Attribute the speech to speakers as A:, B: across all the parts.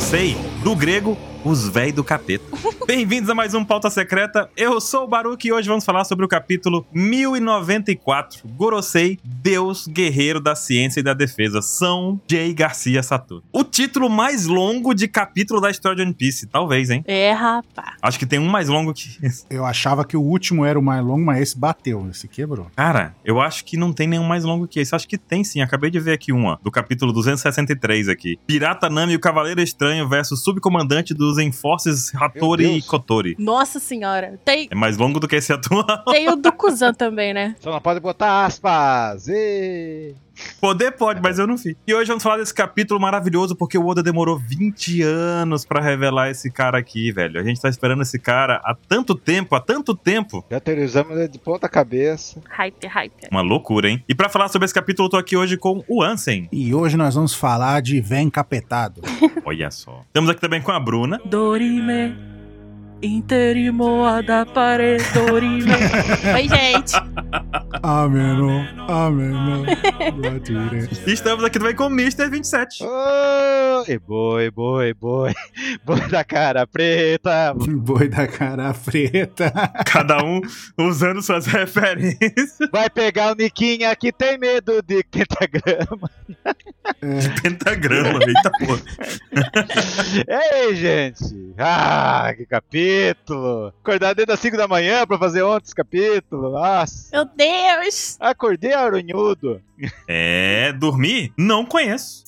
A: sei, do grego, os véi do capeta. Bem-vindos a mais um Pauta Secreta. Eu sou o Baruque e hoje vamos falar sobre o capítulo 1094, Gorosei, Deus Guerreiro da Ciência e da Defesa, São J. Garcia Saturno. O título mais longo de capítulo da história de One Piece, talvez, hein?
B: É, rapaz.
A: Acho que tem um mais longo que esse.
C: Eu achava que o último era o mais longo, mas esse bateu, esse quebrou.
A: Cara, eu acho que não tem nenhum mais longo que esse. Acho que tem sim, acabei de ver aqui uma, do capítulo 263 aqui. Pirata Nami e o Cavaleiro Estranho versus Subcomandante dos Enforces Hattori e Kotori.
B: Nossa senhora. Tem,
A: É mais longo do que esse atual.
B: tem o do Kuzan também, né?
D: Só não pode botar aspas. E...
A: Poder pode, mas eu não fiz. E hoje vamos falar desse capítulo maravilhoso, porque o Oda demorou 20 anos pra revelar esse cara aqui, velho. A gente tá esperando esse cara há tanto tempo, há tanto tempo.
D: Já teorizamos ele de ponta cabeça.
B: Hype, hype.
A: Uma loucura, hein? E pra falar sobre esse capítulo, eu tô aqui hoje com o Ansem.
C: E hoje nós vamos falar de Vem Capetado.
A: Olha só. Estamos aqui também com a Bruna.
B: Dorime. Interimoa da parede, Dorime. Oi, gente.
C: Ameno, ameno. Blatire.
A: E estamos aqui também com o Mr. 27.
D: Oi, boi, boi, boi. Boi da cara preta.
C: Boi da cara preta.
A: Cada um usando suas referências.
D: Vai pegar o Niquinha que tem medo de tá pentagrama.
A: Pentagrama, eita porra.
D: Ei, gente. Ah, que capítulo. Acordar desde as 5 da manhã pra fazer ontem esse capítulo. Nossa.
B: Meu Deus.
D: Acordei arunhudo.
A: É, dormir? Não conheço.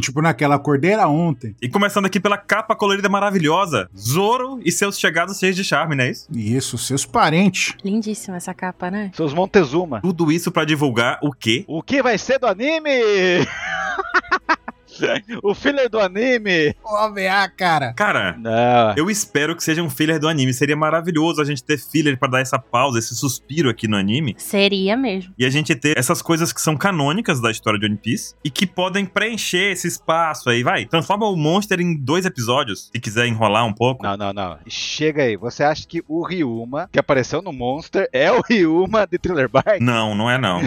C: tipo naquela cordeira ontem.
A: E começando aqui pela capa colorida maravilhosa: Zoro e seus chegados cheios de charme, não é isso?
C: E isso, seus parentes.
B: Lindíssima essa capa, né?
D: Seus Montezuma.
A: Tudo isso pra divulgar o quê?
D: O que vai ser do anime? o filler do anime?
C: Ó, VA, cara.
A: Cara,
D: Não.
A: eu espero que seja um filler do anime. Seria maravilhoso a gente ter filler pra dar essa pausa, esse suspiro aqui no anime.
B: Seria mesmo.
A: E a gente ter essas coisas que são canônicas da história de One Piece e que podem preencher esse espaço aí. Vai, transforma o Monster em dois episódios, se quiser enrolar um pouco.
D: Não, não, não. Chega aí. Você acha que o Ryuma, que apareceu no Monster, é o Ryuma de Thriller Bark?
A: Não, não é não.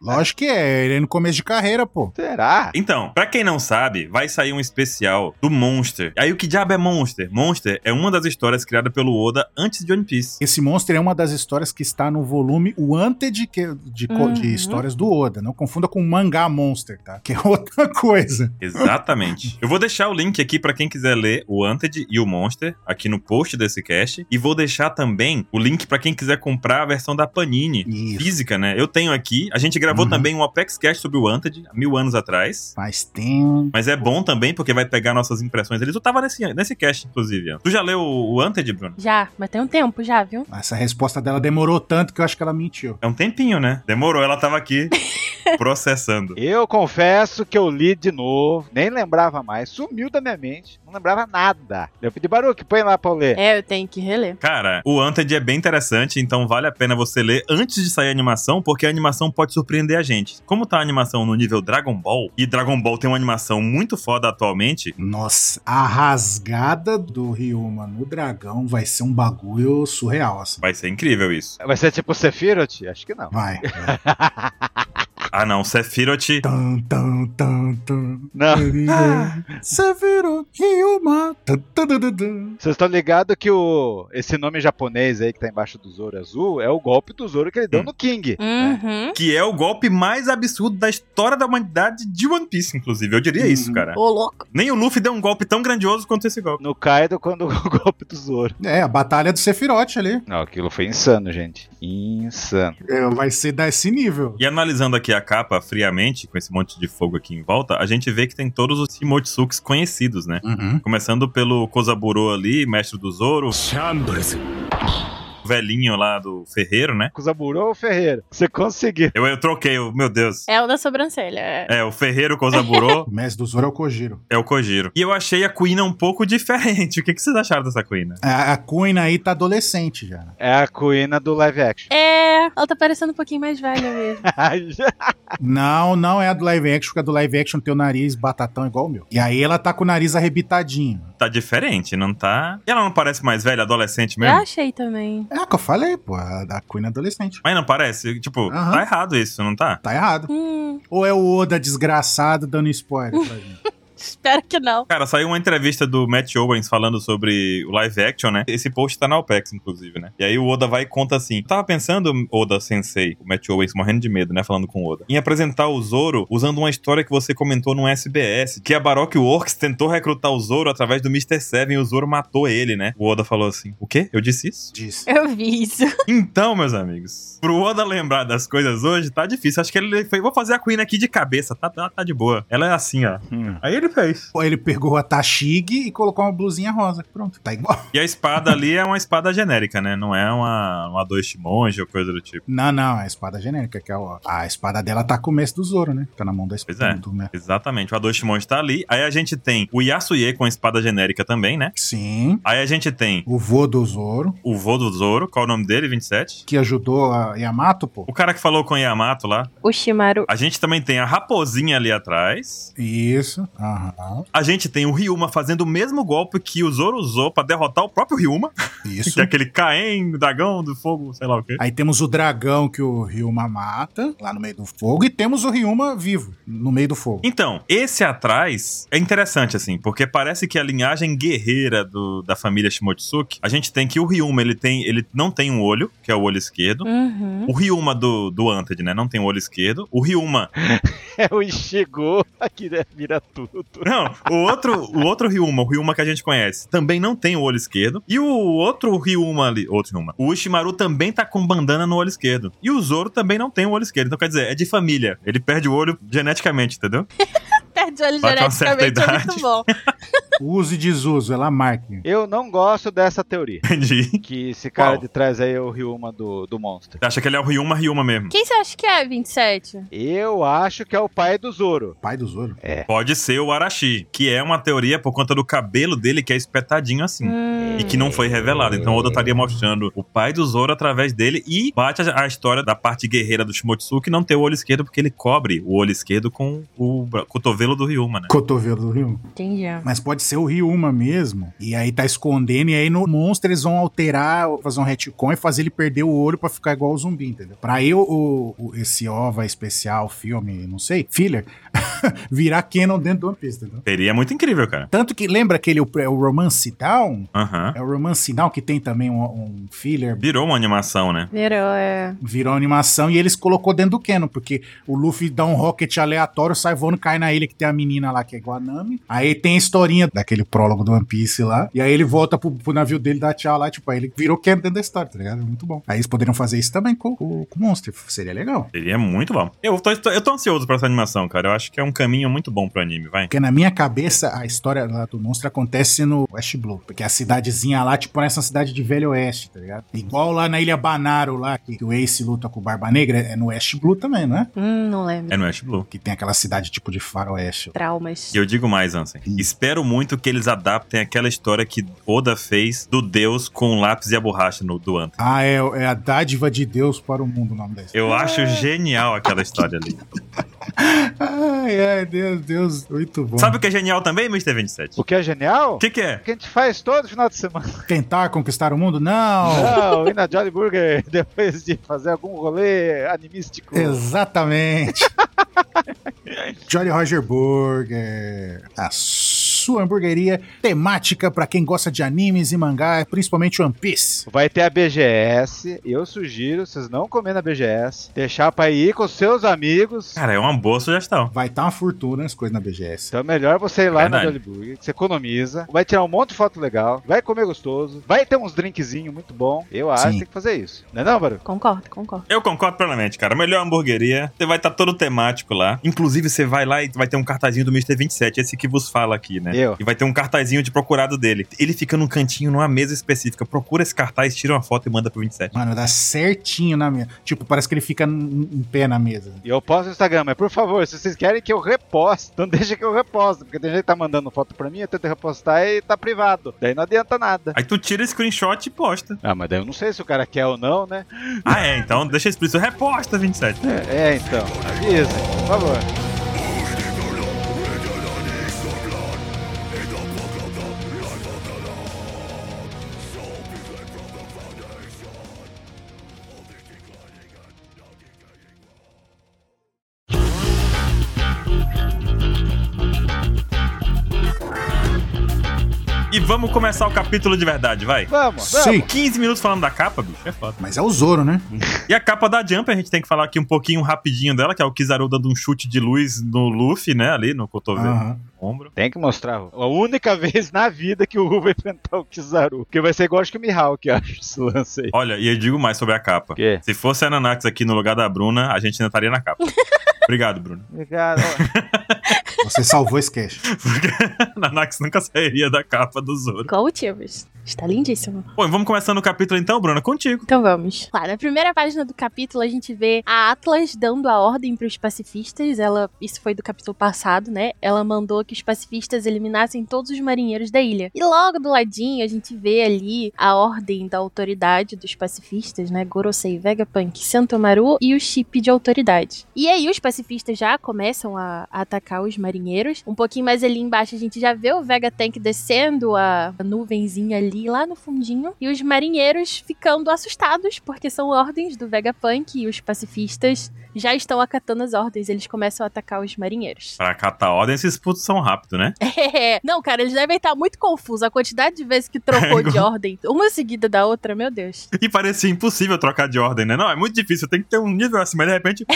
C: Lógico que é, ele é no começo de carreira, pô.
D: Será?
A: Então, pra quem não sabe, vai sair um especial do Monster. Aí o que diabo é Monster? Monster é uma das histórias criadas pelo Oda antes de One Piece.
C: Esse monstro é uma das histórias que está no volume O Anted que- é de, co- de
B: Uhum.
C: histórias do Oda. Não confunda com Mangá Monster, tá? Que é outra coisa.
A: Exatamente. Eu vou deixar o link aqui pra quem quiser ler o Anted e o Monster aqui no post desse cast e vou deixar também o link pra quem quiser comprar a versão da Panini.
C: Isso.
A: Física, né? Eu tenho aqui. A gente gravou
C: Uhum.
A: também um Apex Cast sobre o Anted, mil anos atrás.
C: Faz tempo.
A: Mas é bom também, porque vai pegar nossas impressões. Eles eu tava nesse, nesse cast, inclusive. ó. Tu já leu o o Anted, Bruno?
B: Já, mas tem um tempo já, viu?
C: Essa resposta dela demorou tanto que eu acho que ela mentiu.
A: É um tempinho, né? Demorou, ela tava aqui processando.
D: Eu confesso que eu li de novo, nem lembrava mais, sumiu da minha mente, não lembrava nada. Eu pedi Baruque, põe lá pra eu ler.
B: É, eu tenho que reler.
A: Cara, o Anted é bem interessante, então vale a pena você ler antes de sair a animação, porque a animação pode surpreender a gente. Como tá a animação no nível Dragon Ball, e Dragon Ball tem uma animação muito foda atualmente,
C: Nossa, a rasgada do Ryuma no dragão vai ser um bagulho surreal, assim.
A: vai ser incrível isso.
D: Vai ser tipo Sephiroth? Acho que não.
C: Vai. vai.
A: Ah não, Sephiroth...
C: tan, tan, tan, tan.
D: Não.
C: Você virou Ryuma. Tan, tan, tan, tan, tan.
D: Vocês estão ligados que o esse nome japonês aí que tá embaixo do Zoro azul é o golpe do Zoro que ele deu
A: Hum.
D: no King. né?
B: Uhum.
A: Que é o golpe mais absurdo da história da humanidade de One Piece, inclusive. Eu diria isso,
C: Uhum.
A: cara.
B: Ô, louco.
A: Nem o Luffy deu um golpe tão grandioso quanto esse golpe.
D: No Kaido quando o golpe do Zoro.
C: É, a batalha do Sephiroth ali.
D: Não, aquilo foi insano, gente. Insano.
C: É, vai ser desse nível.
A: E analisando aqui a capa friamente, com esse monte de fogo aqui em volta, a gente vê que tem todos os Shimotsukes conhecidos, né?
C: Uhum.
A: Começando pelo Kozaburo ali, mestre do Zoro, o velhinho lá do ferreiro, né?
D: Kusaburo ou Ferreira? Você conseguiu.
A: Eu, eu troquei, eu- meu Deus.
B: É o da sobrancelha. é.
A: É, o ferreiro Kozaburo
C: O mestre do Zoro é o Kojiro.
A: é o Kojiro. E eu achei a Kuina um pouco diferente. O que, que vocês acharam dessa Kuina?
C: A, a Kuina aí tá adolescente já.
D: É a coina do live action.
B: É, ela tá parecendo um pouquinho mais velha mesmo.
C: Não, não é a do live action, porque a do live action tem o nariz batatão igual o meu. E aí ela tá com o nariz arrebitadinho.
A: Tá diferente, não tá? E ela não parece mais velha, adolescente
B: Eu
A: mesmo?
B: achei também.
C: É o que eu falei, pô. A, a Kuina é adolescente.
A: Mas não parece? Tipo,
C: Aham.
A: tá errado isso, não tá?
C: Tá errado.
B: Hum,
C: Ou é o Oda desgraçado dando spoiler pra gente?
B: Espero que não.
A: Cara, saiu uma entrevista do Matt Owens falando sobre o live action, né? Esse post tá na OPEX, inclusive, né? E aí o Oda vai e conta assim: Tava pensando, Oda Sensei, o Matt Owens morrendo de medo, né? Falando com o Oda, em apresentar o Zoro usando uma história que você comentou no SBS, que a Baroque Works tentou recrutar o Zoro através do Mr. Seven e o Zoro matou ele, né? O Oda falou assim: O quê? Eu disse isso?
C: Disse.
B: Eu vi isso.
A: Então, meus amigos, pro Oda lembrar das coisas hoje, tá difícil. Acho que ele foi, vou fazer a Queen aqui de cabeça, tá, tá, tá de boa. Ela é assim, ó. Aí ele fez.
C: Pô, Ele pegou a Tashig e colocou uma blusinha rosa. Pronto, tá igual.
A: E a espada ali é uma espada genérica, né? Não é uma, uma dois timões ou coisa do tipo.
C: Não, não, é a espada genérica, que é o- a espada dela tá com o mestre do Zoro, né? Tá na mão da
A: Pois
C: espada
A: é.
C: do mestre.
A: Exatamente, o Adoshimonji tá ali. Aí a gente tem o Yasuye com a espada genérica também, né?
C: Sim.
A: Aí a gente tem
C: O vô do Zoro,
A: o Vô do Zoro, qual o nome dele? 27.
C: que ajudou a Yamato, pô.
A: O cara que falou com o Yamato lá.
B: O Shimaru.
A: A gente também tem a Raposinha ali atrás.
C: Isso. Aham.
A: A gente tem o Ryuma fazendo o mesmo golpe que o Zoro usou pra derrotar o próprio Ryuma.
C: Isso.
A: Que é aquele Caim, o dragão do fogo, sei lá o quê.
C: Aí temos o dragão que o Ryuma mata, lá no meio do fogo, e temos o Ryuma vivo, no meio do fogo.
A: Então, esse atrás é interessante, assim, porque parece que a linhagem guerreira do- da família Shimotsuki, a gente tem que o Ryuma, ele, tem, ele não tem um olho, que é o olho esquerdo.
B: Uhum.
A: O Ryuma do, do Anted, né? Não tem o olho esquerdo. O Ryuma.
D: É o Ichigo que vira tudo.
A: Não, o outro, o outro Ryuma, o Ryuma que a gente conhece, também não tem o olho esquerdo. E o outro Ryuma ali. Outro Ryuma. O Ushimaru também tá com bandana no olho esquerdo. E o Zoro também não tem o olho esquerdo. Então quer dizer, é de família. Ele perde o olho geneticamente, entendeu?
B: Perde olho
A: Bate uma certa
B: geneticamente, é muito
A: idade.
B: bom.
C: Uso e desuso, ela marca.
D: Eu não gosto dessa teoria.
A: Entendi.
D: Que esse cara
A: Qual?
D: de trás aí é o Ryuma do, do Monster.
A: Acha que ele é o Ryuma, Ryuma mesmo.
B: Quem você acha que é, 27?
D: Eu acho que é o pai do Zoro.
C: Pai do Zoro.
A: Pode ser o Arashi, que é uma teoria por conta do cabelo dele que é espetadinho assim.
B: Hum.
A: E que não foi revelado. Então o Oda estaria mostrando o pai do Zoro através dele e bate a a história da parte guerreira do Shimotsuki não ter o olho esquerdo, porque ele cobre o olho esquerdo com o bra- cotovelo do Ryuma, né?
C: Cotovelo do Ryuma.
B: Entendi.
C: Mas pode ser o Ryuma mesmo. E aí tá escondendo, e aí no monstro eles vão alterar, fazer um retcon e fazer ele perder o olho pra ficar igual o zumbi, entendeu? Pra eu, o, o- esse OVA especial, filme, não sei, filler, virar canon dentro do One Piece, entendeu?
A: Seria muito incrível, cara.
C: Tanto que lembra aquele o, o Romance Down?
A: Aham.
C: É o Romance Down que tem também um, um filler
A: Virou uma animação, né?
B: Virou, é.
C: Virou animação e eles colocou dentro do Canon, porque o Luffy dá um rocket aleatório, sai voando, cai na ilha que tem a menina lá que é igual a Nami. Aí tem a historinha daquele prólogo do One Piece lá. E aí ele volta pro, pro navio dele, dá tchau lá, tipo, aí ele virou Canon dentro da história, tá ligado? Muito bom. Aí eles poderiam fazer isso também com, com, com o Monster, seria legal.
A: Seria muito bom. Eu tô, eu tô ansioso pra essa animação, cara. Eu acho que é um caminho muito bom pro anime, vai.
C: Porque na minha cabeça, a história lá do monstro acontece no West Blue. Porque a cidadezinha lá, tipo, nessa cidade de Velho Oeste, tá ligado? Igual lá na Ilha Banaro lá, que, que o Ace luta com o Barba Negra, é no West Blue também, não é?
B: Hum, não lembro.
A: É no Ash Blue.
C: Que tem aquela cidade tipo de faroeste.
B: Traumas.
A: E eu digo mais, Ansem. Espero muito que eles adaptem aquela história que Oda fez do Deus com o lápis e a borracha no, do Anta.
C: Ah, é, é a dádiva de Deus para o mundo o nome desse.
A: Eu acho genial aquela história ali.
C: Ai, ai, Deus, Deus, muito bom.
A: Sabe o que é genial também, Mr. 27?
D: O que é genial?
A: O que, que é?
D: Que a gente faz todo final de semana.
C: tentar conquistar o mundo? Não!
D: Não, ir na Jolly Burger depois de fazer algum rolê animístico.
C: Exatamente. Jolly Roger Burger, a sua hamburgueria temática para quem gosta de animes e mangá, principalmente One Piece.
D: Vai ter a BGS. Eu sugiro vocês não comer na BGS. Deixar pra ir com seus amigos.
A: Cara, é uma boa sugestão.
C: Vai estar uma fortuna as coisas na BGS.
A: Tá.
D: Então é melhor você ir lá
A: Verdade.
D: na Jolly Burger, que você economiza, vai tirar um monte de foto legal, vai comer gostoso, vai ter uns drinkzinhos muito bom. Eu acho
C: Sim.
D: que tem que fazer isso. Não é não, Baru?
B: Concordo, concordo.
A: Eu concordo plenamente, cara. Melhor hamburgueria. Você vai estar todo temático lá. Inclusive, você vai lá e vai ter um cartazinho do Mr. 27, esse que vos fala aqui, né?
D: Eu.
A: E vai ter um cartazinho de procurado dele. Ele fica num cantinho, numa mesa específica. Procura esse cartaz, tira uma foto e manda pro 27.
C: Mano, dá certinho na mesa. Tipo, parece que ele fica n- em pé na mesa.
D: E eu posto no Instagram, mas por favor, se vocês querem que eu reposte, não deixa que eu reposte, porque tem gente que tá mandando foto pra mim, eu tento repostar e tá privado. Daí não adianta nada.
A: Aí tu tira screenshot e posta.
D: Ah, mas daí eu não sei se o cara quer ou não, né?
A: Ah, é? Então deixa explícito. Reposta 27.
D: É, é, então. Avisa, por favor.
A: E vamos começar o capítulo de verdade, vai.
D: Vamos, vamos.
C: Sim.
A: 15 minutos falando da capa, bicho, é foda.
C: Mas é o Zoro, né?
A: E a capa da Jump, a gente tem que falar aqui um pouquinho rapidinho dela, que é o Kizaru dando um chute de luz no Luffy, né? Ali no cotovelo,
C: Aham.
A: no ombro.
D: Tem que mostrar. Ru. A única vez na vida que o Ru vai enfrentar o Kizaru. Que vai ser igual acho que o Mihawk, acho, esse lance aí.
A: Olha, e eu digo mais sobre a capa.
D: quê?
A: Se fosse a Nanax aqui no lugar da Bruna, a gente ainda estaria na capa. Obrigado, Bruno.
D: Obrigado.
C: Você salvou esse cash.
A: Porque a Nanax nunca sairia da capa do Zoro.
B: Igual o Tibers. Está lindíssimo.
A: Bom, vamos começando o capítulo então, Bruna, contigo.
B: Então vamos. Claro, na primeira página do capítulo a gente vê a Atlas dando a ordem para os pacifistas. Ela, isso foi do capítulo passado, né? Ela mandou que os pacifistas eliminassem todos os marinheiros da ilha. E logo do ladinho a gente vê ali a ordem da autoridade dos pacifistas, né? Gorosei, Vegapunk, Santomaru e o chip de autoridade. E aí os pacifistas já começam a, a atacar os marinheiros. Um pouquinho mais ali embaixo a gente já vê o Vegatank descendo a a nuvenzinha ali lá no fundinho e os marinheiros ficando assustados porque são ordens do Vegapunk e os pacifistas já estão acatando as ordens, eles começam a atacar os marinheiros.
A: Pra catar ordem, esses putos são rápidos, né?
B: Não, cara, eles devem estar muito confusos. A quantidade de vezes que trocou de ordem, uma seguida da outra, meu Deus.
A: E parecia impossível trocar de ordem, né? Não, é muito difícil, tem que ter um nível acima. Mas de repente,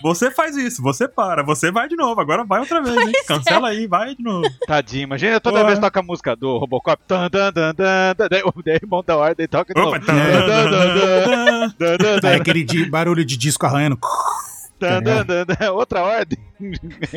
A: você faz isso, você para, você vai de novo, agora vai outra vez, hein? Cancela aí, vai de novo.
D: Tadinho, imagina toda
A: Ué.
D: vez toca a música do Robocop. Tan, tan, tan, tan, tan, daí o- daí monta a ordem e toca de novo.
A: Opa, tá.
D: Tan, tan,
C: Aí
D: tan,
C: Tá, é aquele di- barulho de disco arranhando.
D: tan, tan, tan, tan. Outra ordem.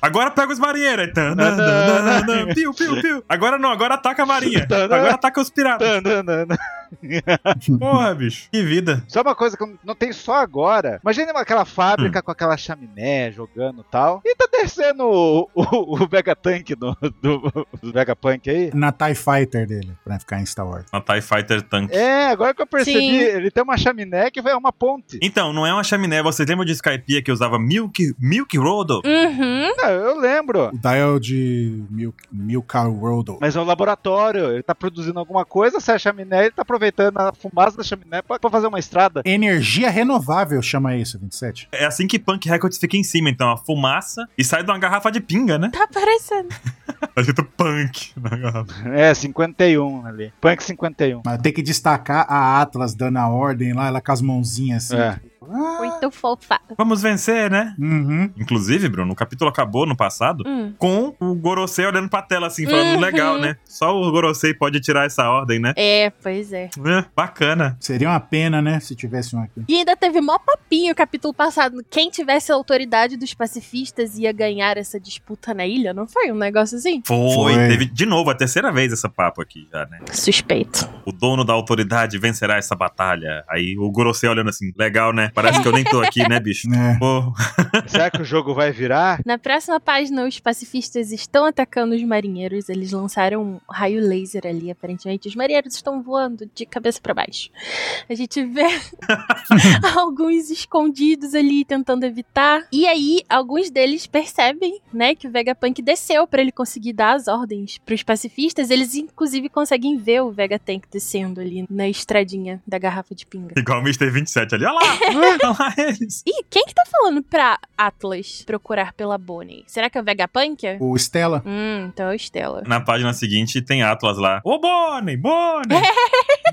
A: Agora pega os marinheiros. aí. Tan, dan, dan, dan, dan, dan. Piu, piu, piu. Agora não, agora ataca a marinha.
D: Tan, dan.
A: Agora ataca os piratas.
D: Tan, tan, tan, tan.
A: Porra, bicho. Que vida.
D: Só uma coisa que eu não tem só agora. Imagina aquela fábrica com aquela chaminé jogando e tal. E tá descendo o, o, o Vegatank do, do, do Vegapunk aí.
C: Na TIE Fighter dele, pra ficar em Star Wars.
A: Uma TIE Fighter Tank.
D: É, agora que eu percebi,
B: Sim.
D: ele tem uma chaminé que vai uma ponte.
A: Então, não é uma chaminé. Vocês lembram de Skypiea que usava Milk, Milk Rodo?
B: Uhum.
D: Ah, eu lembro.
C: O dial de Mil- Milka Rodo.
D: Mas é um laboratório, ele tá produzindo alguma coisa, sai a chaminé, ele tá aproveitando a fumaça da chaminé pra, pra fazer uma estrada.
C: Energia renovável chama isso, 27.
A: É assim que Punk Records fica em cima, então. A fumaça e sai de uma garrafa de pinga, né?
B: Tá parecendo.
A: Tá escrito Punk na garrafa.
D: É, 51 ali. Punk 51.
C: Mas tem que destacar a Atlas dando a ordem lá, ela com as mãozinhas assim.
D: É.
C: tipo, ah.
B: Muito fofa.
A: Vamos vencer, né?
C: Uhum.
A: Inclusive, Bruno, o capítulo acabou no passado
B: Hum.
A: com o Gorosei olhando pra tela assim, falando
B: Uhum.
A: legal, né? Só o Gorosei pode tirar essa ordem, né?
B: É, pois é.
A: É, bacana.
C: Seria uma pena, né, se tivesse um aqui.
B: E ainda teve mó papinho o capítulo passado. Quem tivesse a autoridade dos pacifistas ia ganhar essa disputa na ilha, não foi? Um negócio assim?
A: Foi,
C: Foi.
A: teve de novo a terceira vez essa papo aqui já, né?
B: Suspeito.
A: O dono da autoridade vencerá essa batalha. Aí o Gorosei olhando assim, legal, né? Parece que eu nem tô aqui, né, bicho?
C: É.
A: Pô,
D: Será que o jogo vai virar?
B: Na próxima página, os pacifistas estão atacando os marinheiros. Eles lançaram um raio laser ali, aparentemente. Os marinheiros estão voando de cabeça pra baixo. A gente vê alguns escondidos ali tentando evitar. E aí, alguns deles percebem, né, que o Vegapunk desceu pra ele conseguir dar as ordens pros pacifistas. Eles, inclusive, conseguem ver o Vegatank descendo ali na estradinha da garrafa de pinga.
A: igual o Mr. 27 ali, olha lá! olha lá eles!
B: Ih, quem que tá falando pra Atlas procurar pela Bonnie? Será que é o Vegapunk?
C: O Stella.
B: Hum, então é o Stella.
A: Na página seguinte tem Atlas lá. Ô, Bonnie! Bonnie!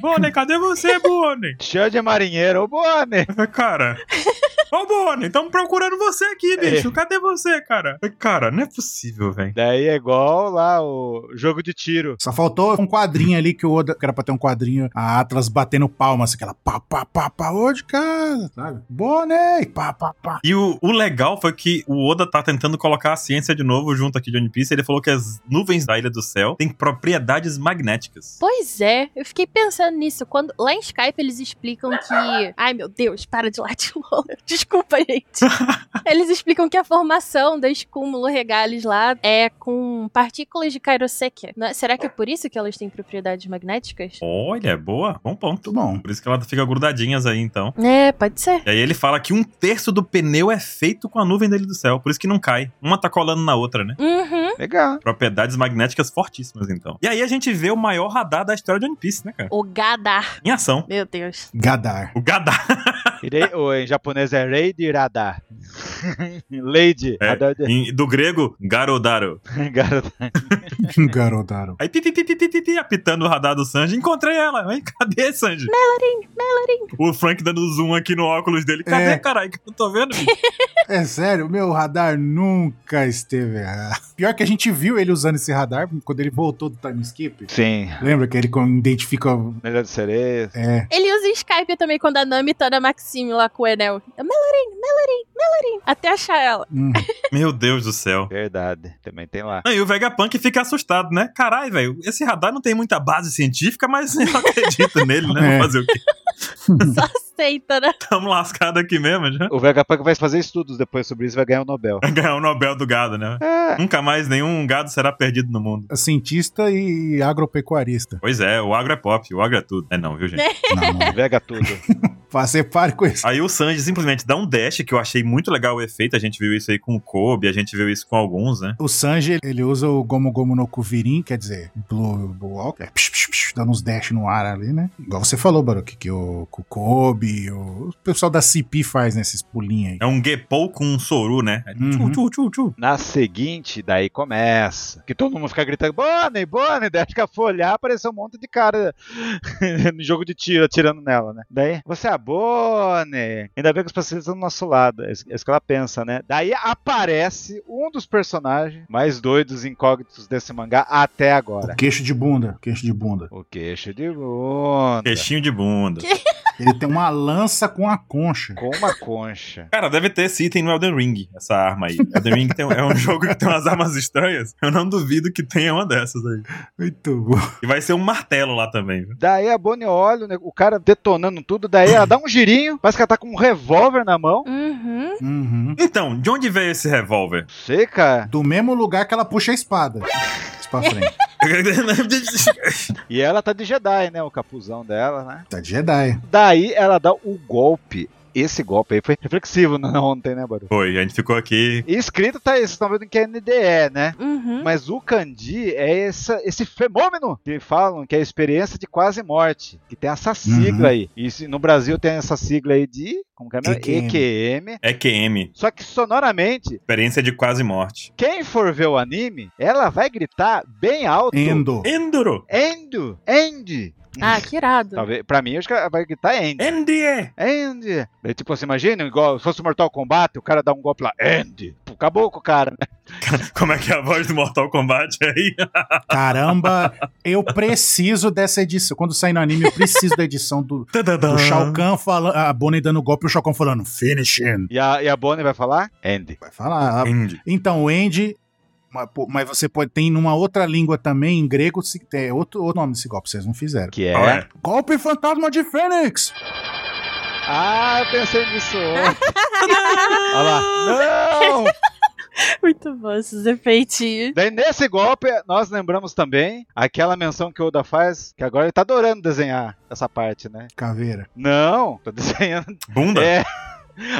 A: Bonnie, cadê você, Bonnie?
D: Cheio de é marinheiro, ô Bonnie!
A: Eu falei, Cara. Ô, Bonnie, estamos procurando você
C: É.
A: aqui, bicho. Cadê você, cara? Eu falei, Cara, não é possível, velho.
D: Daí é igual lá o jogo de tiro.
C: Só faltou um quadrinho ali que o Oda, que era pra ter um quadrinho, a Atlas batendo palma, assim, aquela pá, pá, pá, pá, ô de casa, sabe? Boné, pá, pá, pá.
A: E o, o legal foi que o Oda tá tentando colocar a ciência de novo junto aqui de One Piece. Ele falou que as nuvens da Ilha do Céu têm propriedades magnéticas.
B: Pois é, eu fiquei pensando nisso. Quando, lá em Skype eles explicam que. Ai meu Deus, para de latir logo. Desculpa, gente. Eles explicam que a formação da escúmulo regalis lá é com partículas de Kairoseki. Não é- Será que é por isso que elas têm propriedades magnéticas?
A: Olha, boa. Bom ponto.
C: Muito bom.
A: Por isso que elas ficam grudadinhas aí, então.
B: É, pode ser.
A: E aí ele fala que um terço do pneu é feito com a nuvem da Ilha do Céu. Por isso que não cai. Uma tá colando na outra, né?
B: Uhum.
D: Legal.
A: Propriedades magnéticas fortíssimas, então. E aí a gente vê o maior radar da história de One Piece, né, cara?
B: O Gadar.
A: Em ação.
B: Meu Deus.
C: Gadar.
A: O Gadar.
D: Irei- ou em japonês é Raid Radar. Lady.
A: É.
D: Radar de-
A: Em- do grego, Garodaro.
D: Garota.
C: Garodaro.
A: Aí pi, pi, pi, pi, pi, pi, pi, apitando o radar do Sanji. Encontrei ela. Aí, cadê, Sanji? Melody, Melody. O Frank dando zoom aqui no óculos dele. Cadê,
C: É.
A: caralho? Que eu não tô vendo, bicho.
C: É sério, meu radar nunca esteve errado. Pior que a gente viu ele usando esse radar quando ele voltou do time skip.
D: Sim.
C: Lembra que ele quando identifica.
D: Melhor de sereia.
C: É,
B: Ele usa o Skype também quando a Nami tá na Maxime lá com o Enel. Eu, Melody, Melody, Melody. Até achar ela.
C: hum.
A: Meu Deus do céu.
D: Verdade. Também tem lá.
A: Não, e o Vegapunk fica assustado, né? Caralho, velho, esse radar não tem muita base científica, mas eu acredito nele, né?
C: É.
A: Vou fazer o quê?
B: Só aceita, né?
A: Tamo lascado aqui mesmo, já.
D: O Vegapunk vai fazer estudos depois sobre isso e vai ganhar o Nobel.
A: Vai Ganhar o Nobel do gado, né?
C: É.
A: Nunca mais nenhum gado será perdido no mundo.
C: cientista e agropecuarista.
A: Pois é, o agro é pop, o agro é tudo. É não, viu, gente?
C: Não, não.
D: Vega tudo.
C: Fa- Separe com isso.
A: Aí o Sanji simplesmente dá um dash, que eu achei muito legal o efeito. A gente viu isso aí com o Kobe, a gente viu isso com alguns, né?
C: O Sanji, ele usa o Gomu Gomu no Kuvirin, quer dizer, Blue Walker, é, psh, psh, psh, dando uns dash no ar ali, né? Igual você falou, Baruch, que o Kukobi, o, o pessoal da CP faz nesses pulinhos aí.
A: É um Gepou com um Soru, né? É Tchu,
C: Uhum.
A: tchu, tchu, tchu.
D: Na seguinte, daí começa. Que todo mundo fica gritando, Bonnie, Bonnie. Daí acho que a folhar apareceu um monte de cara no jogo de tiro, atirando nela, né? Daí, você é a Bonnie. Ainda bem que os pacientes estão do nosso lado. É isso é isso que ela pensa, né? Daí aparece um dos personagens mais doidos e incógnitos desse mangá até agora.
C: O queixo de bunda, o queixo de bunda.
D: O queixo de bunda.
A: Peixinho de bunda.
C: Ele tem uma lança com a concha.
D: Com uma concha.
A: Cara, deve ter esse item no Elden Ring, essa arma aí. Elden Ring tem- é um jogo que tem umas armas estranhas. Eu não duvido que tenha uma dessas aí.
C: Muito bom.
A: E vai ser um martelo lá também. viu?
D: Daí a Bonnie olha, né, o cara detonando tudo, daí ela dá um girinho, parece que ela tá com um revólver na mão.
B: Uhum.
C: Uhum.
A: Então, de onde veio esse revólver?
D: Não sei, cara.
C: Do mesmo lugar que ela puxa a espada. Isso pra frente.
D: E ela tá de Jedi, né? O capuzão dela, né?
C: Tá de Jedi.
D: Daí ela dá o golpe. Esse golpe aí foi reflexivo na ontem, né, Baru?
A: Foi, a gente ficou aqui.
D: E escrito tá aí, vocês estão vendo que é NDE, né?
B: Uhum.
D: Mas o Kandi é essa- esse fenômeno que falam que é a experiência de quase morte, que tem essa sigla
C: Uhum.
D: aí. E se- no Brasil tem essa sigla aí de. Como que é? o nome?
C: EQM.
D: EQM.
A: EQM,
D: Só que sonoramente
A: experiência de quase morte.
D: Quem for ver o anime, ela vai gritar bem alto.
C: Endo.
A: Enduro!
D: Endo! End!
B: Ah, que irado.
D: Talvez, pra mim, acho que ela vai gritar End.
A: NDE!
D: End! Daí, tipo, você imagina, igual se fosse Mortal Kombat, o cara dá um golpe lá, End! Pô, acabou com o cara. né?
A: Como é que é a voz do Mortal Kombat aí?
C: Caramba, eu preciso dessa edição. Quando sair no anime, eu preciso da edição do, do
A: Tá.
C: Shao Kahn falando. A Bonnie dando golpe e o Shao Kahn falando, finish him.
D: E a, e a Bonnie vai falar End.
C: Vai falar. ah,
A: End.
C: Então, o End. Mas, pô, mas você pode. Tem numa outra língua também, em grego, se- é outro, outro nome desse golpe, vocês não fizeram.
D: Que é.
A: Qual é?
C: Golpe fantasma de Fênix!
D: Ah, eu pensei nisso. ontem. Olha lá. Não!
B: Muito bom esses efeitinhos.
D: Daí nesse golpe, nós lembramos também aquela menção que o Oda faz, que agora ele tá adorando desenhar essa parte, né?
C: Caveira.
D: Não, tô desenhando
A: Bunda?
D: É.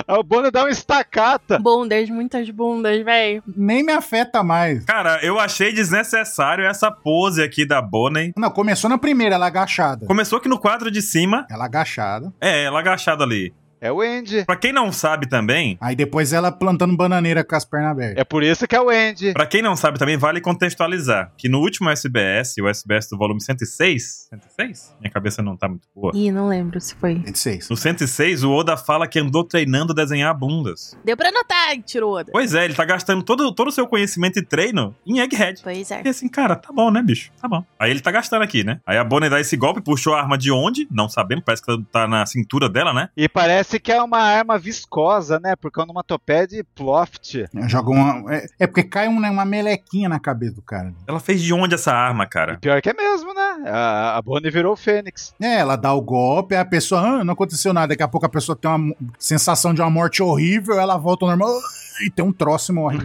D: O Bono dá uma estacata.
B: Bundas, muitas bundas, véi.
C: Nem me afeta mais.
A: Cara, eu achei desnecessário essa pose aqui da Bonnie.
C: Não, começou na primeira, ela agachada.
A: Começou aqui no quadro de cima.
C: Ela agachada.
A: É, ela agachada ali.
D: É o Andy.
A: Pra quem não sabe também,
C: Aí depois ela plantando bananeira com as pernas abertas.
D: É por isso que é o Andy.
A: Pra quem não sabe também, vale contextualizar que no último SBS, o SBS do volume 106, 106? Minha cabeça não tá muito boa.
B: Ih, não lembro se foi.
C: 26.
A: No 106, o Oda fala que andou treinando a desenhar bundas.
B: Deu pra notar, tirou onda.
A: Pois é, ele tá gastando todo todo o seu conhecimento e treino em Egghead.
B: Pois é.
A: E assim, cara, tá bom, né, bicho? Tá bom. Aí ele tá gastando aqui, né? Aí a Bonnie dá esse golpe, puxou a arma de onde? Não sabemos, parece que ela tá na cintura dela, né?
D: E parece que é uma arma viscosa, né? Porque é uma topé de ploft.
C: Joga uma. É, é porque cai um- né, uma melequinha na cabeça do cara. né?
A: Ela fez de onde essa arma,
D: E
A: cara?
D: pior que é mesmo, né? A, a Bonnie virou o Fênix.
C: É, ela dá o golpe, aí a pessoa, ah, não aconteceu nada. Daqui a pouco a pessoa tem uma mo- sensação de uma morte horrível, ela volta ao normal e tem um troço e morre.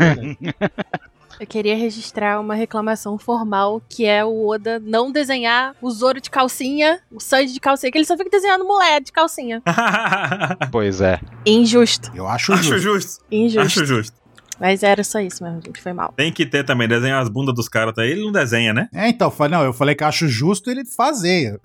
B: Eu queria registrar uma reclamação formal, que é o Oda não desenhar o Zoro de calcinha, o Sanji de calcinha, que ele só fica desenhando mulher de calcinha.
D: Pois é.
B: Injusto.
C: Eu acho
A: Acho
C: justo.
A: justo.
B: Injusto.
A: Acho Ah, justo.
B: Mas era só isso mesmo, gente. Foi mal.
A: Tem que ter também, desenhar as bundas dos caras, tá? Ele não desenha, né?
C: É, então, fa- não, eu falei que eu acho justo ele fazer.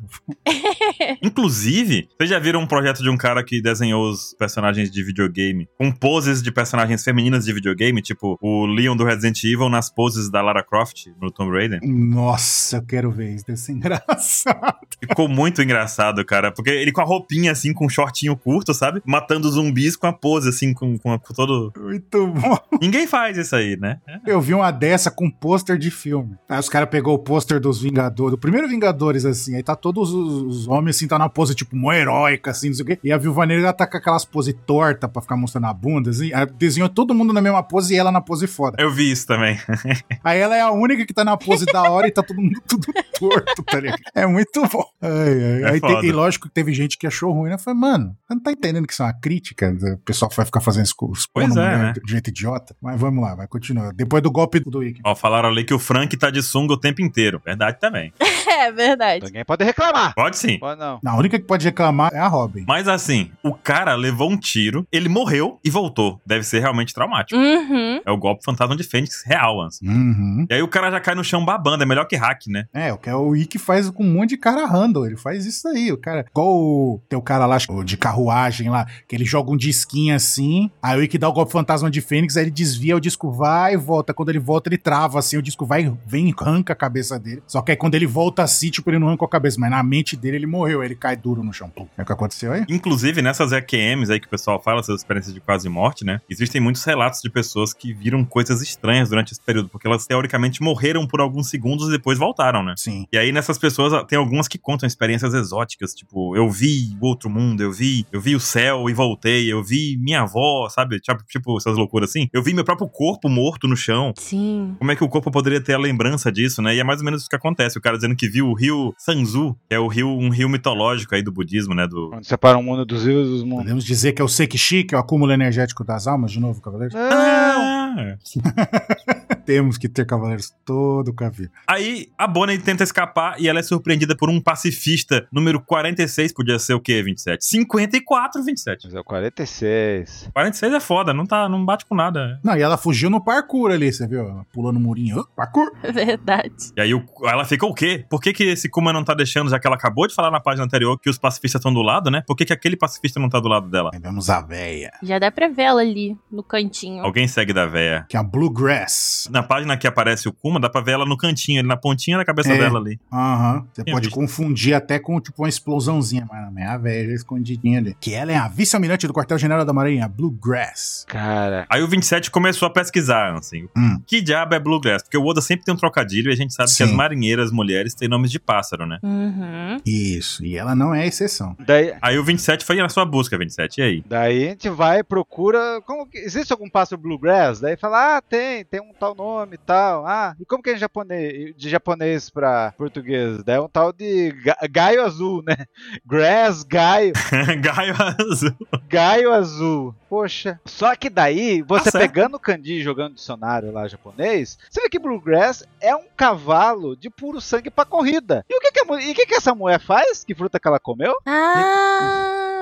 A: É. Inclusive, vocês já viram um projeto de um cara que desenhou os personagens de videogame com poses de personagens femininas de videogame, tipo o Leon do Resident Evil nas poses da Lara Croft no Tomb Raider?
C: Nossa, eu quero ver isso, deve ser engraçado.
A: Ficou muito engraçado, cara, porque ele com a roupinha assim, com um shortinho curto, sabe? Matando zumbis com a pose assim, com, com, a- com todo.
C: Muito bom.
A: Ninguém faz isso aí, né?
C: Eu vi uma dessa com pôster de filme. Aí os caras pegou o pôster dos Vingadores, do primeiro Vingadores, assim, aí tá todos os, os homens, assim, tá na pose, tipo, mó heróica, assim, não sei o quê. E a Viúva Negra, ela tá com aquelas pose torta pra ficar mostrando a bunda, assim. Aí desenhou todo mundo na mesma pose e ela na pose foda.
A: Eu vi isso também.
C: Aí ela é a única que tá na pose da hora e tá todo mundo tudo torto, tá ligado? É muito bom. Ai, ai.
A: É
C: Aí tem-
A: foda.
C: e lógico que teve gente que achou ruim, né? Eu falei, mano, você não tá entendendo que isso é uma crítica? O pessoal que vai ficar fazendo esco- expondo
A: Pois é,
C: mulher
A: né?
C: de um jeito idiota. Mas vamos lá, vai continuar. Depois do golpe do Wiki.
A: Ó, falaram ali que o Frank tá de sunga o tempo inteiro. Verdade também.
B: É verdade.
D: Ninguém pode reclamar.
A: Pode sim.
D: Pode não.
C: Não, a única que pode reclamar é a Robin.
A: Mas assim, o cara levou um tiro, ele morreu e voltou. Deve ser realmente traumático.
B: Uhum.
A: É o golpe fantasma de Fênix real, Anson.
C: Uhum.
A: E aí o cara já cai no chão babando, é melhor que hack, né?
C: É, o que o Wiki faz com um monte de cara random. Ele faz isso aí. O cara. Igual o, tem o cara lá acho que o de carruagem lá, que ele joga um disquinho assim. Aí o Wiki dá o golpe fantasma de Fênix, aí ele desvia, o disco vai e volta. Quando ele volta, ele trava assim, o disco vai e vem e arranca a cabeça dele. Só que aí quando ele volta assim, tipo, ele não arrancou a cabeça. Mas na mente dele ele morreu, aí ele cai duro no chão. Pum. É o que aconteceu aí?
A: Inclusive, nessas EQMs aí que o pessoal fala, essas experiências de quase morte, né? Existem muitos relatos de pessoas que viram coisas estranhas durante esse período, porque elas teoricamente morreram por alguns segundos e depois voltaram, né?
C: Sim.
A: E aí nessas pessoas tem algumas que contam experiências exóticas, tipo, eu vi o outro mundo, eu vi, eu vi o céu e voltei, eu vi minha avó, sabe? Tipo, tipo essas loucuras assim. Eu vi meu próprio corpo morto no chão.
B: Sim.
A: Como é que o corpo poderia ter a lembrança disso, né? E é mais ou menos isso que acontece. O cara dizendo que viu o rio Sanzu, que é o rio, um rio mitológico aí do budismo, né? Do...
D: Quando separa o mundo dos vivos dos mundos.
C: Podemos dizer que é o Sekishi, que é o acúmulo energético das almas, de novo, Cavaleiros?
D: Não!
A: Ah!
C: Temos que ter Cavaleiros todo o caminho.
A: Aí a Bonnie tenta escapar e ela é surpreendida por um pacifista número 46, podia ser o quê, 27? 54, 27.
D: Mas é o 46.
A: 46 é foda, não, tá, não bate com nada. né?
C: Não, e ela fugiu no parkour ali, você viu? Ela pulou no murinho. Ah, Parkour!
B: Verdade.
A: E aí o- ela fica o quê? Por que, que esse Kuma não tá deixando, já que ela acabou de falar na página anterior que os pacifistas estão do lado, né? Por que, que aquele pacifista não tá do lado dela?
C: Aí vemos a véia,
B: Já dá pra ver ela ali no cantinho.
A: Alguém segue da véia.
C: que é a Bluegrass.
A: Na página que aparece o Kuma, dá pra ver ela no cantinho, ali na pontinha da cabeça
C: É.
A: dela ali.
C: Aham. Você
A: Tinha
C: pode
A: visto.
C: confundir até com tipo uma explosãozinha, mas não é a véia já escondidinha ali. Que ela é a vice-almirante do quartel-general da Marinha, Bluegrass.
D: Cara,
A: Aí o 27 começou a pesquisar, assim.
C: Hum.
A: Que diabo é Bluegrass? Porque o Oda sempre tem um trocadilho e a gente sabe que
C: Sim.
A: as marinheiras mulheres têm nomes de pássaro, né?
B: Uhum.
C: Isso, e ela não é a exceção.
D: daí,
A: Aí o 27 foi na sua busca, 27. E aí?
D: Daí a gente vai, procura. Como, que- existe algum pássaro bluegrass? Daí fala, ah, tem, tem um tal nome e tal. Ah, e como que é em japonês, de japonês pra português? Daí é um tal de ga- gaio azul, né? Grass, gaio,
A: Gaio azul.
D: gaio azul. Poxa. Só que daí,
A: Tá
D: você
A: certo.
D: pegando o kanji e jogando o dicionário lá japonês, você vê que bluegrass é um cavalo de puro sangue pra corrida. E o que, que, a mu- e o que que essa mulher faz? Que fruta que ela comeu?
B: Ah!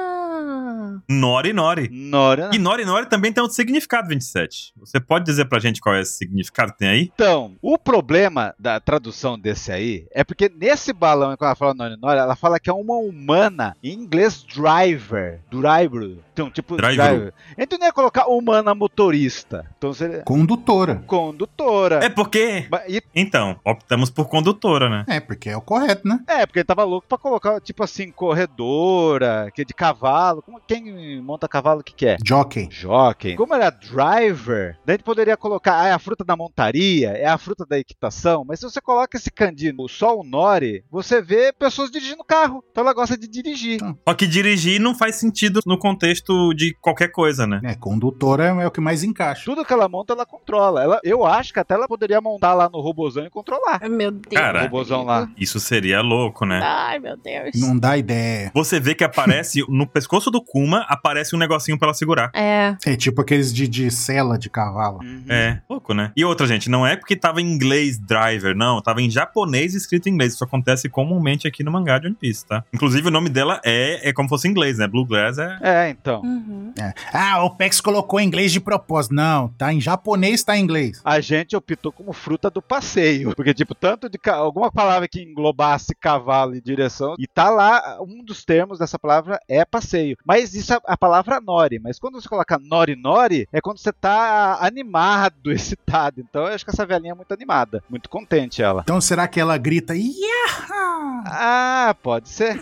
A: Nori Nori.
D: Nora.
A: E Nori Nori também tem outro significado, 27. Você pode dizer pra gente qual é esse significado que tem aí?
D: Então, o problema da tradução desse aí é porque nesse balão, quando ela fala Norinora, ela fala que é uma humana, em inglês driver, driver, então tipo
A: Driver.
D: driver. Então não ia colocar humana motorista, então seria
C: Condutora.
D: condutora.
A: É porque.
D: Ba- e-
A: Então, optamos por condutora, né?
C: É, porque é o correto, né?
D: é, porque ele tava louco pra colocar, tipo assim, corredora, que é de cavalo, como, quem monta cavalo, o que que é?
C: Jockey.
D: Jockey. Como era driver, daí a gente poderia colocar, ah, é a fruta da montaria, é a fruta da equitação, mas se você coloca esse candino só o Nori, você vê pessoas dirigindo carro. Então ela gosta de dirigir.
A: Só que dirigir não faz sentido no contexto de qualquer coisa, né?
C: É, condutora é o que mais encaixa.
D: Tudo que ela monta, ela controla. Ela, eu acho que até ela poderia montar lá no robozão e controlar.
B: Meu Deus.
A: Cara.
D: O robozão lá.
A: Isso seria louco, né?
B: Ai, meu Deus.
C: Não dá ideia.
A: Você vê que aparece no pescoço do Kuma, aparece um negocinho pra ela segurar.
B: É.
C: É tipo aqueles de, de cela de cavalo.
D: Uhum.
A: É, louco, né? E outra, gente, não é porque tava em inglês driver, não. Tava em japonês escrito em inglês. Isso acontece comumente aqui no mangá de One Piece, tá? Inclusive, o nome dela é, é como se fosse em inglês, né? Blue Glass é.
D: É, então. Então.
B: Uhum.
C: Ah, o Pex colocou em inglês de propósito. Não, tá em japonês, tá em inglês.
D: A gente optou como fruta do passeio. Porque, tipo, tanto de. ca- Alguma palavra que englobasse cavalo e direção. E tá lá, um dos termos dessa palavra é passeio. Mas isso é a palavra nori. Mas quando você coloca nori-nori, é quando você tá animado, excitado. Então eu acho que essa velhinha é muito animada. Muito contente ela.
C: Então será que ela grita Yaha!
D: Ah, pode ser.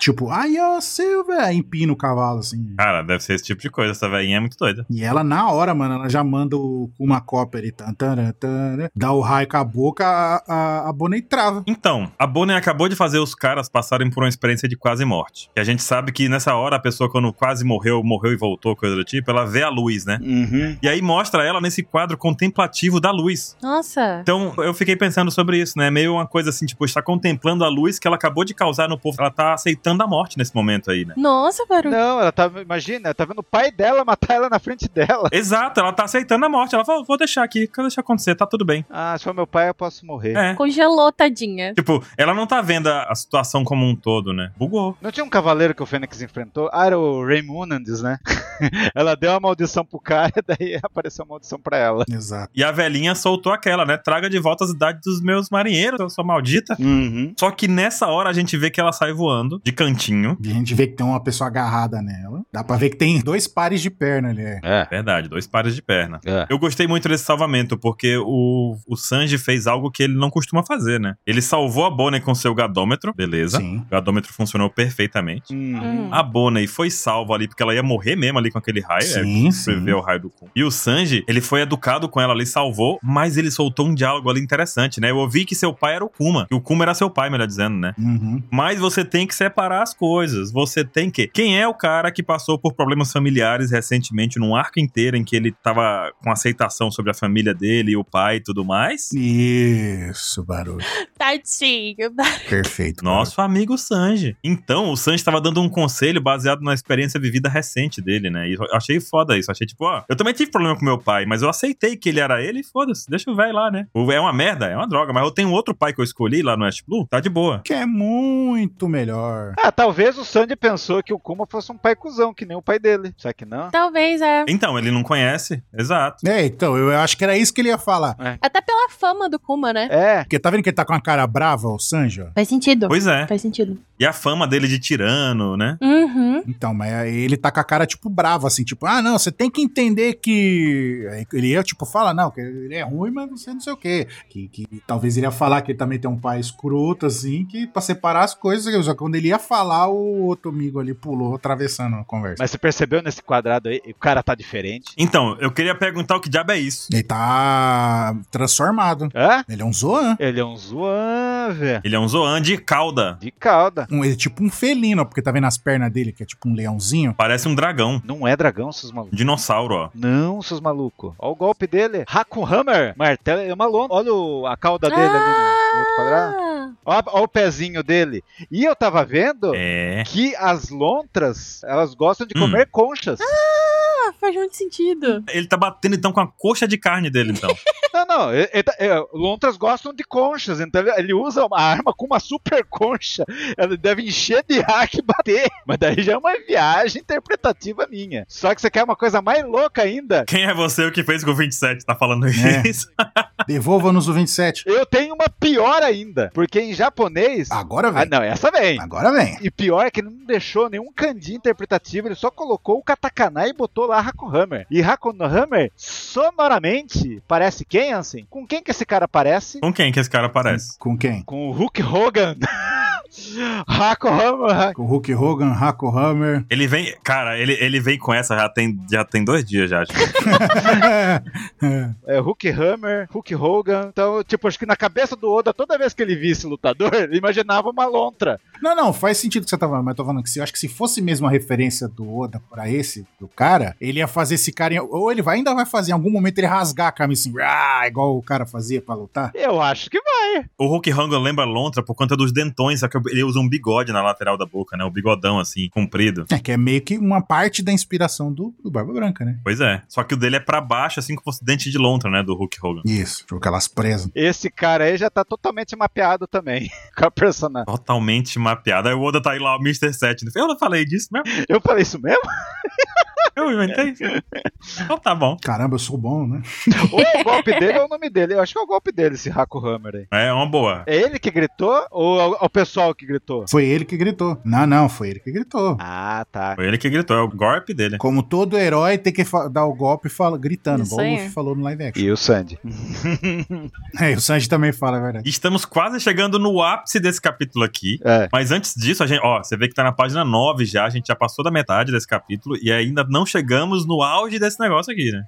C: tipo, ai, ó, Silva! Empina o cavalo, assim.
A: Cara, deve ser esse tipo de coisa. Essa velhinha é muito doida.
C: E ela, na hora, mano, ela já manda o- uma copa ali. Tan, taran, taran, dá o raio com a boca, a, a, a Bonnie trava.
A: Então, a Bonnie acabou de fazer os caras passarem por uma experiência de quase morte. E a gente sabe que nessa hora a pessoa, quando quase morreu, morreu e voltou, coisa do tipo, ela vê a luz, né?
D: uhum.
A: E aí mostra ela nesse quadro contemplativo da luz.
B: Nossa.
A: Então, eu fiquei pensando sobre isso, né? Meio uma coisa assim, tipo, está contemplando a luz que ela acabou de causar no povo. Ela tá aceitando a morte nesse momento aí, né?
B: Nossa, Baru.
D: Não, ela tá. Imagina, ela tá vendo o pai dela matar ela na frente dela.
A: Exato, ela tá aceitando a morte. Ela falou, vou deixar aqui, vou deixar acontecer, tá tudo bem.
D: Ah, se for meu pai, eu posso morrer.
A: É.
B: Congelou, tadinha.
A: Tipo, ela não tá vendo a a situação como um todo, né? Bugou.
D: Não tinha um cavaleiro que o Fênix enfrentou? Ah, era o Raimundandes, né? ela deu uma maldição pro cara, daí apareceu uma maldição pra ela.
C: Exato.
A: E a velhinha soltou aquela, né? Traga de volta as idades dos meus marinheiros, eu sou maldita.
D: Uhum.
A: Só que nessa hora a gente vê que ela sai voando de cantinho.
C: E a gente vê que tem uma pessoa agarrada nela. Dá pra ver que tem dois pares de perna ali. é.
D: É,
A: Verdade, dois pares de perna.
D: é.
A: Eu gostei muito desse salvamento, porque o, o Sanji fez algo que ele não costuma fazer, né? Ele salvou a Bonnie com seu gadômetro, beleza.
C: Sim.
A: O gadômetro funcionou perfeitamente.
B: Hum.
D: Uhum.
A: A Bonnie foi salva ali, porque ela ia morrer mesmo ali com aquele raio. é,
C: Sim, sim.
A: Prever o raio do Kun. E o Sanji, ele foi educado com ela ali, salvou, mas ele soltou um diálogo ali interessante, né? Eu ouvi que seu pai era o Kuma, que o Kuma era seu pai, melhor dizendo, né?
C: Uhum.
A: Mas você tem que separar as coisas. Você tem que. Quem é o cara que passou por problemas familiares recentemente, num arco inteiro em que ele tava com aceitação sobre a família dele, o pai e tudo mais?
C: Isso, barulho.
B: Tadinho.
C: Perfeito.
A: Nosso amigo Sanji. Então, o Sanji tava dando um conselho baseado na experiência vivida recente dele, né? E eu achei foda isso. Achei tipo, ó, eu também tive problema com meu pai, mas eu aceitei que ele era ele e foda-se, deixa o velho lá, né? O- É uma merda, é uma droga, mas eu tenho outro pai que eu escolhi lá no West Blue, tá de boa.
C: Que é muito melhor.
D: Ah, talvez o Sandy pensou que o Kuma fosse um pai cuzão, que nem o pai dele. Será que não?
B: Talvez é.
A: Então, ele não conhece, exato.
C: É, então, eu acho que era isso que ele ia falar.
B: Até pela fama do Kuma, né?
D: É.
C: Porque tá vendo que ele tá com a cara brava, o Sanji? ó?
B: Faz sentido.
A: Pois é.
B: Faz sentido.
A: E a fama dele de tirano, né?
B: Uhum.
C: Então, mas aí ele tá com a cara, tipo, brava, assim, tipo, ah, não, você tem que entender que. Aí Ele ia, tipo, fala, não, que ele é ruim, mas você não sei o quê. Que, que talvez ele ia falar que ele também tem um pai escroto, assim, que pra separar as coisas, só que quando ele ia falar, o outro amigo ali pulou, atravessando a conversa.
D: Mas você percebeu nesse quadrado aí, o cara tá diferente?
A: Então, eu queria perguntar o que diabo é isso.
C: Ele tá transformado.
D: Hã?
C: Ele é um Zoan.
D: Ele é um zoan, velho.
A: Ele é um Zoan de cauda.
D: De cauda.
C: Um, ele é tipo um felino, porque tá vendo as pernas dele, que é tipo um leãozinho.
A: Parece um dragão.
D: Não é dragão, seus malucos.
A: Um dinossauro, ó.
D: Não, seus malucos. Olha o golpe dele. Hakun Hammer. Martelo é uma lona. Olha o- a cauda dele ali né? no, no outro quadrado.
B: Ah,
D: Olha, olha o pezinho dele. E eu tava vendo
A: É.
D: que as lontras, elas gostam de
A: Hum.
D: comer conchas.
B: ah, faz muito sentido.
A: Ele tá batendo então com a coxa de carne dele, então.
D: Não, não. ele- ele tá- é, lontras gostam de conchas. Então ele, ele usa uma arma com uma super concha. Ela deve encher de ar que bater. Mas daí já é uma viagem interpretativa minha. Só que você quer uma coisa mais louca ainda.
A: Quem é você o que fez com o 27? Tá falando
C: É.
A: isso?
C: Devolva-nos o 27.
D: Eu tenho uma pior ainda. Porque em japonês.
C: Agora
D: Ah,
C: vem.
D: não, essa vem.
C: Agora vem.
D: E pior é que ele não deixou nenhum kanji interpretativo, ele só colocou o katakana e botou lá Hakuhammer. E Hakuhammer, sonoramente, parece quem, assim? Com quem que esse cara parece?
A: Com quem que esse cara parece?
C: Com quem?
D: Com o Hulk Hogan. Hakuhammer.
C: Com o Hulk Hogan, Hako Hammer.
A: Ele vem. Cara, ele, ele vem com essa já tem, já tem dois dias já. acho.
D: É, Hulk Hammer, Hulk Hogan. Então, tipo, acho que na cabeça do Oda, toda vez que ele visse lutador, ele imaginava uma lontra.
C: Não, não, faz sentido o que você tá falando, mas eu tô falando que se, eu acho que se fosse mesmo a referência do Oda pra esse, do cara, ele ia fazer esse cara, em- ou ele vai, ainda vai fazer, em algum momento ele rasgar a camisa assim, "Ah", igual o cara fazia pra lutar.
D: Eu acho que vai.
A: O Hulk Hogan lembra Lontra por conta dos dentões, só que ele usa um bigode na lateral da boca, né? O bigodão, assim, comprido.
C: É, que é meio que uma parte da inspiração do, do Barba Branca, né?
A: Pois é. Só que o dele é pra baixo, assim como fosse dente de Lontra, né? Do Hulk Hogan.
C: Isso, tipo aquelas presas.
D: Esse cara aí já tá totalmente mapeado também com a personagem.
A: Totalmente mapeado. Aí o Oda tá aí lá, o Mr. 7. né? Eu não falei disso mesmo.
D: Eu falei isso mesmo?
A: Eu inventei? Então tá bom.
C: Caramba, eu sou bom, né?
D: Ou é o golpe dele ou o nome dele. Eu acho que é o golpe dele, esse Raco Hammer aí.
A: É uma boa.
D: É ele que gritou ou é o- é o pessoal que gritou?
C: Foi ele que gritou. Não, não, foi ele que gritou.
D: Ah, tá.
A: Foi ele que gritou, é o golpe dele.
C: Como todo herói tem que fa- dar o golpe fala, gritando.
B: Isso
C: Igual o
B: aí.
C: Luffy falou no live action.
D: E o Sandy.
C: É, o Sanji também fala, é verdade.
A: Estamos quase chegando no ápice desse capítulo aqui.
D: É.
A: Mas antes disso, a gente, ó, você vê que tá na página 9 já, a gente já passou da metade desse capítulo e ainda não chegamos no auge desse negócio aqui, né?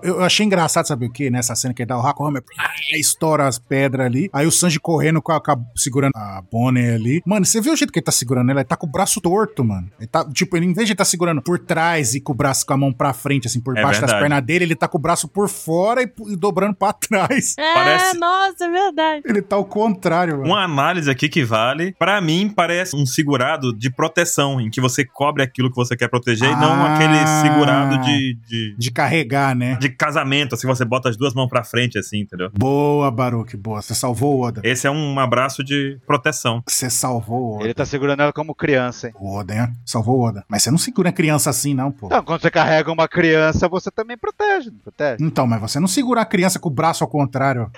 C: Eu eu achei engraçado, sabe o que? Nessa cena que ele dá o Haku Hammer, plá, estoura as pedras ali. Aí o Sanji correndo, com a, com a- segurando a Bonnie ali. Mano, você viu o jeito que ele tá segurando ela? Ele tá com o braço torto, mano. Ele tá, tipo, ele, em vez de ele tá segurando por trás e com o braço com a mão pra frente, assim, por
A: É
C: baixo das
A: verdade.
C: pernas dele, ele tá com o braço por fora e, pu- e dobrando pra trás.
B: É,
A: Parece-
B: nossa, é verdade.
C: Ele tá ao contrário, mano.
A: Uma análise aqui que vale, pra mim, parece um segurado de proteção, em que você cobre aquilo que você quer proteger e não
C: Ah.
A: aquele segurado de, de,
C: De carregar, né?
A: de casamento, assim, você bota as duas mãos pra frente, assim, entendeu?
C: Boa, Baruque, boa. Você salvou o Oda.
A: Esse é um abraço de proteção.
C: Você salvou o Oda.
D: Ele tá segurando ela como criança, hein?
C: O Oda, hein? Salvou o Oda. Mas você não segura a criança assim, não, pô.
D: Então, quando você carrega uma criança, você também protege, não protege?
C: Então, mas você não segura a criança com o braço ao contrário.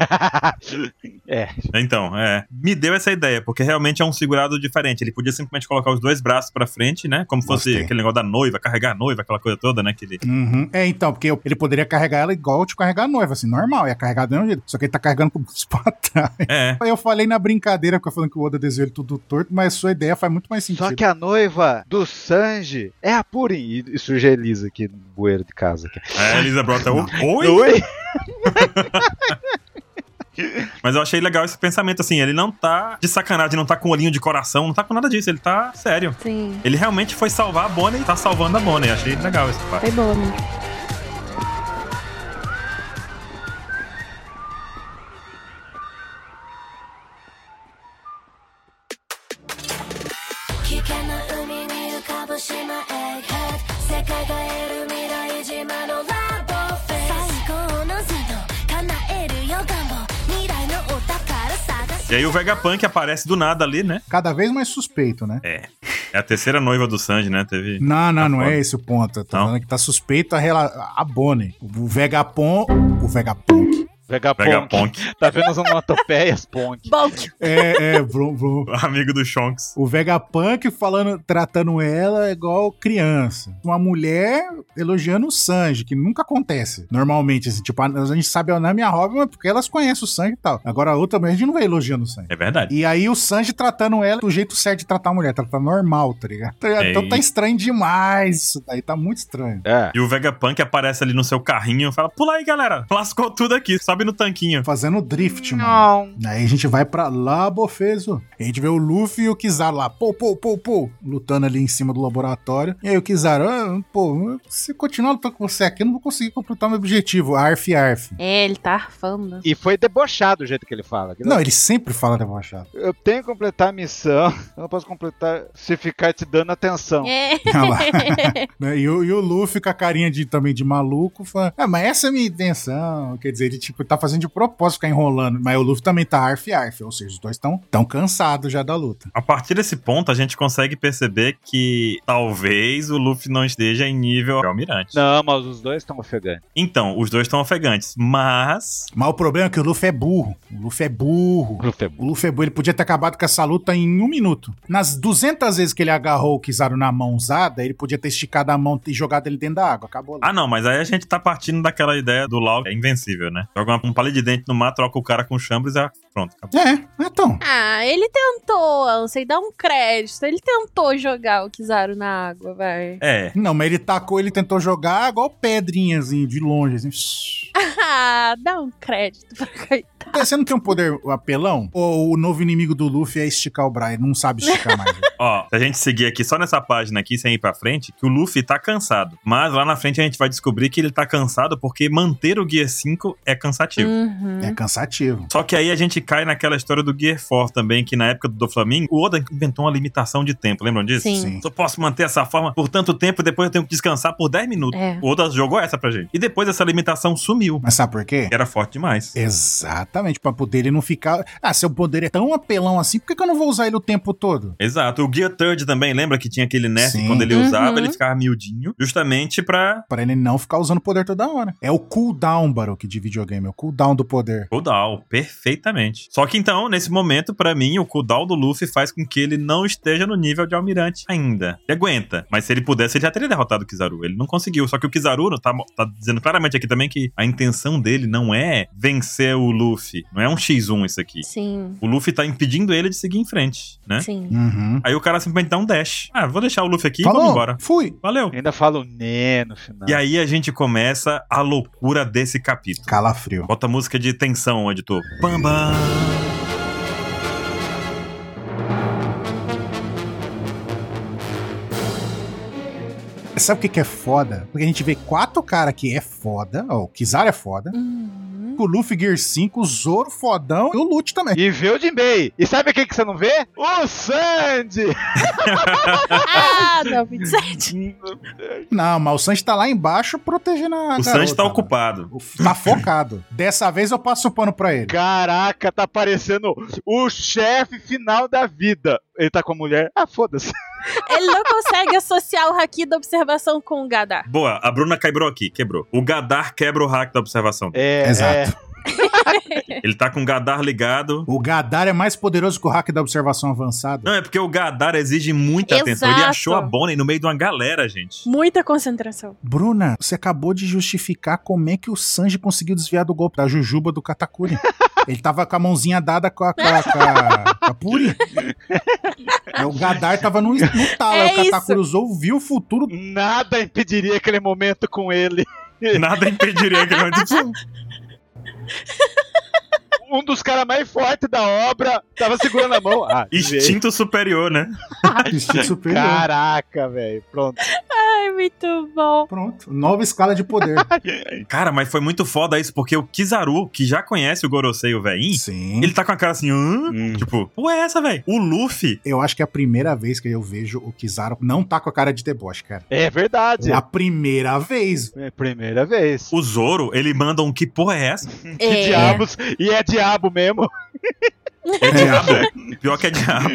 D: é.
A: Então, é. Me deu essa ideia, porque realmente é um segurado diferente. Ele podia simplesmente colocar os dois braços pra frente, né? Como fosse
C: Gostei.
A: aquele negócio da noiva, carregar a noiva, aquela coisa toda, né? Que ele...
C: Uhum. É, então, porque eu- ele poderia carregar ela igual te carregar a noiva, assim, normal, ia carregar do mesmo jeito. Só que ele tá carregando com o braço pra trás.
A: É.
C: Aí eu falei na brincadeira, porque eu falando que o Oda desenhou ele tudo torto, mas sua ideia faz muito mais sentido.
D: Só que a noiva do Sanji é a Purim. E surge a Elisa aqui no bueiro de casa. Aqui.
A: É, a Elisa Brota. "O- Oi? Mas eu achei legal esse pensamento, assim. Ele não tá de sacanagem, não tá com olhinho de coração, não tá com nada disso. Ele tá sério.
B: Sim.
A: Ele realmente foi salvar a Bonnie e tá salvando a Bonnie. Achei legal esse parte.
B: Foi boa, né? amigo.
E: 「危険な海に浮かぶ島エッグヘッド」「世界が得る未来島のラボフェス」「最高のス度叶えるよ願望」「未来のお宝探し」
A: E aí o Vegapunk aparece do nada ali, né?
C: Cada vez mais suspeito, né?
A: É. É a terceira noiva do Sanji, né? Teve.
C: Não, não,
A: Tá
C: não
A: foda.
C: é esse o ponto. Eu tô
A: Não.
C: falando que tá suspeito a, rela... a Bonnie. O Vegapon. O Vegapunk.
D: Vegapunk.
A: Vegapunk.
D: Tá vendo as onomatopeias, Ponk?
B: Bom,
C: É, é, blum, blum.
A: Amigo do Shonks.
C: O Vegapunk falando, tratando ela igual criança. Uma mulher elogiando o Sanji, que nunca acontece. Normalmente, assim, tipo, a, a gente sabe a Nami e a Robin, mas porque elas conhecem o Sanji e tal. Agora a outra mulher, a gente não vê elogiando o Sanji.
A: É verdade.
C: E aí o Sanji tratando ela do jeito certo de tratar a mulher, tratar normal, tá ligado? Tá ligado? Então tá
A: Ei.
C: estranho demais isso daí, tá muito estranho.
D: É.
A: E o Vegapunk aparece ali no seu carrinho e fala: Pula aí, galera. Lascou tudo aqui. Sobe no tanquinho.
C: Fazendo drift, mano. Aí Né, a gente vai pra Labofeso. A gente vê o Luffy e o Kizaru lá, pô, pô, pô, pô, lutando ali em cima do laboratório. E aí o Kizaru, ah, pô, se eu continuar lutando com você aqui, eu não vou conseguir completar meu objetivo. Arf, arf.
B: É, ele tá arfando.
D: E foi debochado o jeito que ele fala.
C: Não, ele sempre fala debochado.
D: Eu tenho que completar a missão. Eu não posso completar se ficar te dando atenção.
B: É.
C: Olha lá. Né, e, o, e o Luffy com a carinha de, também de maluco, fala, ah, mas essa é a minha intenção. Quer dizer, ele tipo, tá fazendo de propósito ficar enrolando. Mas o Luffy também tá arf, arf. Ou seja, os dois estão tão cansados já da luta.
A: A partir desse ponto, a gente consegue perceber que talvez o Luffy não esteja em nível almirante.
D: Não, mas os dois estão ofegantes.
A: Então, os dois estão ofegantes, mas.
C: Mas o problema é que o Luffy é burro. O Luffy é burro. O Luffy é bom, ele podia ter acabado com essa luta em um minuto. Nas 200 vezes que ele agarrou o Kizaru na mão usada, ele podia ter esticado a mão e jogado ele dentro da água. Acabou lá.
A: Ah, não, mas aí a gente tá partindo daquela ideia do Law é invencível, né? Joga uma- um palito de dente no mar, troca o cara com chambres e pronto. acabou.
C: É, então.
B: Ah, ele tentou, eu sei dar um crédito. Ele tentou jogar o Kizaru na água, vai.
A: É.
C: Não, mas ele tacou, ele tentou jogar ah, igual pedrinhas assim, de longe. Assim.
B: Ah, dá um crédito pra coitado.
C: Você não tem um poder apelão? Ou o novo inimigo do Luffy é esticar o Brian? Não sabe esticar mais. né?
A: Ó, se a gente seguir aqui só nessa página aqui, sem ir pra frente, que o Luffy tá cansado. Mas lá na frente a gente vai descobrir que ele tá cansado porque manter o Gear 5 é cansativo.
B: Uhum.
C: É cansativo.
A: Só que aí a gente cai naquela história do Gear 4 também, que na época do Doflamingo, o Oda inventou uma limitação de tempo, lembram disso?
B: Sim.
C: Sim.
A: Só posso manter essa forma por tanto tempo, depois eu tenho que descansar por 10 minutos.
B: É.
A: O Oda jogou essa pra gente. E depois essa limitação sumiu.
C: Mas sabe por quê?
A: Era forte demais.
C: Exato. Exatamente, pra poder ele não ficar. Ah, seu poder é tão apelão assim, por que, que eu não vou usar ele o tempo todo?
A: Exato. O Gear Third também, lembra que tinha aquele nerf
C: Sim.
A: quando ele
B: Uhum.
A: usava, ele ficava miudinho, justamente pra
C: Pra ele não ficar usando o poder toda hora. É o cooldown, Baruque, de videogame, é o cooldown do poder.
A: cooldown, perfeitamente. Só que então, nesse momento, pra mim, o cooldown do Luffy faz com que ele não esteja no nível de almirante ainda. Ele aguenta, mas se ele pudesse, ele já teria derrotado o Kizaru. Ele não conseguiu. Só que o Kizaru tá, mo- tá dizendo claramente aqui também que a intenção dele não é vencer o Luffy. Não é um X1 isso aqui.
B: Sim,
A: O Luffy tá impedindo ele de seguir em frente, né?
B: sim.
C: Uhum.
A: Aí o cara simplesmente dá um dash. Ah, vou deixar o Luffy aqui e
C: Falou,
A: vamos embora.
C: fui.
A: Valeu.
D: Ainda falo né no final.
A: E aí a gente começa a loucura desse capítulo.
C: Calafrio.
A: Bota a música de tensão, editor. Bam, bam.
C: Sabe o que, que é foda? Porque a gente vê quatro caras que é foda, ó, o Kizaru é foda,
B: Uhum.
C: o Luffy Gear 5, o Zoro fodão e o Lute também.
D: E vê o Jinbei. E sabe quem que você não vê? O Sandy!
B: Ah, não, 27.
C: Não, mas o Sanji tá lá embaixo protegendo a
A: O
C: garota, né?
A: Sanji tá
C: mano.
A: ocupado.
C: Tá focado. Dessa vez eu passo o pano pra ele.
D: Caraca, tá parecendo o chefe final da vida. Ele tá com a mulher. Ah, foda-se.
B: Ele não consegue associar o haki da observação com o Gadar.
A: Boa, a Bruna quebrou aqui, quebrou. O Gadar quebra o hack da observação.
D: É,
C: Exato.
A: Ele tá com o Gadar ligado.
C: O Gadar é mais poderoso que o hack da observação avançada.
A: Não, é porque o Gadar exige muita atenção. Ele
B: Exato.
A: achou a Bonnie no meio de uma galera, gente.
B: Muita concentração.
C: Bruna, você acabou de justificar como é que o Sanji conseguiu desviar do golpe da Jujuba do Katakuri. Ele tava com a mãozinha dada com a, com a, com a- com a Puri. É, O Gadar tava no, no talo.
B: É
C: aí o Katakuri
B: isso.
C: usou, viu o futuro.
D: é. Nada impediria aquele momento com ele.
A: Nada impediria que ele... Tipo,
D: Um dos caras mais fortes da obra tava segurando a mão. Ah, Jinbei.
A: Instinto superior, né?
C: Instinto superior.
D: Caraca, velho. Pronto.
B: Ai, muito bom.
C: Pronto. Nova escala de poder.
A: Cara, mas foi muito foda isso, porque o Kizaru, que já conhece o Gorosei, o velhinho,
C: Sim.
A: ele tá com a cara assim, hã?
D: Hum.
A: Tipo, ué, essa, velho? O Luffy,
C: Eu acho que é a primeira vez que eu vejo o Kizaru não tá com a cara de deboche, cara.
D: É verdade.
C: É a primeira vez.
D: É a primeira vez.
A: o Zoro, ele manda um que porra é essa?
D: Que diabos. E é diabo mesmo.
A: É diabo. Pior que é diabo.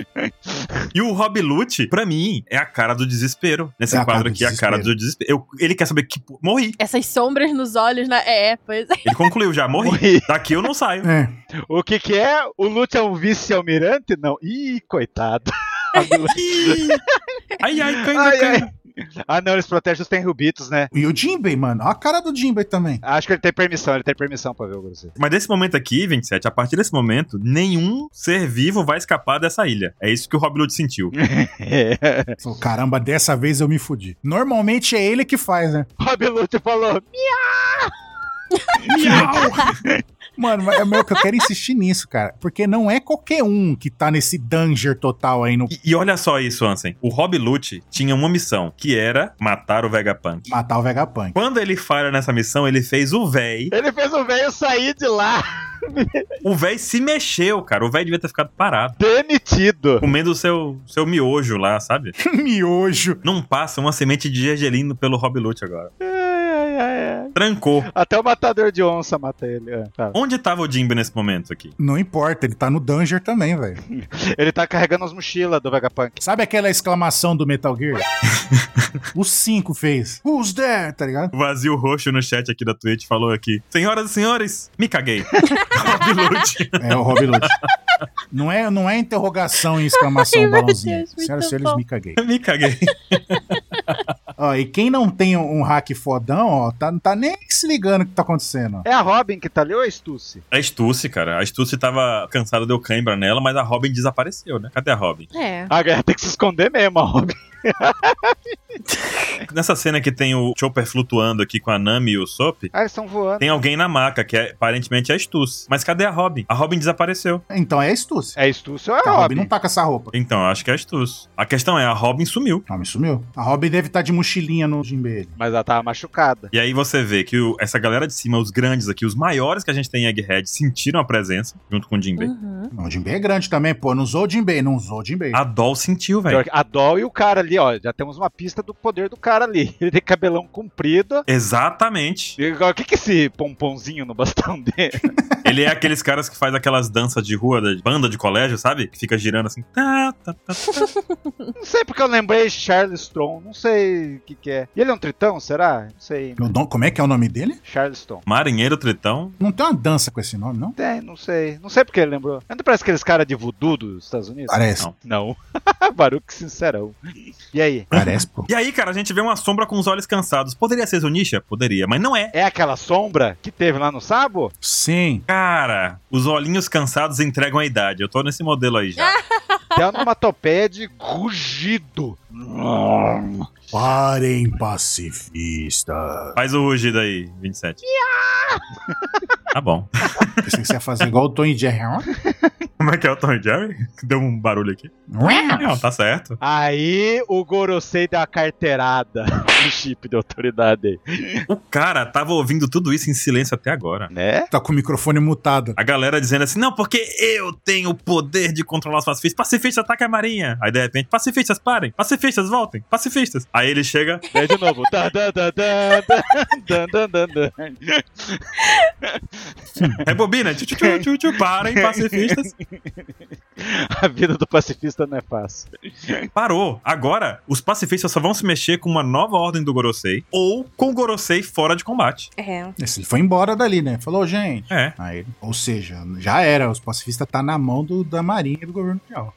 A: E o Rob Lute, pra mim, é a cara do desespero. Nesse
C: É a cara
A: quadro
C: do
A: aqui, é a cara do desespero. Eu- ele quer saber que. po- Morri.
B: Essas sombras nos olhos, né? É, pois é.
A: Ele concluiu já, morri.
D: Morri.
A: Daqui eu não saio.
C: É.
D: O que que é? O Lute é um vice-almirante? Não. Ih, coitado.
A: Ih! ai, ai, cai,
D: Ai,
A: cai.
D: ai. Ah, não, eles protegem os tenrubitos, né?
C: E o Jinbei, mano. Olha a cara do Jinbei também.
D: Acho que ele tem permissão, ele tem permissão pra ver o Grosso.
A: Mas nesse momento aqui, 27, a partir desse momento, nenhum ser vivo vai escapar dessa ilha. É isso que o Rob Lute sentiu.
D: É.
C: Falou, caramba, dessa vez eu me fudi. Normalmente é ele que faz, né?
D: Rob Lute falou:
C: Mano, mas é meu que eu quero insistir nisso, cara. Porque não é qualquer um que tá nesse danger total aí no
A: E, e olha só isso, Ansem. O Rob Lute tinha uma missão, que era matar o Vegapunk.
C: matar o Vegapunk.
A: Quando ele falha nessa missão, ele fez o véi
D: ele fez o velho sair de lá,
A: O véi se mexeu, cara. O véi devia ter ficado parado.
D: demitido.
A: Comendo o seu, seu miojo lá, sabe?
C: Miojo.
A: Não passa uma semente de gergelino pelo Rob Lute agora.
D: Ai, ai, ai, ai.
A: Trancou.
D: Até o matador de onça mata ele. É, tá.
A: Onde tava o Jimbo nesse momento aqui?
C: Não importa, ele tá no danger também, velho.
D: Ele tá carregando as mochilas do Vegapunk.
C: Sabe aquela exclamação do Metal Gear? o 5 fez. Who's there? Tá ligado?
A: O vazio roxo no chat aqui da Twitch falou aqui. Senhoras e senhores, me caguei. Rob Lute.
C: É o Rob Lute. não, é, não é interrogação e exclamação,
B: Ai, meu
C: balãozinho.
B: Deus, muito
C: Senhoras e senhores,
B: bom.
C: me caguei.
A: me caguei.
C: Ó, e quem não tem um, um hack fodão, ó, tá, não tá nem se ligando o que tá acontecendo. ó.
D: É a Robin que tá ali ou é a Stussy?
A: A Stussy, cara. A Stussy tava cansada, deu cãibra nela, mas a Robin desapareceu, né? Cadê a Robin?
B: É.
D: A galera Ah, tem que se esconder mesmo, a Robin.
A: Nessa cena que tem o Chopper flutuando aqui com a Nami e o Sop,
D: Ah, eles estão voando.
A: tem alguém na maca, que é, aparentemente é a Stussy. Mas cadê a Robin? A Robin desapareceu.
C: Então é astúcia.
D: É Stussy ou é a
C: a
D: Robin?
C: Robin não tá com essa roupa.
A: Então, eu acho que é astuço. A questão é, a Robin sumiu.
C: Não, Ah, me sumiu. A Robin deve estar de mochilinha no Jimbele.
D: Mas ela tava machucada.
A: E aí você vê que o- essa galera de cima, os grandes aqui, os maiores que a gente tem em Egghead, sentiram a presença, junto com o Jinbei.
B: Uhum.
C: Não, o Jimbei é
A: Ah.
C: grande também, pô. Não usou o Jimbei, não usou o Jimbei.
A: A Doll sentiu, velho.
D: Pior que A Doll e o cara ali, ó. Já temos uma pista do poder do cara ali. Ele tem cabelão comprido.
A: Exatamente.
D: E agora, O que que é esse pomponzinho no bastão dele?
A: Ele é aqueles caras que faz aquelas danças de rua, da banda de colégio, sabe? Que fica girando assim. Tá, tá, tá.
D: não sei porque eu lembrei Charles Tron, não sei o que que é. E ele é um tritão, será? Não sei.
C: O Dom- como é que é o nome dele?
D: Charles Tron.
A: Marinheiro Tritão.
C: Não tem uma dança com esse nome, não?
D: Tem, É, não sei. Não sei porque ele lembrou. Não parece aqueles caras de voodoo dos Estados Unidos?
C: Parece,
A: Não.
D: Não. Baruque sincerão. E aí?
C: parece, pô.
A: E aí, cara, a gente vê uma sombra com os olhos cansados. Poderia ser Zunisha? Poderia, mas não é.
D: É aquela sombra que teve lá no Sabo?
C: Sim.
A: Cara, os olhinhos cansados entregam a idade. Eu tô nesse modelo aí já.
D: Tem uma topeia de rugido.
C: Parem pacifista.
A: Faz o rugido aí, 27. Tá bom.
C: Pensei que você ia fazer igual o Tony Jerry.
A: Como é que é o Tom e Jerry? Deu um barulho aqui. Não, tá certo.
D: Aí o Gorosei deu a carteirada no chip de autoridade aí.
A: O cara tava ouvindo tudo isso em silêncio até agora.
D: Né?
C: Tá com o microfone mutado.
A: A galera dizendo assim, não, porque eu tenho o poder de controlar os pacifistas. Pacifistas, ataque a marinha. Aí, de repente, pacifistas, parem. Pacifistas, voltem. Pacifistas. Aí ele chega,
D: Daí de novo. Tan, tan, tan, tan, tan, tan, tan, tan.
A: rebobina. Tchu, tchu, tchu, tchu, tchu, parem, pacifistas.
D: A vida do pacifista não é fácil.
A: Parou. Agora, os pacifistas só vão se mexer com uma nova ordem do Gorosei ou com o Gorosei fora de combate.
B: É.
C: Esse, Ele foi embora dali, né? Falou, gente.
A: É.
C: Aí, ele- ou seja, já era. Os pacifistas tá na mão do, da Marinha e do governo mundial.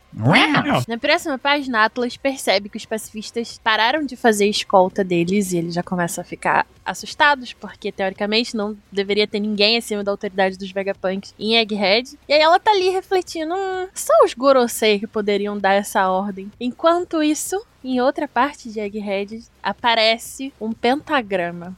B: Na próxima página, Atlas percebe que os pacifistas pararam de fazer escolta deles e eles já começam a ficar assustados, porque teoricamente não deveria ter ninguém acima da autoridade dos Vegapunks em Egghead. E aí ela tá ali refletindo: hum, só os Gorosei que poderiam dar essa ordem. Enquanto isso, em outra parte de Egghead, aparece um pentagrama.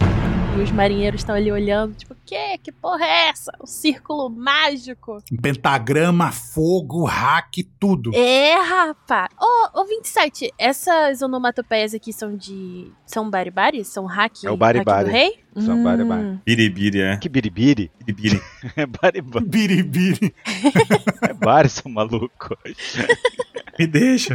B: E os marinheiros estão ali olhando, tipo, que? Que porra é essa? Um círculo mágico.
C: Pentagrama, fogo, hack, tudo.
B: É, rapaz. Ô, ô 27, essas onomatopeias aqui são de. São baribari? São hack?
D: É o
B: hack
D: baribari.
B: do rei?
D: São
B: Hum.
D: baribari.
A: Biribiri, é.
D: Que biribiri?
A: Biribiri.
D: É baribari,
C: Biribiri.
D: é bari, seu maluco.
A: Me deixa.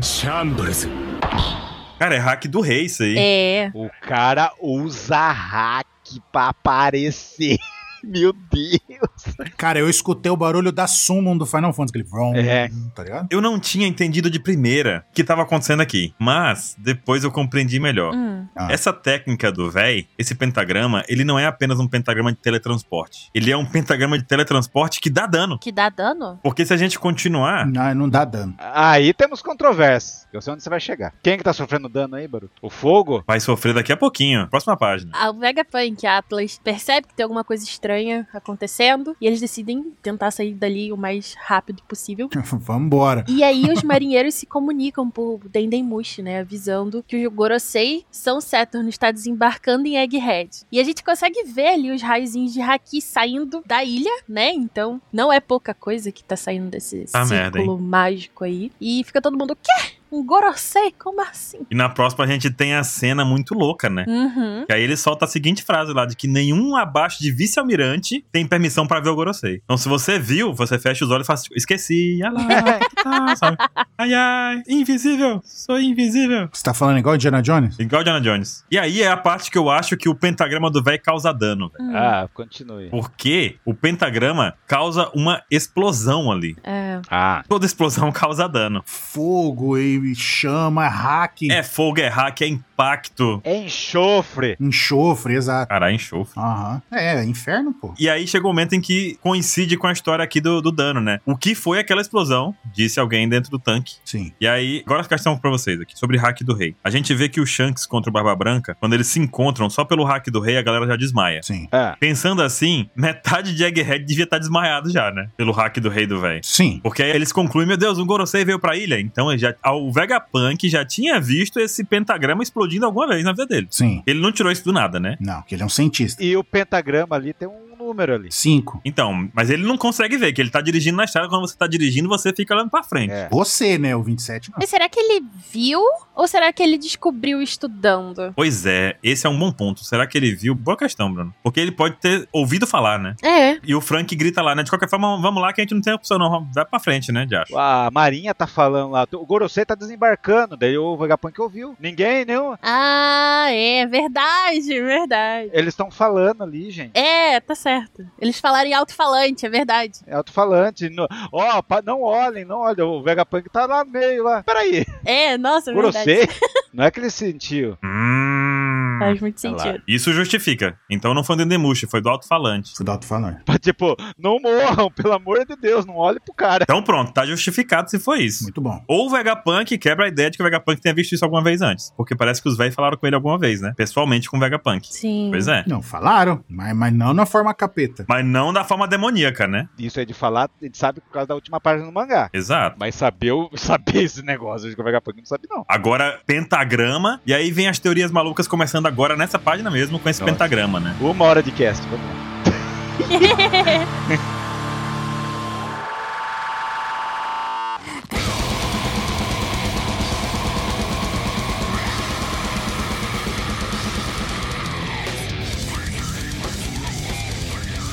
A: Cara, é hack do rei isso aí.
B: É.
D: O cara usa hack pra aparecer. Meu Deus.
C: Cara, eu escutei o barulho da Summon do Final Fantasy. Aquele vrom,
D: É.
C: tá ligado?
A: Eu não tinha entendido de primeira o que tava acontecendo aqui, mas depois eu compreendi melhor.
B: Hum.
C: Ah.
A: Essa técnica do véi, esse pentagrama, ele não é apenas um pentagrama de teletransporte. Ele é um pentagrama de teletransporte que dá dano.
B: Que dá dano?
A: Porque se a gente continuar,
C: Não, não dá dano.
D: Aí temos controvérsias. Eu sei onde você vai chegar. Quem que tá sofrendo dano aí, Baruto? O fogo?
A: vai sofrer daqui a pouquinho. Próxima página.
B: A Vegapunk, a Atlas, percebe que tem alguma coisa estranha acontecendo e eles decidem tentar sair dali o mais rápido possível.
C: Vambora.
B: E aí os marinheiros se comunicam por Dendemushi, né? Avisando que o Gorosei São Saturno está desembarcando em Egghead. E a gente consegue ver ali os raizinhos de Haki saindo da ilha, né? Então não é pouca coisa que tá saindo desse
A: Tá merda,
B: círculo mágico aí. E fica todo mundo, o quê? Um Gorosei? Como assim?
A: E na próxima a gente tem a cena muito louca, né?
B: Uhum.
A: E aí ele solta a seguinte frase lá, de que nenhum abaixo de vice-almirante tem permissão pra ver o Gorosei. Então se você viu, você fecha os olhos e faz tipo, esqueci, ah lá, tá, sabe? Ai, ai, invisível, sou invisível.
C: Você tá falando igual Indiana Jones?
A: Igual Diana Jones. E aí é a parte que eu acho que o pentagrama do véi causa dano. velho.
B: Hum.
D: Ah, continue.
A: Porque o pentagrama causa uma explosão ali.
B: É.
D: Ah.
A: Toda explosão causa dano.
C: Fogo e chama, hack,
A: É fogo, é hack, é impacto.
D: É enxofre.
C: enxofre, exato.
A: Caralho, enxofre.
C: Aham. É, inferno, pô.
A: E aí chega o momento em que coincide com a história aqui do, do dano, né? O que foi aquela explosão? Disse alguém dentro do tanque.
C: Sim.
A: E aí, agora a questão pra vocês aqui, sobre hack do rei. A gente vê que o Shanks contra o Barba Branca, quando eles se encontram só pelo hack do rei, a galera já desmaia.
C: Sim.
D: Ah.
A: Pensando assim, metade de Egghead devia estar desmaiado já, né? Pelo hack do rei do véi.
C: Sim.
A: Porque aí eles concluem, meu Deus, um Gorosei veio pra ilha. Então ele já, o Vegapunk já tinha visto esse pentagrama explodindo alguma vez na vida dele.
C: Sim.
A: Ele não tirou isso do nada, né?
C: Não, que ele é um cientista.
D: E o pentagrama ali tem um número ali.
C: Cinco.
A: Então, mas ele não consegue ver, que ele tá dirigindo na estrada. Quando você tá dirigindo, você fica olhando pra frente.
D: É.
C: Você, né? O 27 não.
B: Mas será que ele viu ou será que ele descobriu estudando?
A: Pois é, esse é um bom ponto. Será que ele viu? Boa questão, Bruno. Porque ele pode ter ouvido falar, né?
B: É.
A: E o Frank grita lá, né? De qualquer forma, vamos lá que a gente não tem opção, não. Vai pra frente, né, Josh?
D: A Marinha tá falando lá, o Gorosei tá desembarcando, daí o Vegapunk ouviu. Ninguém, nenhum.
B: Ah, é verdade, verdade.
D: Eles estão falando ali, gente.
B: É, tá certo. Eles falaram em alto-falante, é verdade.
D: É alto-falante. No- Ó, pa- não olhem, não olhem. O Vegapunk tá lá no meio lá. Peraí,
B: É, nossa, é verdade.
D: Gorosei? Não é que ele sentiu.
A: Hum.
B: Faz muito
D: Olha lá.
B: sentido.
A: Isso justifica. Então não foi do Endemushi, foi do alto-falante.
C: Fui dar falando.
D: Mas, Tipo, não morram, pelo amor de Deus, não olhe pro cara.
A: Então pronto, tá justificado se foi isso.
C: Muito bom.
A: Ou o Vegapunk quebra a ideia de que o Vegapunk tenha visto isso alguma vez antes. Porque parece que os velhos falaram com ele alguma vez, né? Pessoalmente com o Vegapunk.
B: Sim.
A: Pois é.
C: Não, falaram, mas, mas não na forma capeta.
A: Mas não da forma demoníaca, né?
D: Isso aí de falar, a gente sabe por causa da última página do mangá.
A: Exato.
D: Mas saber, o- saber esse negócio de que o Vegapunk não sabe, não.
A: Agora, pentagrama. E aí vem as teorias malucas começando agora nessa página mesmo com esse
D: Nossa.
A: pentagrama, né?
D: Uma hora de cast, vamos lá.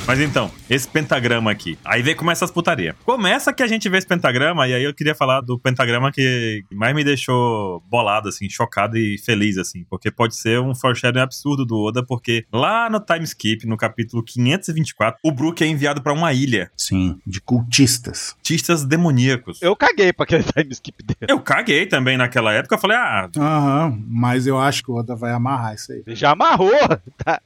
A: Mas então, esse pentagrama aqui. Aí vem começa as putaria. Começa que a gente vê esse pentagrama, e aí eu queria falar do pentagrama que mais me deixou bolado, assim, chocado e feliz, assim. Porque pode ser um foreshadowing absurdo do Oda, porque lá no time skip, no capítulo 524, o Brook é enviado pra uma ilha.
C: Sim, de cultistas.
A: Artistas demoníacos. Eu,
D: Eu caguei pra aquele time skip dele.
A: caguei também naquela época. Eu falei, ah,
C: Aham, mas eu acho que o Oda vai amarrar isso aí.
D: Ele já amarrou, tá?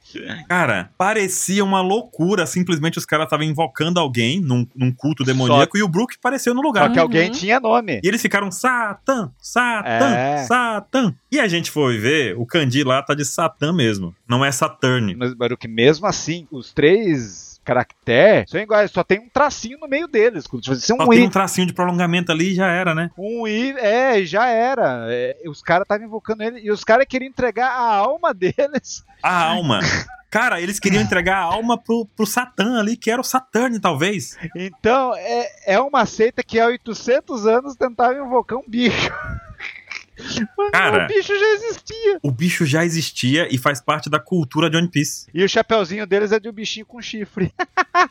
A: cara, parecia uma loucura. Simplesmente os caras estavam invocando alguém num, num culto demoníaco e o Brook apareceu no lugar.
D: Só que alguém
B: Uhum.
D: tinha nome.
A: E eles ficaram Satã, Satã,
D: É.
A: Satã. E a gente foi ver, o Kandi lá tá de Satã mesmo. Não é Saturne.
D: Mas, Baruque, mesmo assim, os três caracteres são iguais, só tem um tracinho no meio deles. Tipo, se
A: Só
D: um
A: tem
D: I,
A: um tracinho de prolongamento ali e já era, né?
D: um I, é, já era. É, os caras estavam invocando ele e os caras queriam entregar a alma deles.
A: A alma. Cara, eles queriam entregar a alma pro, pro Satã ali, que era o Saturne, talvez.
D: Então, é, é uma seita que há 800 anos tentava invocar um bicho. Mas
A: Cara.
D: o bicho já existia.
A: O bicho já existia e faz parte da cultura de One Piece.
D: E o chapeuzinho deles é de um bichinho com chifre.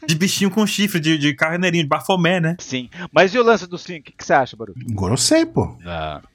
A: De bichinho com chifre, de, de carneirinho, de bafomé, né?
D: Sim. Mas e o lance do sim? O que, que você acha, Baruque?
C: Gorosei, pô.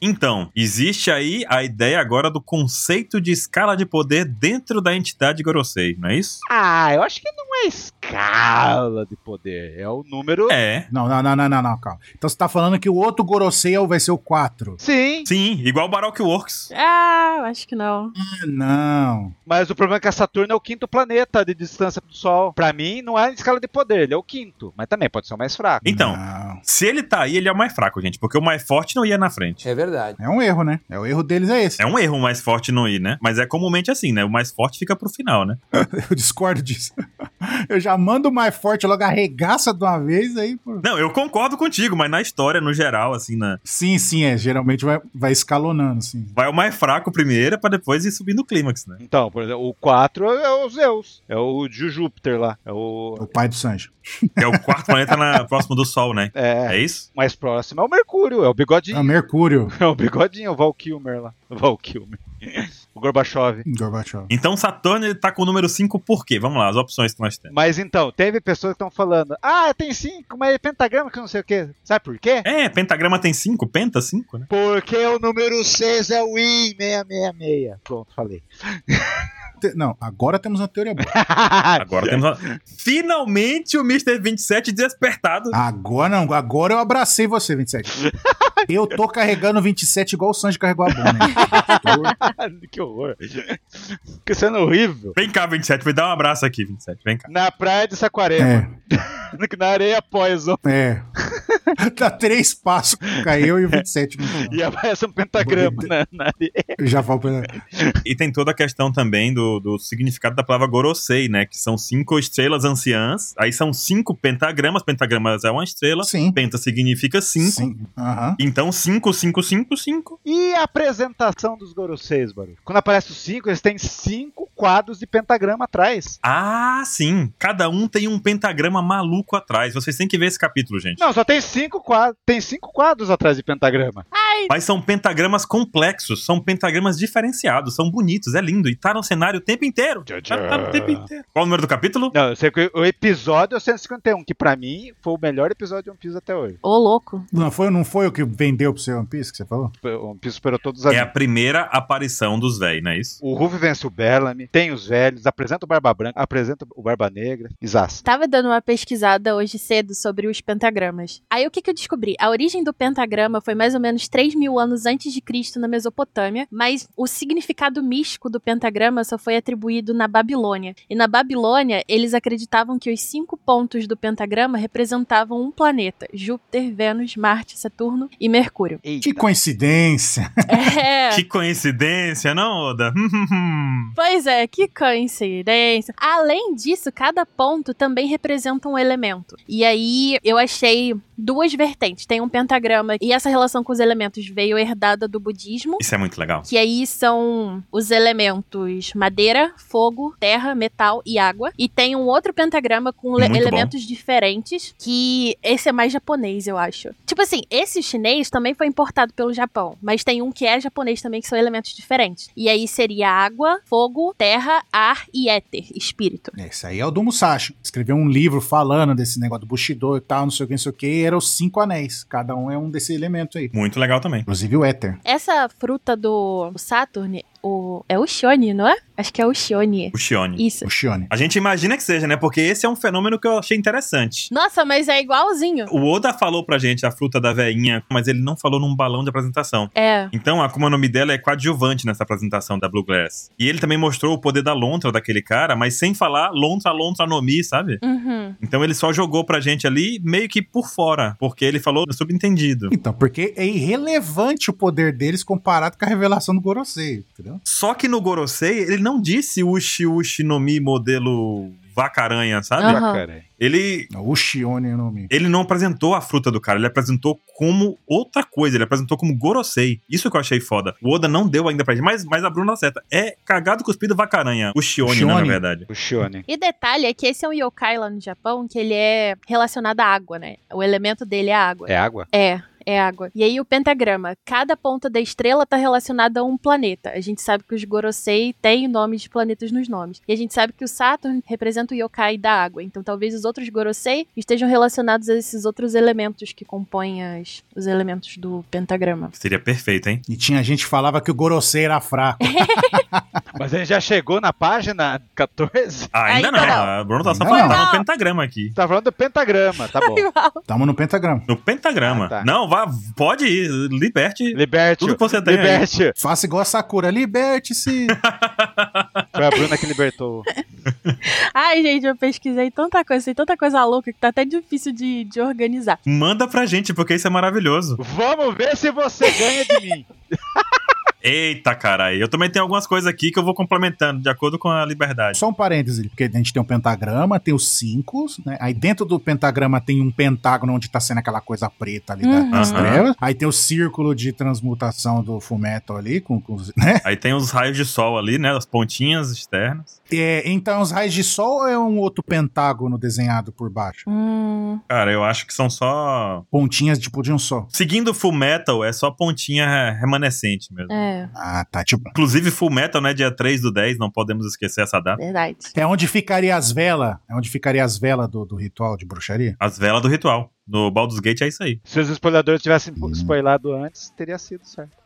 A: Então, existe aí a ideia agora do conceito de escala de poder dentro da entidade Gorosei, não é isso?
D: Ah, eu acho que não é escala de poder. É o número.
A: É.
C: Não, não, não, não, não, não, calma. Então você tá falando que o outro Gorosei é o- vai ser o 4.
D: Sim.
A: Sim, igual o Baroque Works.
B: Ah, eu acho que não.
C: Ah, Não.
D: Mas o problema é que a Saturno é o quinto planeta de distância do Sol. Pra mim, não é em escala de poder, ele é o quinto. Mas também pode ser o mais fraco.
A: Então,
C: Não.
A: se ele tá aí, ele é o mais fraco, gente, porque o mais forte não ia na frente.
F: É verdade.
C: É um erro, né? É o erro deles é esse.
A: É um erro o mais forte não ir, né? Mas é comumente assim, né? O mais forte fica pro final, né?
C: Eu discordo disso. Eu já mando o mais forte, logo arregaça de uma vez aí, pô.
A: Não, eu concordo contigo, mas na história, no geral, assim, né?
C: Sim, sim, é. Geralmente vai, vai escalonando, sim.
A: Vai o mais fraco primeiro pra depois ir subindo o clímax, né?
D: Então, por exemplo, o 4 é o Zeus. É o de Júpiter lá. É o.
C: O pai do Sanji.
A: É o quarto planeta na- próximo do Sol, né?
D: É.
A: É isso?
D: O mais próximo é o Mercúrio, é o
C: É o
D: bigodinho.
C: Mercúrio,
D: É o bigodinho, o Val Kilmer lá. O Val Kilmer. o Gorbachev.
C: Gorbachev.
A: Então Saturno ele tá com o número 5 por quê? Vamos lá, as opções que nós temos.
D: Mas então, teve pessoas que estão falando: Ah, tem cinco, mas é pentagrama que não sei o quê. Sabe por quê?
A: É, pentagrama tem 5, penta 5, né?
D: Porque o número 6 é o I666. Pronto, falei.
C: Te- Não, agora temos uma teoria boa.
A: Agora temos a... Finalmente o Mr. 27 despertado.
C: Agora não, agora eu abracei você, 27. Eu tô carregando o 27 igual o Sanji carregou a bomba.
D: que horror. Que sendo horrível.
A: Vem cá, 27, me dá um abraço aqui, 27. Vem cá.
D: Na praia de Saquarema,
C: É,
D: na areia pós
C: é. Dá três passos, caiu e o 27 no chão.
D: e aparece um pentagrama na, na areia.
C: Já falo pra...
A: E tem toda a questão também do, do significado da palavra Gorosei, né? Que são cinco estrelas anciãs. Aí são cinco pentagramas. Pentagramas é uma estrela.
C: Sim.
A: Penta significa cinco.
C: Sim. Aham.
A: Então, cinco, cinco, cinco, cinco.
D: E a apresentação dos Goroseis, Baru? Quando aparece os 5, eles têm 5, quadros de pentagrama atrás.
A: Ah, sim. Cada um tem um pentagrama maluco atrás. Vocês têm que ver esse capítulo, gente.
D: Não, só tem cinco quadros, tem cinco quadros atrás de pentagrama.
A: Mas são pentagramas complexos, são pentagramas diferenciados, são bonitos, é lindo. E tá no cenário o tempo inteiro.
D: Tchau, tchau.
A: Tá, tá no tempo inteiro. Qual o número do capítulo?
D: Não, eu sei que o episódio é o 151, que pra mim foi o melhor episódio de One Piece até hoje.
B: Ô, louco.
C: Não foi, não foi o que vendeu pro seu One Piece que você falou?
D: One Piece superou todos os
A: É
D: amigos.
A: a primeira aparição dos véi, não é isso?
D: O Ruff vence o Bellamy, tem os velhos, apresenta o Barba Branca, apresenta o Barba Negra, Isas.
B: Tava dando uma pesquisada hoje cedo sobre os pentagramas. Aí o que, que eu descobri? A origem do pentagrama foi mais ou menos 3 mil anos antes de Cristo na Mesopotâmia, mas o significado místico do pentagrama só foi atribuído na Babilônia. E na Babilônia, eles acreditavam que os cinco pontos do pentagrama representavam um planeta: Júpiter, Vênus, Marte, Saturno e Mercúrio.
C: Que coincidência.
B: É.
A: Que coincidência, não, Oda?
B: Pois é, que coincidência. Além disso, cada ponto também representa um elemento. E aí eu achei duas vertentes. Tem um pentagrama e essa relação com os elementos veio herdada do budismo.
A: Isso é muito legal.
B: Que aí são os elementos madeira, fogo, terra, metal e água. E tem um outro pentagrama com le-
A: Muito bom.
B: elementos diferentes, que esse é mais japonês, eu acho. Tipo assim, esse chinês também foi importado pelo Japão, mas tem um que é japonês também, que são elementos diferentes. E aí seria água, fogo, terra, ar e éter, espírito.
C: É, Esse aí é o do Musashi. Escreveu um livro falando desse negócio do Bushido e tal, não sei o que, não sei o que. E eram os cinco anéis. Cada um é um desse elemento aí.
A: Muito legal também.
C: Inclusive o éter.
B: Essa fruta do Saturn, o... é o Shione, não é? Acho que é o Shione.
A: O Shione.
B: Isso.
C: O Shione.
A: A gente imagina que seja, né? Porque esse é um fenômeno que eu achei interessante.
B: Nossa, mas é igualzinho.
A: O Oda falou pra gente a fruta da veinha, mas ele não falou num balão de apresentação.
B: É.
A: Então, a Akuma no Mi dela é coadjuvante nessa apresentação da Blue Glass. E ele também mostrou o poder da lontra daquele cara, mas sem falar lontra, lontra no Mi, sabe?
B: Uhum.
A: Então ele só jogou pra gente ali meio que por fora, porque ele falou no subentendido.
C: Então, porque é irrelevante o poder deles comparado com a revelação do Gorosei, entendeu?
A: Só que no Gorosei, ele não disse Ushi Ushi no Mi modelo vacaranha, sabe?
D: Ah.
B: Aham.
A: Ele
C: O Shione é o nome.
A: ele não apresentou a fruta do cara, ele apresentou como outra coisa, ele apresentou como Gorosei. Isso que eu achei foda. O Oda não deu ainda pra gente, mas, mas a Bruna acerta. É cagado cuspido vacaranha. O Shione, né, na
C: Shione.
A: verdade.
D: O Shione.
B: E detalhe é que esse é um yokai lá no Japão que ele é relacionado à água, né? O elemento dele é a água.
D: É água?
B: É. É água. E aí o pentagrama. Cada ponta da estrela tá relacionada a um planeta. A gente sabe que os Gorosei têm nomes de planetas nos nomes. E a gente sabe que o Saturn representa o yokai da água. Então talvez os outros Gorosei estejam relacionados a esses outros elementos que compõem as- os elementos do pentagrama.
A: Seria perfeito, hein?
C: E tinha gente que falava que o Gorosei era fraco.
D: Mas ele já chegou na página 14?
A: Ah, ainda,
B: Ainda
A: não.
B: não.
A: A Bruna tá só
C: Ainda
A: falando, tá
B: É, então. não.
A: no pentagrama aqui.
D: Tá falando do pentagrama, tá bom.
C: Tamo no pentagrama.
A: No pentagrama.
D: Ah, tá.
A: Não, vá, pode ir, liberte.
D: Liberte.
A: Tudo que você tem aí.
D: Liberte.
C: Faça igual a Sakura, liberte-se.
D: Foi a Bruna que libertou.
B: Ai, gente, eu pesquisei tanta coisa, sei tanta coisa louca que tá até difícil de- de organizar.
A: Manda pra gente, porque isso é maravilhoso.
D: Vamos ver se você ganha de mim.
A: Eita, caralho. Eu também tenho algumas coisas aqui que eu vou complementando, de acordo com a liberdade.
C: Só um parêntese, porque a gente tem um pentagrama, tem os cinco, né? Aí dentro do pentagrama tem um pentágono onde tá sendo aquela coisa preta ali
B: Uhum.
C: da, das
A: Aham.
C: trevas. Aí tem o círculo de transmutação do fumeto ali, com, com os- né?
A: Aí tem os raios de sol ali, né? As pontinhas externas.
C: É, então os raios de sol é um outro pentágono desenhado por baixo.
B: Hum,
A: Cara, eu acho que são só
C: Pontinhas tipo de um sol.
A: Seguindo Full Metal, é só pontinha remanescente mesmo.
B: é,
C: Ah, tá, tipo...
A: Inclusive, Full Metal, né? Dia 3 do 10, não podemos esquecer essa data.
B: verdade.
C: É onde ficaria as velas, é onde ficaria as velas do, do ritual de bruxaria?
A: As velas do ritual. No Baldur's Gate é isso aí.
D: Se os spoiladores tivessem
C: Hum.
D: spoilado antes, teria sido certo.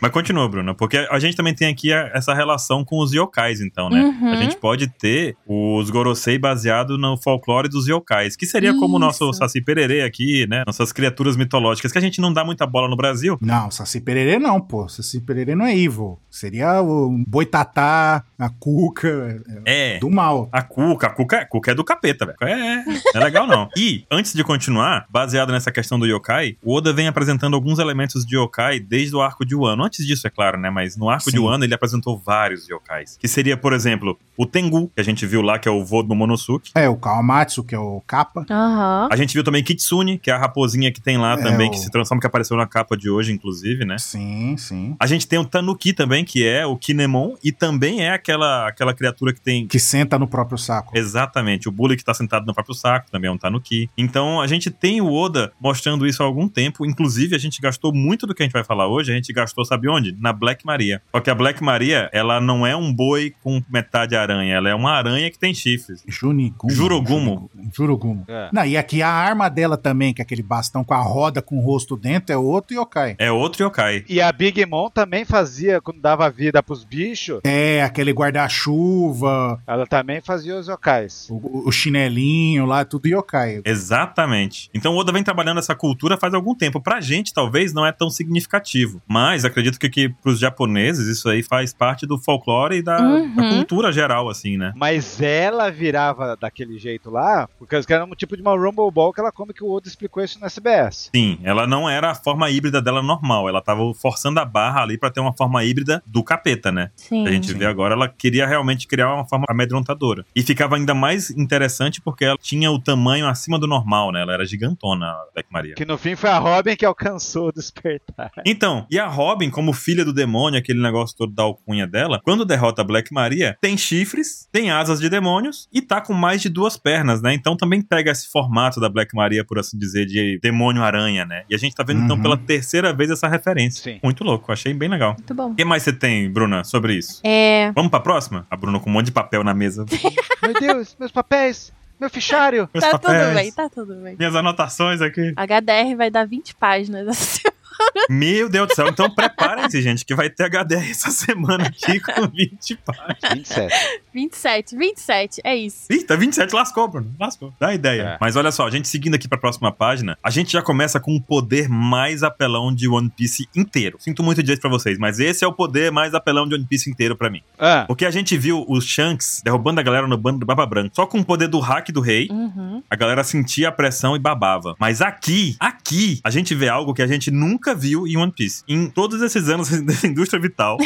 A: Mas continua, Bruna, porque a gente também tem aqui a- essa relação com os yokais, então, né?
B: Uhum.
A: A gente pode ter os Gorosei baseado no folclore dos yokais, que seria como o nosso
B: Isso.
A: Saci Pererê aqui, né? Nossas criaturas mitológicas, que a gente não dá muita bola no Brasil.
C: Não, Saci Pererê não, pô. Saci Pererê não é evil. Seria o boitatá, a cuca, é,
A: É.
C: do mal.
A: A Cuca, a Cuca, a Cuca é do capeta, velho. É, não é legal não. E, antes de continuar, baseado nessa questão do yokai, o Oda vem apresentando alguns elementos de yokai desde o arco de Wano. Antes disso, é claro, né? Mas no arco de
C: Sim.
A: Wano ele apresentou vários yokais. Que seria, por exemplo, o Tengu, que a gente viu lá, que é o vô do Momonosuke.
C: É, o Kawamatsu, que é o capa.
B: Aham.
A: A gente viu também Kitsune, que é a raposinha que tem lá
C: É,
A: também,
C: o-
A: que se transforma, que apareceu na capa de hoje, inclusive, né?
C: Sim, sim.
A: A gente tem o Tanuki também, que é o Kinemon, e também é aquela, aquela criatura que tem.
C: Que senta no próprio saco.
A: Exatamente, o Bully que tá sentado no próprio saco também é um Tanuki. Então a gente tem o Oda mostrando isso há algum tempo. Inclusive, a gente gastou muito do que a gente vai falar hoje. A gente gastou, sabe onde? Na Black Maria. Só que a Black Maria, ela não é um boi com metade aranha, ela é uma aranha que tem chifres.
C: Junigumo.
A: Jurugumo.
C: Jurugumo.
D: É.
C: Não, e aqui a arma dela também, que é aquele bastão com a roda com o rosto dentro, é outro yokai.
A: É outro yokai.
D: E a Big Mom também fazia, quando dava vida pros bichos,
C: É, aquele guarda-chuva,
D: ela também fazia os yokais.
C: o, o chinelinho lá, tudo yokai.
A: Exatamente. Então o Oda vem trabalhando essa cultura faz algum tempo. Pra gente, talvez, não é tão significativo. Mas acredito que, que pros japoneses, isso aí faz parte do folclore e da,
B: Uhum.
A: da cultura geral, assim, né?
D: Mas ela virava daquele jeito lá, porque eles eram um tipo de uma Rumble Ball que ela come que o outro explicou isso no SBS.
A: Sim, ela não era a forma híbrida dela normal. Ela tava forçando a barra ali pra ter uma forma híbrida do capeta, né?
B: Sim.
A: A gente vê agora, ela queria realmente criar uma forma amedrontadora. E ficava ainda mais interessante porque ela tinha o tamanho acima do normal, né? Ela era gigantona, a Black Maria.
D: Que no fim foi a Robin que alcançou o despertar.
A: Então, e a Robin, como filha do demônio, aquele negócio todo da alcunha dela, quando derrota a Black Maria, tem chifres, tem asas de demônios e tá com mais de duas pernas, né? Então também pega esse formato da Black Maria, por assim dizer, de demônio-aranha, né? E a gente tá vendo então
C: Uhum.
A: pela terceira vez essa referência.
D: Sim.
A: Muito louco, achei bem legal.
B: Muito bom.
A: O que mais você tem, Bruna, sobre isso?
B: É.
A: Vamos pra próxima? A Bruna com um monte de papel na mesa.
D: Meu Deus, meus papéis, meu fichário.
A: Meus
B: Tá
A: papéis,
B: tudo bem, tá tudo bem.
A: Minhas anotações aqui.
B: HDR vai dar 20 páginas essa semana.
A: Meu Deus do céu. Então preparem-se, gente, que vai ter HDR essa semana aqui com 20 páginas.
D: 27.
B: 27, 27, é isso.
A: Ih, tá 27, lascou, Bruno. Lascou. Dá ideia.
D: É.
A: Mas olha só, a gente seguindo aqui pra próxima página, a gente já começa com o poder mais apelão de One Piece inteiro. Sinto muito dizer isso pra vocês, mas esse é o poder mais apelão de One Piece inteiro pra mim.
D: Ah,
A: Porque a gente viu os Shanks derrubando a galera no bando do Baba Branco. Só com o poder do hack do rei,
B: Uhum.
A: a galera sentia a pressão e babava. Mas aqui, aqui, a gente vê algo que a gente nunca viu em One Piece. Em todos esses anos dessa indústria vital,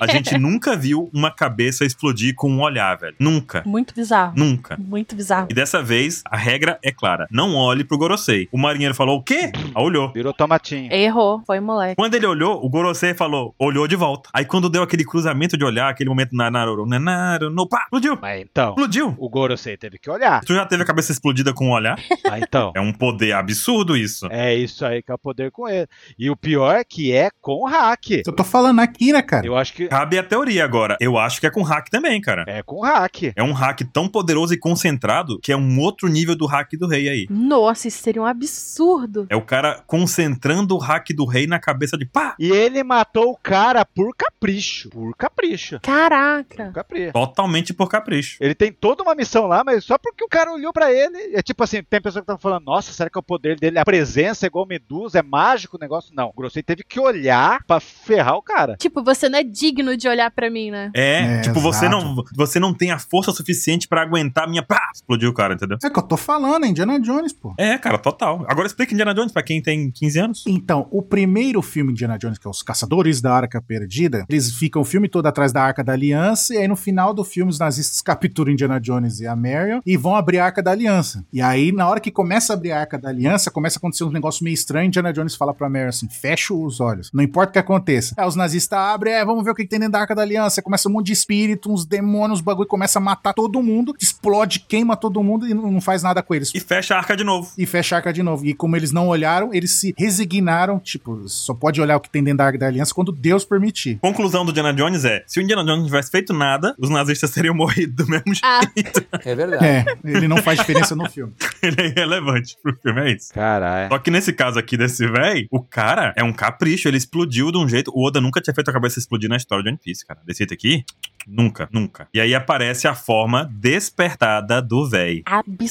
A: a gente nunca viu uma cabeça explodir com um olhar, velho. Nunca.
B: Muito bizarro.
A: Nunca.
B: Muito bizarro.
A: E dessa vez, a regra é clara. Não olhe pro Gorosei. O marinheiro falou o quê? Ah, olhou.
D: virou tomatinho.
B: Errou, foi moleque.
A: Quando ele olhou, o Gorosei falou, olhou de volta. Aí quando deu aquele cruzamento de olhar, aquele momento na Naru, na Naru, no pá, explodiu,
D: Mas então,
A: explodiu.
D: o Gorosei teve que olhar.
A: Tu já teve a cabeça explodida com um olhar?
D: Mas então,
A: É um poder absurdo isso.
D: é isso aí que é o poder com ele. E o pior é que é com hack.
C: Eu tô falando aqui, né, cara?
D: Eu acho que
A: Cabe a teoria agora. Eu acho que é com hack também, cara.
D: é com hack.
A: É um hack tão poderoso e concentrado que é um outro nível do hack do rei aí.
B: Nossa, isso seria um absurdo.
A: É o cara concentrando o hack do rei na cabeça de pá!
D: E ele matou o cara por capricho. Por capricho. Por
B: Caraca.
D: capricho.
A: Totalmente por capricho.
D: Ele tem toda uma missão lá, mas só porque o cara olhou pra ele. É tipo assim, tem pessoa que tá falando, nossa, será que é o poder dele? A presença é igual Medusa, é mágico o negócio? Não. O Grossei teve que olhar pra ferrar o cara.
B: Tipo, você não é digno de olhar pra mim, né?
A: É,
C: É,
A: tipo, você
C: exato.
A: não, você não tem a força suficiente pra aguentar a minha. Pá! Explodiu o cara, entendeu?
C: É que eu tô falando, é Indiana Jones, pô.
A: É, cara, total. Agora explica Indiana Jones pra quem tem 15 anos.
C: Então, o primeiro filme de Indiana Jones, que é Os Caçadores da Arca Perdida, eles ficam o filme todo atrás da Arca da Aliança, e aí no final do filme os nazistas capturam Indiana Jones e a Marion e vão abrir a Arca da Aliança. E aí, na hora que começa a abrir a Arca da Aliança, começa a acontecer uns negócios meio estranhos, Indiana Jones fala pra Marion assim, fecha os olhos, não importa o que aconteça. Aí os nazistas abrem, é, vamos ver o que que tem dentro da Arca da Aliança, começa um monte de espírito, uns demônios, uns bagulho, começa a matar todo mundo, explode, queima todo mundo e não não faz nada com eles
A: E fecha a arca de novo.
C: e fecha a arca de novo. E como eles não olharam, eles se resignaram, tipo, só pode olhar o que tem dentro da arca da aliança quando Deus permitir.
A: Conclusão do Indiana Jones é: se o Indiana Jones não tivesse feito nada, os nazistas teriam morrido do mesmo jeito.
B: Ah,
F: É verdade.
C: É, ele não faz diferença no filme.
A: Ele é irrelevante pro filme, é isso.
D: Caralho.
A: Só que nesse caso aqui desse véi, o cara é um capricho, ele explodiu de um jeito. O Oda nunca tinha feito a cabeça explodir na história de One Piece, cara. Desse jeito aqui, Nunca, nunca. E aí aparece a forma despertada do véi.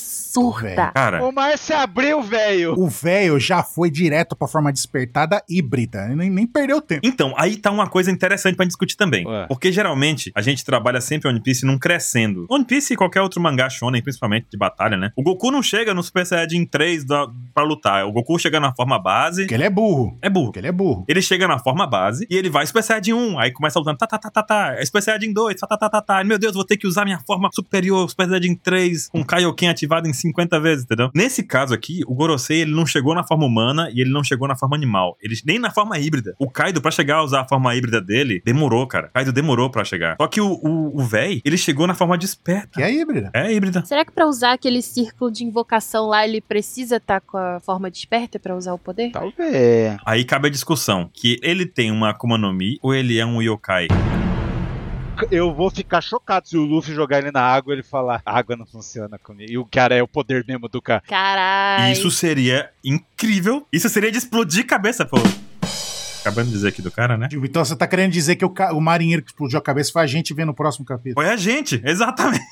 B: Absurda.
A: Cara,
D: O mar se abriu, velho.
C: O velho já foi direto pra forma despertada híbrida. Ele Nem, nem perdeu tempo.
A: Então, aí tá uma coisa interessante pra discutir também.
D: Ué.
A: Porque geralmente a gente trabalha sempre One Piece num crescendo. One Piece e qualquer outro mangá shonen, principalmente de batalha, né? O Goku não chega no Super Saiyajin 3 da, pra lutar. O Goku chega na forma base.
C: Porque ele é burro.
A: É burro.
C: Porque ele é burro.
A: Ele chega na forma base e ele vai Super Saiyajin 1, aí começa lutando, tá, tá, tá, tá, tá, Super Saiyajin 2, tá, tá, tá, tá, tá, meu Deus, vou ter que usar minha forma superior, Super Saiyajin 3, com Kaioken ativado em 50 vezes, entendeu? Nesse caso aqui, o Gorosei, ele não chegou na forma humana e ele não chegou na forma animal, ele, nem na forma híbrida. O Kaido, pra chegar a usar a forma híbrida dele, demorou, cara. Kaido demorou pra chegar. Só que o, o, o véi, ele chegou na forma desperta.
C: Que é híbrida.
A: É híbrida.
B: Será que pra usar aquele círculo de invocação lá, ele precisa estar com a forma desperta pra usar o poder?
D: Talvez.
A: Aí cabe a discussão, que ele tem uma Akuma no Mi ou ele é um yokai?
D: Eu vou ficar chocado se o Luffy jogar ele na água e ele falar: a água não funciona comigo. E o cara é o poder mesmo do cara.
B: Caralho.
A: Isso seria incrível. Isso seria de explodir cabeça, pô. Acabando de dizer aqui do cara, né?
C: Tipo, Então você tá querendo dizer que o, ca- o marinheiro que explodiu a cabeça foi a gente ver no próximo capítulo.
A: Foi a gente, exatamente.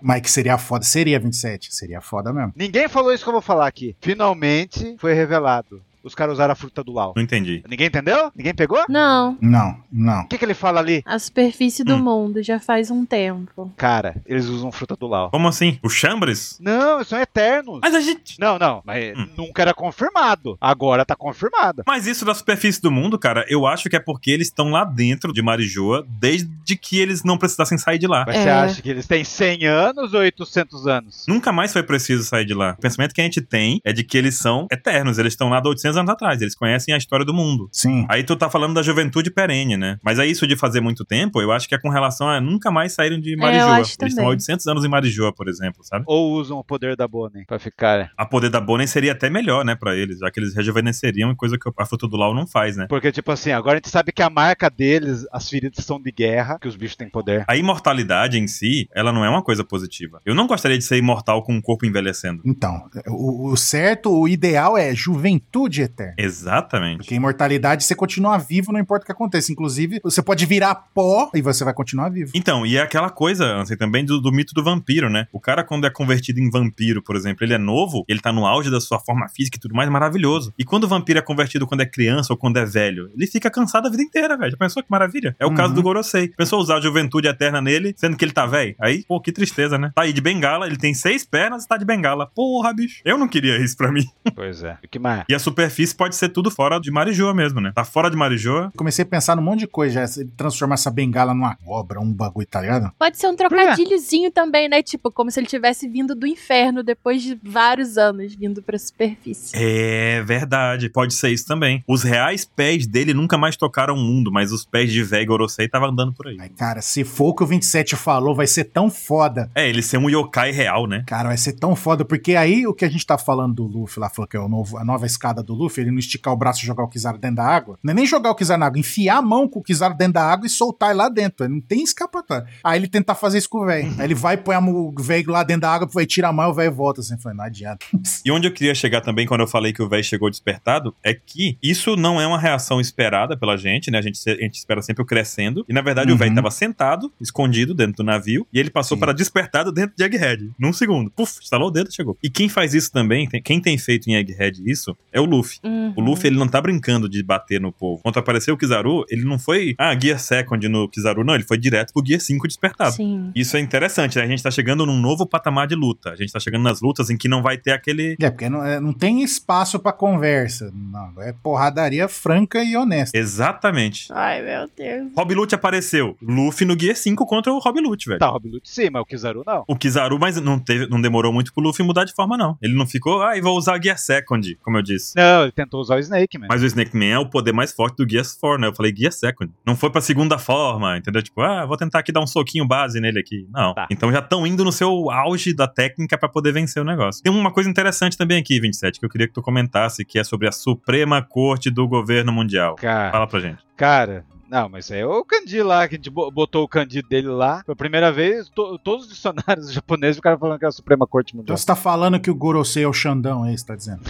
C: Mas que seria foda. Seria 27. Seria foda mesmo.
D: Ninguém falou isso que eu vou falar aqui. Finalmente foi revelado. Os caras usaram a fruta do Lau.
A: Não entendi.
D: Ninguém entendeu? Ninguém pegou?
B: Não.
C: Não, não.
D: O que, que ele fala ali?
B: A superfície do
A: Hum.
B: mundo já faz um tempo.
D: Cara, eles usam fruta do Lau.
A: Como assim? O Chambres?
D: Não, eles são eternos.
A: Mas a gente.
D: Não, não. Mas
A: Hum.
D: nunca era confirmado. Agora tá confirmado.
A: Mas isso da superfície do mundo, cara, eu acho que é porque eles estão lá dentro de Marijoa desde que eles não precisassem sair de lá.
D: Mas
B: É.
D: você acha que eles têm 100 anos ou 800 anos?
A: Nunca mais foi preciso sair de lá. O pensamento que a gente tem é de que eles são eternos. Eles estão lá de 800 anos atrás. Eles conhecem a história do mundo.
C: Sim.
A: Aí tu tá falando da juventude perene, né? Mas é isso de fazer muito tempo, eu acho que é com relação a nunca mais saírem de
B: É, eu
A: Marijoa.
B: acho
A: Eles estão há
B: também.
A: 800 anos em Marijoa, por exemplo, sabe?
D: Ou usam o poder da Bonnie pra ficar. né?
A: A poder da Bonnie seria até melhor, né, pra eles, já que eles rejuvenesceriam, coisa que a fruta do Lau não faz, né?
D: Porque, tipo assim, agora a gente sabe que a marca deles, as feridas são de guerra, que os bichos têm poder.
A: A imortalidade em si, ela não é uma coisa positiva. Eu não gostaria de ser imortal com um corpo envelhecendo.
C: Então, o, o certo, o ideal é juventude eterna.
A: Exatamente.
C: Porque a imortalidade, você continua vivo, não importa o que aconteça. Inclusive, você pode virar pó e você vai continuar vivo.
A: Então, e é aquela coisa, Ansem, também do, do mito do vampiro, né? O cara, quando é convertido em vampiro, por exemplo, ele é novo, ele tá no auge da sua forma física e tudo mais, maravilhoso. E quando o vampiro é convertido quando é criança ou quando é velho, ele fica cansado a vida inteira, velho. Já pensou que maravilha? É o caso
C: Uhum.
A: do Gorosei. Pensou usar a juventude eterna nele, sendo que ele tá velho? Aí, pô, que tristeza, né? Tá aí de bengala, ele tem seis pernas e tá de bengala. Porra, bicho. Eu não queria isso pra mim.
D: Pois é. O que mais?
A: E a superfície pode ser tudo fora de Marijoa mesmo, né? Tá fora de Marijoa.
C: Comecei a pensar num monte de coisa, já, se transformar essa bengala numa cobra, um bagulho, tá ligado?
B: Pode ser um
A: é.
D: quê?
B: trocadilhozinho também, né? Tipo, como se ele tivesse vindo do inferno depois de vários anos vindo pra superfície.
A: É verdade, pode ser isso também. Os reais pés dele nunca mais tocaram o mundo, mas os pés de velho Gorosei tava andando por aí.
C: Aí, cara, se for o que o 27 falou, vai ser tão foda.
A: É, ele ser um yokai real, né?
C: Cara, vai ser tão foda, porque aí o que a gente tá falando do Luffy lá, falou que é o novo, a nova escada do Luffy, ele não esticar o braço e jogar o Kizaru dentro da água. Não é nem jogar o Kizaru na água, enfiar a mão com o Kizaru dentro da água e soltar ele lá dentro. Ele não tem escapatória. Aí ele tentar fazer isso com o velho. Aí ele vai, põe a mão- o velho lá dentro da água, vai tirar a mão e o velho volta assim. Falei, não adianta.
A: E onde eu queria chegar também quando eu falei que o velho chegou despertado é que isso não é uma reação esperada pela gente, né? A gente, se- a gente espera sempre o crescendo. E na verdade o
C: Uhum.
A: velho tava sentado, escondido dentro do navio, e ele passou
C: Sim.
A: para despertado dentro de Egghead. Num segundo. Puf, estalou o dedo e chegou. E quem faz isso também, tem- quem tem feito em Egghead isso, é o Luffy.
B: Uhum.
A: O Luffy, ele não tá brincando de bater no povo. Quando apareceu o Kizaru, ele não foi, ah, Gear Second no Kizaru, não. Ele foi direto pro Gear 5 despertado.
B: Sim.
A: Isso é interessante, né? A gente tá chegando num novo patamar de luta. A gente tá chegando nas lutas em que não vai ter aquele
C: É, porque não, é, não tem espaço pra conversa. Não, é porradaria franca e honesta.
A: Exatamente.
B: Ai, meu Deus.
A: Rob Lute apareceu. Luffy no Gear 5 contra o Rob Lute, velho.
D: Tá, Robin Hood sim, mas o Kizaru não.
A: O Kizaru, mas não, teve, não demorou muito pro Luffy mudar de forma, não. Ele não ficou, ah, e vou usar Gear Second, como eu disse.
D: Não, ele tentou usar o Snake, mano.
A: Mas o Snake Man é o poder mais forte do Gear 4, né? Eu falei Gear Second. Não foi pra segunda forma, entendeu? Tipo, ah, vou tentar aqui dar um soquinho base nele aqui. Não.
D: Tá.
A: Então já estão indo no seu auge da técnica pra poder vencer o negócio. Tem uma coisa interessante também aqui, 27, que eu queria que tu comentasse, que é sobre a Suprema Corte do Governo Mundial.
D: Cara,
A: Fala pra gente.
D: cara. Não, mas é o Kandi lá, que a gente bo- botou o Kandi dele lá. Pela primeira vez, to- todos os dicionários japoneses ficaram falando que era a Suprema Corte
C: Então
D: Mundial.
C: você tá falando que o Gorosei é o Xandão, é isso que tá dizendo?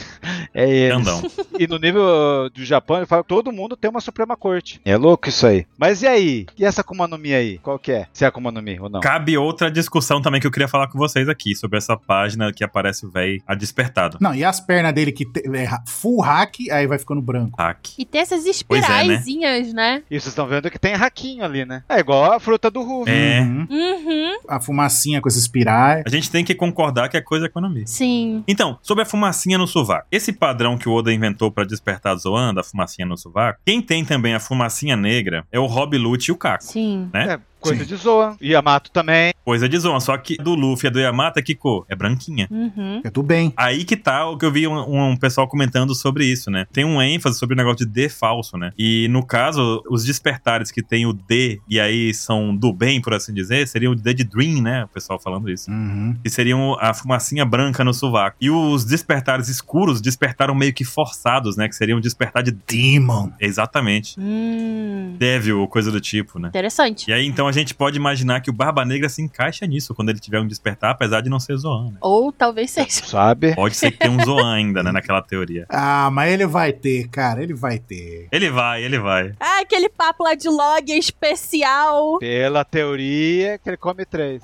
D: É eles.
A: Grandão.
D: E no nível uh, do Japão, ele fala que todo mundo tem uma Suprema Corte. É louco isso aí. Mas e aí? E essa Akuma no Mi aí? Qual que é? Se é Akuma no Mi ou não?
A: Cabe outra discussão também que eu queria falar com vocês aqui, sobre essa página que aparece o véi a despertado.
C: Não, e as pernas dele que te- é ra- full hack, aí vai ficando branco.
A: Hack.
B: E tem essas
A: Pois é, né?
B: espiraizinhas, né?
D: E vocês estão vendo que tem raquinho ali, né? É igual a fruta do Ruvi.
A: É.
C: Uhum.
B: Uhum.
C: A fumacinha com esses pirai.
A: A gente tem que concordar que é coisa economia.
B: Sim.
A: Então, sobre a fumacinha no sovaco. Esse padrão que o Oda inventou pra despertar Zoanda, a fumacinha no sovaco, quem tem também a fumacinha negra é o Rob Lute e o Caco.
B: Sim.
A: É.
D: É, coisa de Zoa. Yamato também.
A: Coisa de Zoan, só que do Luffy e do Yamata, que cor? É branquinha.
B: Uhum.
C: Eu tô bem.
A: Aí que tá o que eu vi um, um pessoal comentando sobre isso, né? Tem um ênfase sobre o negócio de D falso, né? E no caso, os despertares que tem o D e aí são do bem, por assim dizer, seria o D de Dream, né? O pessoal falando isso.
C: Uhum.
A: que seriam a fumacinha branca no sovaco. E os despertares escuros despertaram meio que forçados, né? Que seriam despertar de.
C: Demon.
A: Exatamente.
B: Hum.
A: Devil ou coisa do tipo, né?
B: Interessante.
A: E aí, então, a gente pode imaginar que o Barba Negra se encaixa nisso quando ele tiver um despertar, apesar de não ser Zoan, né?
B: Ou talvez seja.
D: Sabe?
A: Pode ser que tenha um Zoan ainda, né? Naquela teoria.
C: Ah, mas ele vai ter, cara, ele vai ter.
A: Ele vai, ele vai.
B: Ah, aquele papo lá de log especial.
D: Pela teoria que ele come três.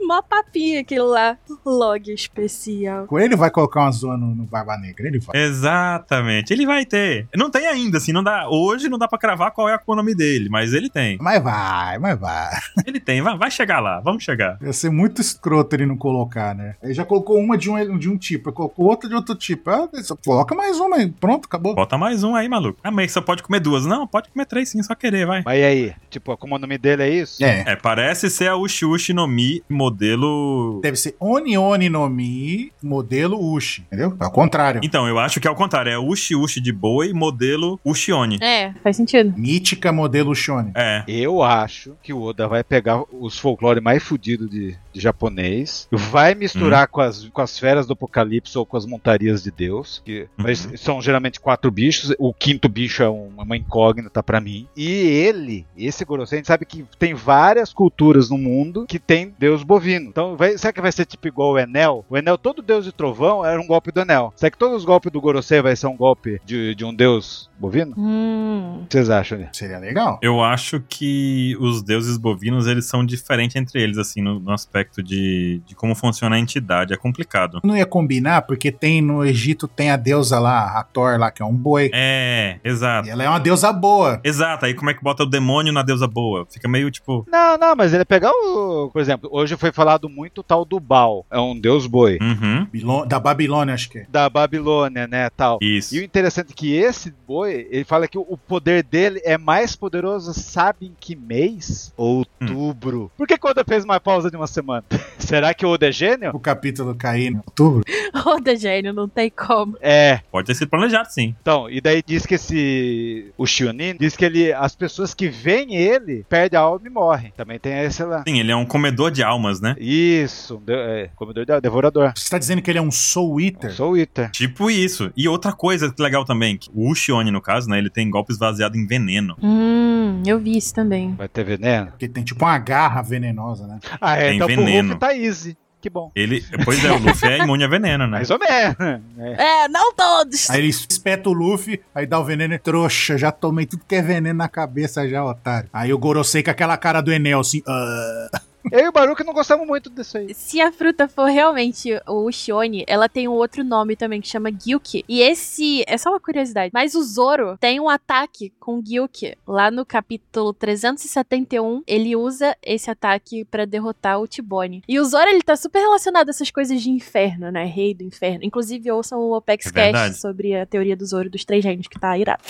B: Mó papinho aquilo lá. Log especial.
C: Ele vai colocar uma zona no, no Barba Negra, ele vai.
A: Exatamente. Ele vai ter. Não tem ainda, assim, não dá. Hoje não dá pra cravar qual é o nome dele, mas ele tem.
C: Mas vai, mas vai.
A: Ele tem. Vai, vai chegar lá, vamos chegar.
C: Ia ser muito escroto ele não colocar, né? Ele já colocou uma de um, de um tipo, aí colocou outra de outro tipo. Ah, só coloca mais uma aí, pronto, acabou.
A: Bota mais um aí, maluco. Ah, mas só pode comer duas. Não, pode comer três sim, só querer, vai.
D: Mas e aí? Tipo, como o nome dele é isso?
C: É.
A: É, parece ser a Ushi Ushi no Mi modelo...
C: Deve ser Oni Oni no Mi, modelo Ushi, entendeu? Ao contrário.
A: Então, eu acho que é o contrário. É Ushi Ushi de boi, modelo Ushione.
B: É, faz sentido.
C: Mítica modelo Shone.
A: É.
D: Eu acho que o Oda vai pegar os folclore mais fudidos de, de japonês, vai misturar com, as, com as feras do apocalipse ou com as montarias de Deus, que mas são geralmente quatro bichos, o quinto bicho é um- uma incógnita pra mim. E ele, esse Gorosei, a gente sabe que tem várias culturas no mundo que tem deus bovino. Então, vai- será que vai ser tipo igual o Enel? O Enel, todo deus de trovão era um golpe do Enel. Será que todos os golpes do Gorosei vai ser um golpe de, de um deus bovino?
B: Hum.
D: O que vocês acham, né?
C: Seria legal.
A: Eu acho que os deuses bovinos, eles são diferentes entre eles, assim, no, no aspecto de, de como funciona a entidade. É complicado.
C: Não ia combinar, porque tem no Egito tem a deusa lá, a Thor lá, que é um boi.
A: É, exato.
C: E ela é uma deusa boa.
A: Exato, aí como é que bota o demônio na deusa boa? Fica meio tipo.
D: Não, não, mas ele pegar o. Por exemplo, hoje foi falado muito o tal do Baal. É um deus boi.
A: Uhum.
C: Bilo- Da Babilônia, acho que é.
D: Da Babilônia, né? Tal.
A: Isso.
D: E o interessante é que esse boi, ele fala que o- o poder dele é mais poderoso, sabe em que mês? Outubro. Por que que o Oda fez uma pausa de uma semana? Será que o Oda é gênio?
C: O capítulo cair em outubro.
B: Roda gênio, não tem como.
D: É.
A: Pode ter sido planejado, sim.
D: Então, e daí diz que esse. O Shionin diz que ele. As pessoas que veem ele perdem a alma e morrem. Também tem esse lá.
A: Sim, ele é um comedor de almas, né?
D: Isso, de- é, comedor de devorador.
C: Você tá dizendo que ele é um Soul Eater?
D: Sou o Ita.
A: Tipo isso. E outra coisa que legal também, que o Ushione, no caso, né, ele tem golpes baseados em veneno.
B: Hum, eu vi isso também.
D: Vai ter veneno?
C: Porque tem tipo uma garra venenosa, né?
D: Ah, é,
A: Tem
D: então pro
A: veneno.
D: Ruff tá easy. Que bom.
A: Ele, pois é, o Luffy é imune a veneno, né?
D: Mais ou menos. né?
B: É, não todos!
C: Aí ele espeta o Luffy, aí dá o veneno e trouxa, já tomei tudo que é veneno na cabeça já, otário. Aí o Gorosei com aquela cara do Enel, assim, ah,
D: Eu e o Baruco não gostamos muito disso aí.
B: Se a fruta for realmente o Shione, ela tem um outro nome também que chama Gyuki. E esse. É só uma curiosidade. Mas o Zoro tem um ataque com Gyuki. Lá no capítulo 371, ele usa esse ataque pra derrotar o Tibone. E o Zoro, ele tá super relacionado a essas coisas de inferno, né? Rei do inferno. Inclusive, ouçam o Opex
A: É verdade.
B: Cash sobre a teoria do Zoro dos três gênios, que tá irado.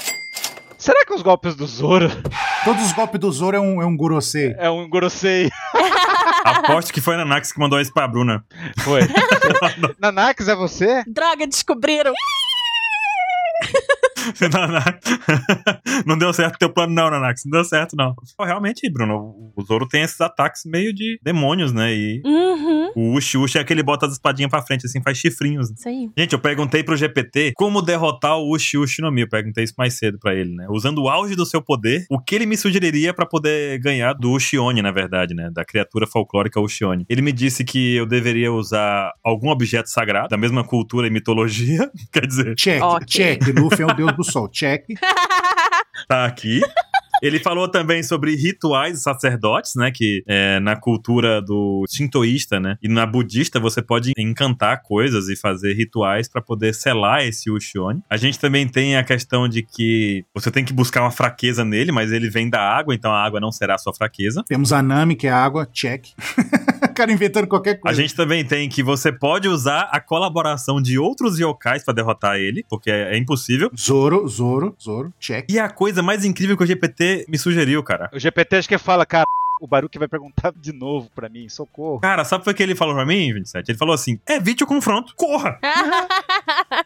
D: Será que os golpes do Zoro
C: todos os golpes do Zoro é um, é um Gorosei.
D: é um grossei?
A: Aposto que foi a Nanax que mandou isso pra Bruna.
D: Foi. Nanax, é você?
B: Droga, descobriram!
A: Naná. não deu certo teu plano, não, Nanax. Não deu certo, não. Pô, Realmente, Bruno, o Zoro tem esses ataques meio de demônios, né? E
B: Uhum.
A: o Ushi Ushi é aquele que bota as espadinhas pra frente, assim, faz chifrinhos.
B: Isso aí.
A: Gente, eu perguntei pro GPT como derrotar o Ushi Ushi no Mi. Eu perguntei isso mais cedo pra ele, né? Usando o auge do seu poder, o que ele me sugeriria pra poder ganhar do Ushione, na verdade, né? Da criatura folclórica Ushione. Ele me disse que eu deveria usar algum objeto sagrado, da mesma cultura e mitologia. Quer dizer,
C: Check,
B: Ok.
C: check. Luffy é o deus do sol. Check.
A: tá aqui. Ele falou também sobre rituais e sacerdotes, né? Que é, na cultura do shintoísta, né? E na budista você pode encantar coisas e fazer rituais pra poder selar esse Ushione. A gente também tem a questão de que você tem que buscar uma fraqueza nele, mas ele vem da água, então a água não será a sua fraqueza.
C: Temos a Nami, que é água. Check. O cara inventando qualquer
A: A
C: coisa.
A: gente também tem que você pode usar a colaboração de outros yokais pra derrotar ele, porque é é impossível.
C: Zoro, Zoro, Zoro. Check.
A: E a coisa mais incrível que o GPT me sugeriu, cara.
D: O GPT acho que fala, cara, o Baruque vai perguntar de novo pra mim, socorro.
A: Cara, sabe o que ele falou pra mim, 27? Ele falou assim: evite o confronto, corra!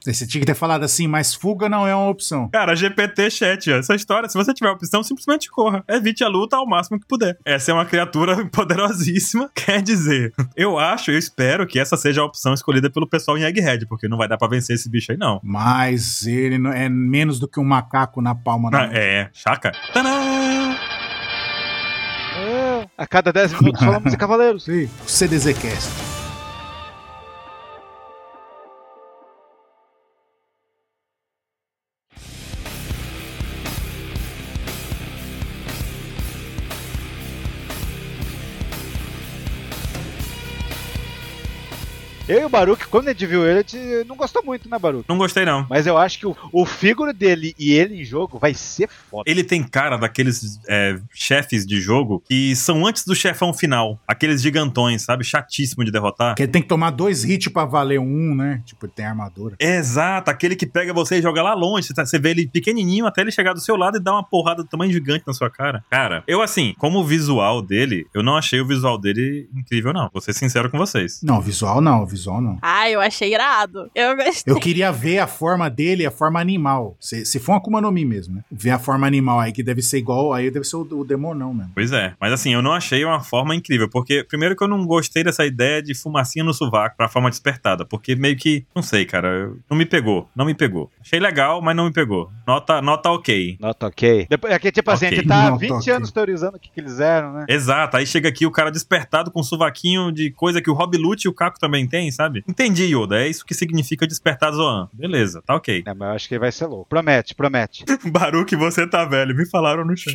C: Você tinha que ter falado assim, mas fuga não é uma opção.
A: Cara, GPT chat, ó, essa história, se você tiver a opção, simplesmente corra. Evite a luta ao máximo que puder. Essa é uma criatura poderosíssima. Quer dizer, eu acho, eu espero que essa seja a opção escolhida pelo pessoal em Egghead, porque não vai dar pra vencer esse bicho aí, não.
C: Mas ele não- é menos do que um macaco na palma da
A: Ah,
C: mão.
A: é, chaca. Tadã!
D: Ah, A cada 10 minutos falamos de cavaleiros.
C: Sim, CDZcast.
D: Eu e o Baruque, quando a gente viu ele, a gente não gostou muito, né, Baruque?
A: Não gostei, não.
D: Mas eu acho que o, o figuro dele e ele em jogo vai ser foda.
A: Ele tem cara daqueles é, chefes de jogo que são antes do chefão final. Aqueles gigantões, sabe? Chatíssimo de derrotar.
C: Que ele tem que tomar dois hits pra valer um, né? Tipo, ele tem armadura.
A: Exato, aquele que pega você e joga lá longe. Você tá- Você vê ele pequenininho até ele chegar do seu lado e dar uma porrada do tamanho gigante na sua cara. Cara, eu assim, como o visual dele, eu não achei o visual dele incrível, não. Vou ser sincero com vocês.
C: Não, visual não, visual não.
B: Ah, eu achei irado. Eu gostei.
C: Eu queria ver a forma dele, a forma animal. Se, se for uma Akuma no Mi mesmo, né? Ver a forma animal aí, que deve ser igual, aí deve ser o, o demonão mesmo.
A: Pois é, mas assim, eu não achei uma forma incrível, porque primeiro que eu não gostei dessa ideia de fumacinha no sovaco pra forma despertada, porque meio que, não sei, cara, eu- não me pegou, não me pegou. Achei legal, mas não me pegou. Nota, nota ok.
D: Nota ok. Depois, é que, tipo assim,
A: Ok.
D: a gente tá há
C: Nota
D: 20
C: ok.
D: anos teorizando o que, que eles eram, né?
A: Exato, aí chega aqui o cara despertado com um sovaquinho de coisa que o Rob Lute e o Caco também tem, sabe? Entendi, Yoda, é isso que significa despertar Zoan. Beleza, tá ok.
D: Não, Né, mas eu acho que ele vai ser louco. Promete, promete.
A: Baruque, você tá velho, me falaram no chão.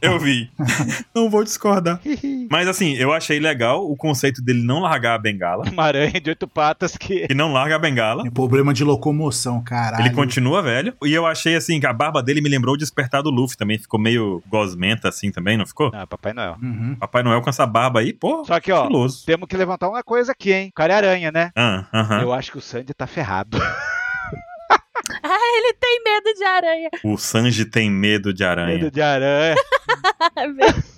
A: eu vi. não vou discordar. Mas assim, eu achei legal o conceito dele não largar a bengala,
D: Uma aranha de oito patas que.
A: e não larga a bengala.
C: É problema de locomoção, caralho.
A: Ah. Ele continua velho. E eu achei assim, que a barba dele me lembrou o despertar do Luffy também. Ficou meio gosmenta assim também, não ficou?
D: Ah, Papai Noel.
C: Uhum.
A: Papai Noel com essa barba aí, pô,
D: Só que, ó,
A: estiloso.
D: temos que levantar uma coisa aqui, hein? O cara é aranha, né?
A: Ah, aham.
D: Eu acho que o Sandy tá ferrado.
B: Ah, ele tem medo de aranha.
A: O Sanji tem medo de aranha.
D: Medo de aranha.
B: É verdade.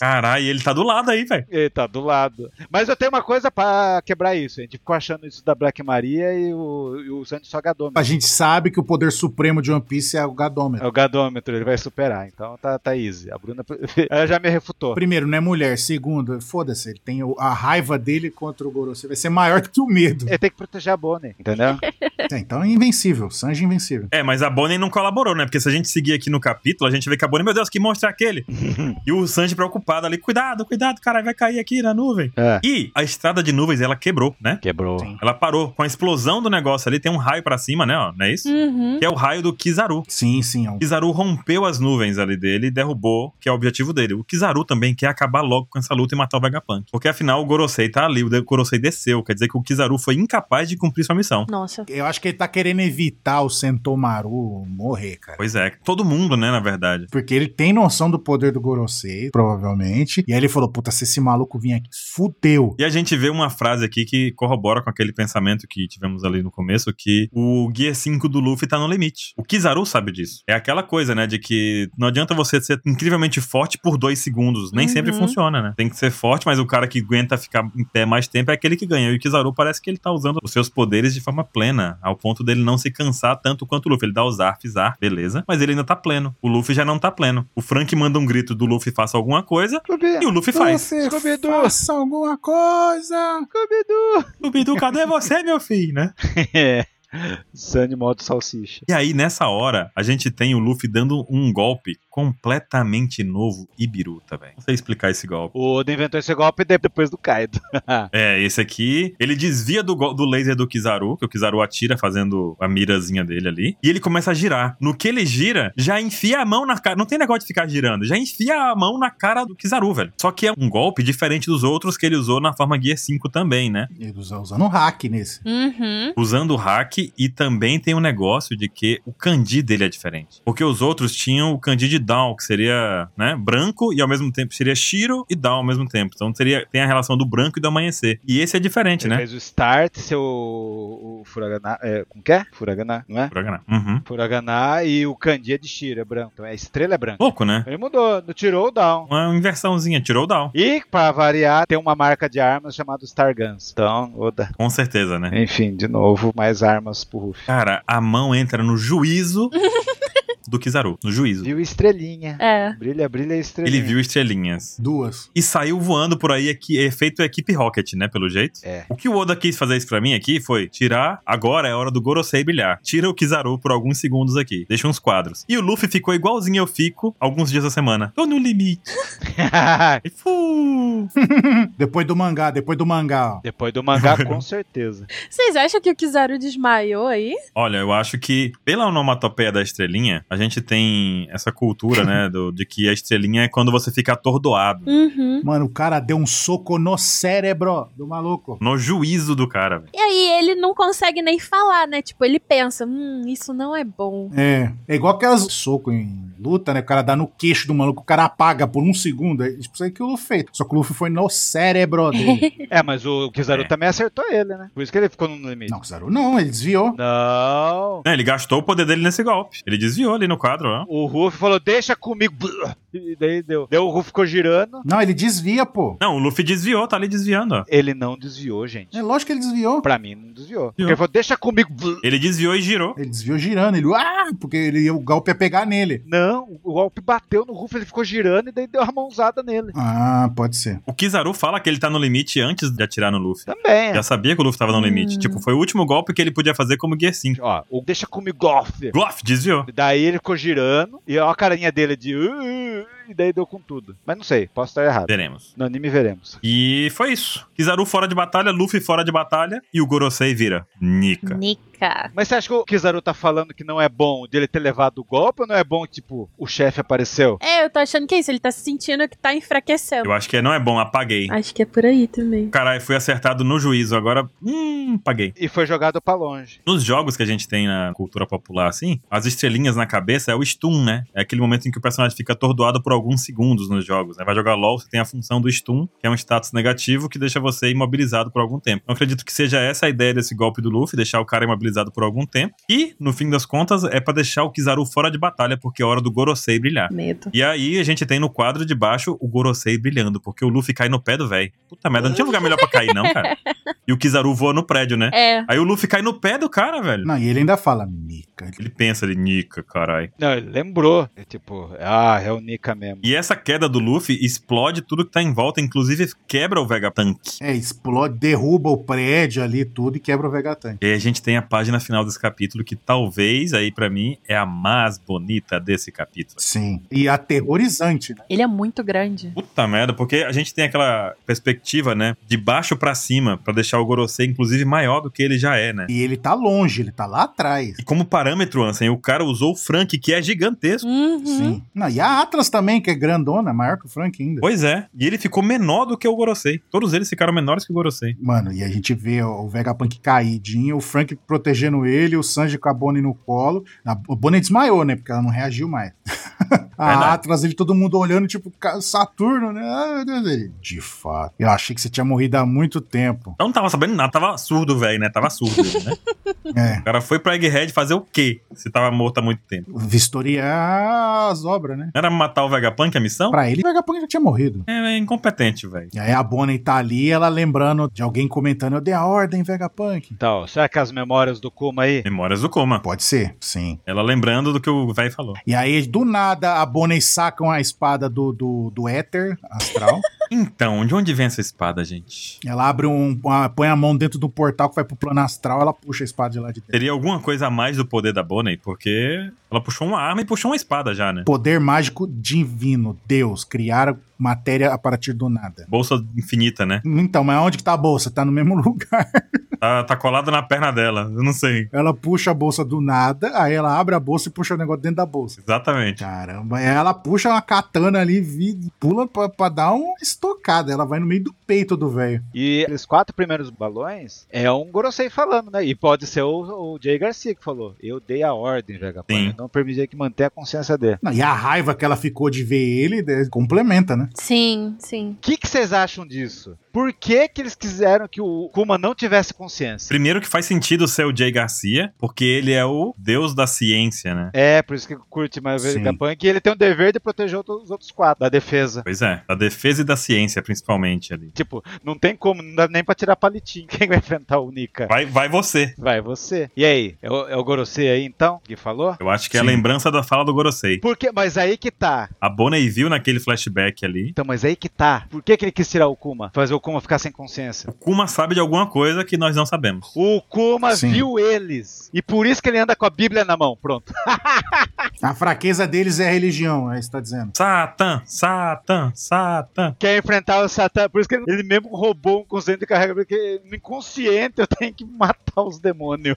A: Caralho, ele tá do lado aí, velho.
D: Ele tá do lado. Mas eu tenho uma coisa pra quebrar isso. A gente ficou achando isso da Black Maria e o, e o Sandy só
C: A
D: gadômetro.
C: gente sabe que o poder supremo de One Piece é o
D: É
C: Gadômetro.
D: o gadômetro, ele vai superar. Então tá, tá easy. A Bruna ela já me refutou.
C: Primeiro, não é mulher. Segundo, foda-se, ele tem o- a raiva dele contra o Gorosei. Vai ser maior do que o medo.
D: Ele tem que proteger a Bonnie, entendeu?
C: É, então é invencível. Sanji é invencível.
A: É, mas a Bonnie não colaborou, né? Porque se a gente seguir aqui no capítulo, a gente vê que a Bonnie, meu Deus, que monstro é aquele? e o Sanji preocupado ali, cuidado, cuidado, caralho, vai cair aqui na nuvem.
D: É.
A: E a estrada de nuvens, ela quebrou, né?
D: Quebrou.
C: Sim.
A: Ela parou. Com a explosão do negócio ali, tem um raio pra cima, né? Ó, não é isso?
B: Uhum.
A: Que é o raio do Kizaru.
C: Sim, sim. É um...
A: Kizaru rompeu as nuvens ali dele e derrubou, que é o objetivo dele. O Kizaru também quer acabar logo com essa luta e matar o Vegapunk. Porque afinal o Gorosei tá ali, o Gorosei desceu. Quer dizer que o Kizaru foi incapaz de cumprir sua missão.
B: Nossa.
C: Eu acho que ele tá querendo evitar o Sentomaru morrer, cara.
A: Pois é, todo mundo, né, na verdade.
C: Porque ele tem noção do poder do Gorosei, provavelmente. E aí ele falou: puta, se esse maluco vir aqui, fudeu.
A: E a gente vê uma frase aqui que corrobora com aquele pensamento que tivemos ali no começo, que o Gear 5 do Luffy tá no limite. O Kizaru sabe disso. É aquela coisa, né, de que não adianta você ser incrivelmente forte por dois segundos. Nem
B: Uhum.
A: sempre funciona, né? Tem que ser forte, mas o cara que aguenta ficar em pé mais tempo é aquele que ganha. E o Kizaru parece que ele tá usando os seus poderes de forma plena, ao Ao ponto dele não se cansar tanto quanto o Luffy. Ele dá os arfs, ar, beleza. Mas ele ainda tá pleno. O Luffy já não tá pleno. O Frank manda um grito do Luffy faça alguma coisa e o Luffy faz.
C: Você
D: Scooby-Doo.
C: faça alguma coisa.
A: Scooby-Doo, cadê "É você, meu filho, né?
D: É. Sunny modo salsicha.
A: E aí, nessa hora, a gente tem o Luffy dando um golpe completamente novo e biruta, velho. Não sei explicar esse golpe.
D: O Oda inventou esse golpe de- depois do Kaido.
A: É, esse aqui, ele desvia do, gol- do laser do Kizaru, que o Kizaru atira fazendo a mirazinha dele ali, e ele começa a girar. No que ele gira, já enfia a mão na cara, não tem negócio de ficar girando, já enfia a mão na cara do Kizaru, velho. Só que é um golpe diferente dos outros que ele usou na forma Gear 5 também, né?
C: Ele usa- usando um hack nesse.
B: Uhum.
A: usando o hack e também tem um negócio de que o kanji dele é diferente. Porque os outros tinham o kanji de Down, que seria, né, branco e ao mesmo tempo seria Shiro e Down ao mesmo tempo. Então seria, tem a relação do branco e do amanhecer. E esse é diferente,
D: Ele
A: né?
D: fez o start, seu. O Furagana. É, como que é? Furagana, não é?
A: Uragana. Uhum.
D: Furagana e o Kandi é de Shira, é branco. Então é estrela é branca.
A: Louco, né?
D: Ele mudou, não tirou o down.
A: Uma inversãozinha, tirou o Down.
D: E, pra variar, tem uma marca de armas chamada Star Guns. Então, Oda.
A: Com certeza, né?
D: Enfim, de novo, mais armas pro Ruff.
A: Cara, a mão entra no juízo do Kizaru. No juízo.
D: Viu estrelinha.
B: É.
D: Brilha, brilha estrelinha.
A: Ele viu estrelinhas.
C: Duas.
A: e saiu voando por aí, aqui, efeito equipe Rocket, né, pelo jeito?
D: É.
A: O que o Oda quis fazer isso pra mim aqui foi tirar, agora é hora do Gorosei brilhar. Tira o Kizaru por alguns segundos aqui, deixa uns quadros. E o Luffy ficou igualzinho eu fico alguns dias da semana. Tô no limite. E fu!
C: Depois do mangá, depois do mangá, ó.
D: Depois do mangá, com certeza.
B: Vocês acham que o Kizaru desmaiou aí?
A: Olha, eu acho que pela onomatopeia da estrelinha, a gente tem essa cultura, né, do- de que a estrelinha é quando você fica atordoado.
B: Uhum.
C: Mano, o cara deu um soco no cérebro do maluco.
A: No juízo do cara, velho.
B: E aí ele não consegue nem falar, né? Tipo, ele pensa, hum, isso não é bom.
C: É, é igual aquelas soco em luta, né? O cara dá no queixo do maluco, o cara apaga por um segundo. É tipo isso aí que o Luffy fez. Só que o Luffy foi no cérebro dele.
D: É, mas o Kizaru
A: É.
D: também acertou ele, né? Por isso que ele ficou no limite.
C: não, Kizaru não, ele desviou.
D: Não.
A: É, Ele gastou o poder dele nesse golpe. Ele desviou ali no quadro, ó.
D: O Ruff falou, deixa comigo. Blah. E daí deu. Daí o Ruff ficou girando.
C: Não, ele desvia, pô.
A: Não, o Luffy desviou, tá ali desviando, ó.
D: Ele não desviou, gente.
C: É lógico que ele desviou.
D: Pra mim, não desviou. Porque
A: Desviou.
D: ele falou, deixa comigo. Blah.
A: Ele desviou e girou.
C: Ele desviou girando, ele, ah, porque ele, o golpe ia pegar nele.
D: Não, o golpe bateu no Ruff, ele ficou girando e daí deu uma mãozada nele.
C: Ah, pode ser.
A: O Kizaru fala que ele tá no limite antes de atirar no Luffy.
D: Também.
A: Já sabia que o Luffy tava no limite. Tipo, foi o último golpe que ele podia fazer como Gear 5.
D: assim, Ó, o deixa comigo, Golf.
A: Bluff, desviou.
D: Daí ele ficou girando. E ó a carinha dele de. "Uh, uh, uh", E daí deu com tudo. Mas não sei, posso estar errado.
A: Veremos.
D: No anime veremos.
A: E foi isso. Kizaru fora de batalha, Luffy fora de batalha e o Gorosei vira Nika.
B: Nika.
D: Mas você acha que o Kizaru tá falando que não é bom dele ter levado o golpe ou não é bom, tipo, o chefe apareceu?
B: É, eu tô achando que é isso. Ele tá se sentindo que tá enfraquecendo.
A: Eu acho que não é bom, apaguei.
B: Acho que é por aí também.
A: Caralho, fui acertado no juízo, agora. Hum, paguei.
D: E foi jogado pra longe.
A: Nos jogos que a gente tem na cultura popular, assim, as estrelinhas na cabeça é o stun, né? É aquele momento em que o personagem fica atordoado por alguns segundos nos jogos, né? Vai jogar LOL, você tem a função do stun, que é um status negativo que deixa você imobilizado por algum tempo. Eu acredito que seja essa a ideia desse golpe do Luffy, deixar o cara imobilizado por algum tempo. E, no fim das contas, é pra deixar o Kizaru fora de batalha, porque é hora do Gorosei brilhar.
B: Medo.
A: E aí a gente tem no quadro de baixo o Gorosei brilhando, porque o Luffy cai no pé do velho. Puta merda, não tinha lugar melhor pra cair não, cara. E o Kizaru voa no prédio, né?
B: É.
A: Aí o Luffy cai no pé do cara, velho.
C: Não, e ele ainda fala, Mica.
A: Ele pensa, ele nica, carai.
D: Não, ele lembrou. É tipo, ah, é o Nika mesmo.
A: E essa queda do Luffy explode tudo que tá em volta, inclusive quebra o Vegatank.
C: É, explode, derruba o prédio ali, tudo, e quebra o Vegatank.
A: E aí a gente tem a página final desse capítulo, que talvez, aí pra mim, é a mais bonita desse capítulo.
C: Sim. E é aterrorizante, né?
B: Ele é muito grande.
A: Puta merda, porque a gente tem aquela perspectiva, né? De baixo pra cima, pra deixar o Gorosei, inclusive, maior do que ele já é, né?
C: E ele tá longe, ele tá lá atrás.
A: E como parâmetro, Ansem, o cara usou o Frank, que é gigantesco.
B: Uhum.
C: Sim. Não, e a Atlas também, que é grandona, maior que o Frank ainda.
A: Pois é. E ele ficou menor do que o Gorosei. Todos eles ficaram menores que o Gorosei.
C: Mano, e a gente vê o Vegapunk caidinho, o Frank protegendo ele, o Sanji com a Bonnie no colo. A Bonnie desmaiou, né? Porque ela não reagiu mais.
A: Verdade.
C: a Atlas, ele todo mundo olhando, tipo, "Ca- Saturno, né? Ah, meu Deus dele. De fato. Eu achei que você tinha morrido há muito tempo.
A: Então não tava sabendo nada, tava surdo, velho, né? Tava surdo, ele, né?
C: É.
A: O cara foi pra Egghead fazer o quê? Se tava morto há muito tempo.
C: Vistoriar as obras, né?
A: Não era matar o Vegapunk a missão?
C: Pra ele, o Vegapunk já tinha morrido.
A: É, é incompetente, velho.
C: E aí a Bonnie tá ali, ela lembrando de alguém comentando, eu dei a ordem, Vegapunk.
D: Então, será que as memórias do Kuma aí?
A: Memórias do Coma.
C: Pode ser, sim.
A: Ela lembrando do que o velho falou.
C: E aí, do nada, a Bonnie sacam a espada do, do, do éter astral.
A: Então, de onde vem essa espada, gente?
C: ela abre um. uma- põe a mão dentro do portal que vai pro plano astral, ela puxa a espada de lá de dentro.
A: Teria alguma coisa a mais do poder da Bonnie, porque ela puxou uma arma e puxou uma espada já, né?
C: Poder mágico divino, Deus, criar matéria a partir do nada.
A: Bolsa infinita, né?
C: Então, mas onde que tá a bolsa? Tá no mesmo lugar.
A: Tá, tá colada na perna dela, eu não sei.
C: Ela puxa a bolsa do nada, aí ela abre a bolsa e puxa o negócio dentro da bolsa.
A: Exatamente.
C: Caramba, aí ela puxa uma katana ali, vi- pula pra, pra dar uma estocada. Ela vai no meio do peito do velho.
D: E os quatro primeiros balões é um Gorosei falando, né? E pode ser o, o Jay Garcia que falou. Eu dei a ordem, Vegapunk.
A: Sim.
D: Eu Não permiti que manter a consciência dele.
C: Não, E a raiva que ela ficou de ver ele né, complementa, né?
B: Sim, sim.
D: O que que vocês acham disso? Por que, que eles quiseram que o Kuma não tivesse consciência?
A: Primeiro que faz sentido ser o Jay Garcia, porque ele é o deus da ciência, né?
D: É, por isso que curte mais o
C: Sim.
D: Vegapunk. E ele tem o dever de proteger outro- os outros quatro da defesa.
A: Pois é, da defesa e da ciência, principalmente ali.
D: Tipo, não tem como, não dá nem pra tirar palitinho. Quem vai enfrentar o Nika?
A: Vai, vai você.
D: Vai você. E aí? É o, é o Gorosei aí então? Que falou?
A: Eu acho que é a
C: Sim.
A: lembrança da fala do Gorosei.
D: Por quê? Mas aí que tá.
A: A Bonnie viu naquele flashback ali.
D: Então, mas aí que tá. Por que, que ele quis tirar o Kuma? Fazer o Kuma ficar sem consciência.
A: O Kuma sabe de alguma coisa que nós não sabemos.
D: O Kuma
C: Sim.
D: viu eles. E por isso que ele anda com a Bíblia na mão. Pronto.
C: A fraqueza deles é a religião, aí você tá dizendo.
A: Satã, Satã, Satã.
D: Quer enfrentar o Satã. Por isso que ele, ele mesmo roubou um conceito de carrega. Porque no inconsciente eu tenho que matar os demônios.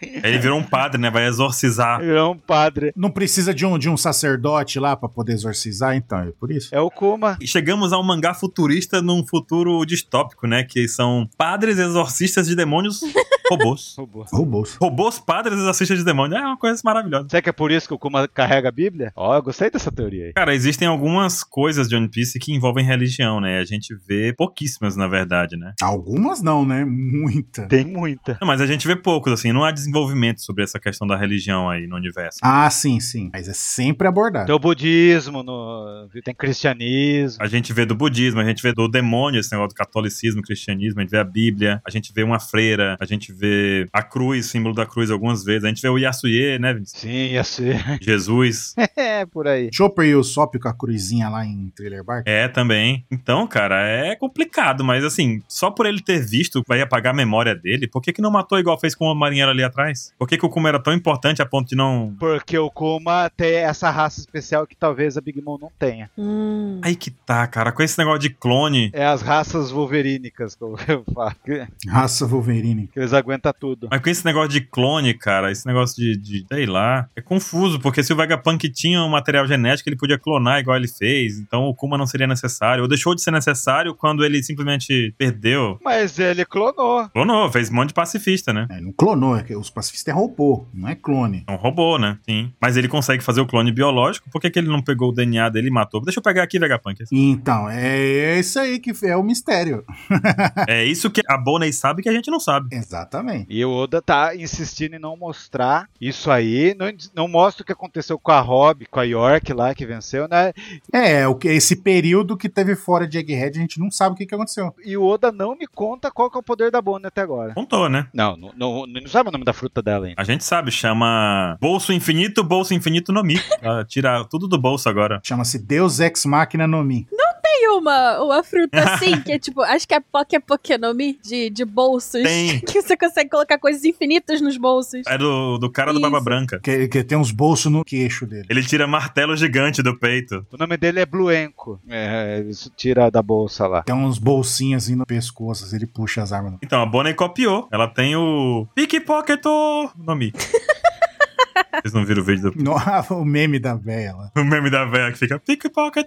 A: Aí Ele virou um padre, né? Vai exorcizar.
D: Ele é um padre.
C: Não precisa de um, de um sacerdote lá pra poder exorcizar, então, é por isso.
D: É o Kuma.
A: E Chegamos a um mangá futurista num futuro distópico, né? Que são padres exorcistas de demônios robôs.
D: Roubou.
C: Robôs.
A: Robôs padres exorcistas de demônios. É uma coisa maravilhosa.
D: Será que é por isso que o Kuma carrega a Bíblia? Ó, eu gostei dessa teoria aí.
A: Cara, existem algumas coisas de One Piece que envolvem religião, né? A gente vê pouquíssimas, na verdade, né?
C: Algumas não, né? Muita.
D: Tem muita.
A: Não, mas a gente vê poucos, assim, não há desenvolvimento sobre essa questão da religião aí no universo.
C: Ah, sim, sim. Mas é sempre abordado.
D: Tem o budismo, no... tem cristianismo.
A: A gente vê do budismo, a gente vê do demônio, esse negócio do catolicismo, cristianismo, a gente vê a Bíblia, a gente vê uma freira, a gente vê a cruz, símbolo da cruz algumas vezes, a gente vê o Yasuye, né, Vinícius?
D: Sim, ia ser.
A: Jesus.
D: É, por aí.
C: Chopper e o Sop com a cruzinha lá em Thriller Bark.
A: É, também. Então, cara, é complicado, mas assim, só por ele ter visto vai apagar a memória dele, por que, que não matou igual fez com o marinheiro ali atrás? Por que, que o Kuma era tão importante a ponto de não.
D: Porque o Kuma tem essa raça especial que talvez a Big Mom não tenha.
B: Hum.
A: Aí que tá, cara, com esse negócio de clone,
D: É as raças wolverínicas, como eu falo. Que
C: Raça Wolverine.
D: que eles aguentam tudo.
A: Mas com esse negócio de clone, cara, esse negócio de, de- sei lá, é confuso, porque se o Vegapunk tinha um material genético, ele podia clonar igual ele fez, então o Kuma não seria necessário, ou deixou de ser necessário quando ele simplesmente perdeu.
D: Mas ele clonou.
A: Clonou, fez um monte de pacifista, né?
C: É, não clonou, é que os pacifistas é robô, não é clone.
A: É um robô, né? Sim. Mas ele consegue fazer o clone biológico, por que, que ele não pegou o DNA dele e matou? Deixa eu pegar aqui, Vegapunk. Assim,
C: Então, é isso aí que é o mistério.
A: é isso que a Bonnie sabe que a gente não sabe.
C: Exatamente.
D: E o Oda tá insistindo em não mostrar isso aí. Não, não mostra o que aconteceu com a Rob, com a York lá que venceu, né?
C: É, o que esse período que teve fora de Egghead, a gente não sabe o que, que aconteceu.
D: E o Oda não me conta qual que é o poder da Bonnie até agora.
A: Contou, né?
D: Não, não, não, não sabe o nome da fruta dela ainda.
A: A gente sabe, chama bolso infinito, bolso infinito no Mi. Ela Tira tudo do bolso agora.
C: Chama-se Deus Ex Machina no Mi.
B: Tem uma, uma fruta assim, que é tipo, acho que é Poké Pokénomi de, de bolsos.
A: Tem.
B: Que você consegue colocar coisas infinitas nos bolsos.
A: É do, do cara do
B: Isso.
A: Barba Branca.
C: Que, que tem uns bolsos no queixo dele.
A: Ele tira martelo gigante do peito.
D: O nome dele é Bluenco. É, isso tira da bolsa lá.
C: Tem uns bolsinhos assim no pescoço, assim, ele puxa as armas.
A: Então, a Bonnie copiou. Ela tem o Pickpocket nome. Vocês não viram o vídeo do
C: No, o meme da véia lá.
A: o meme da velha que fica Pickpocket.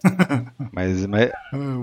D: Mas, mas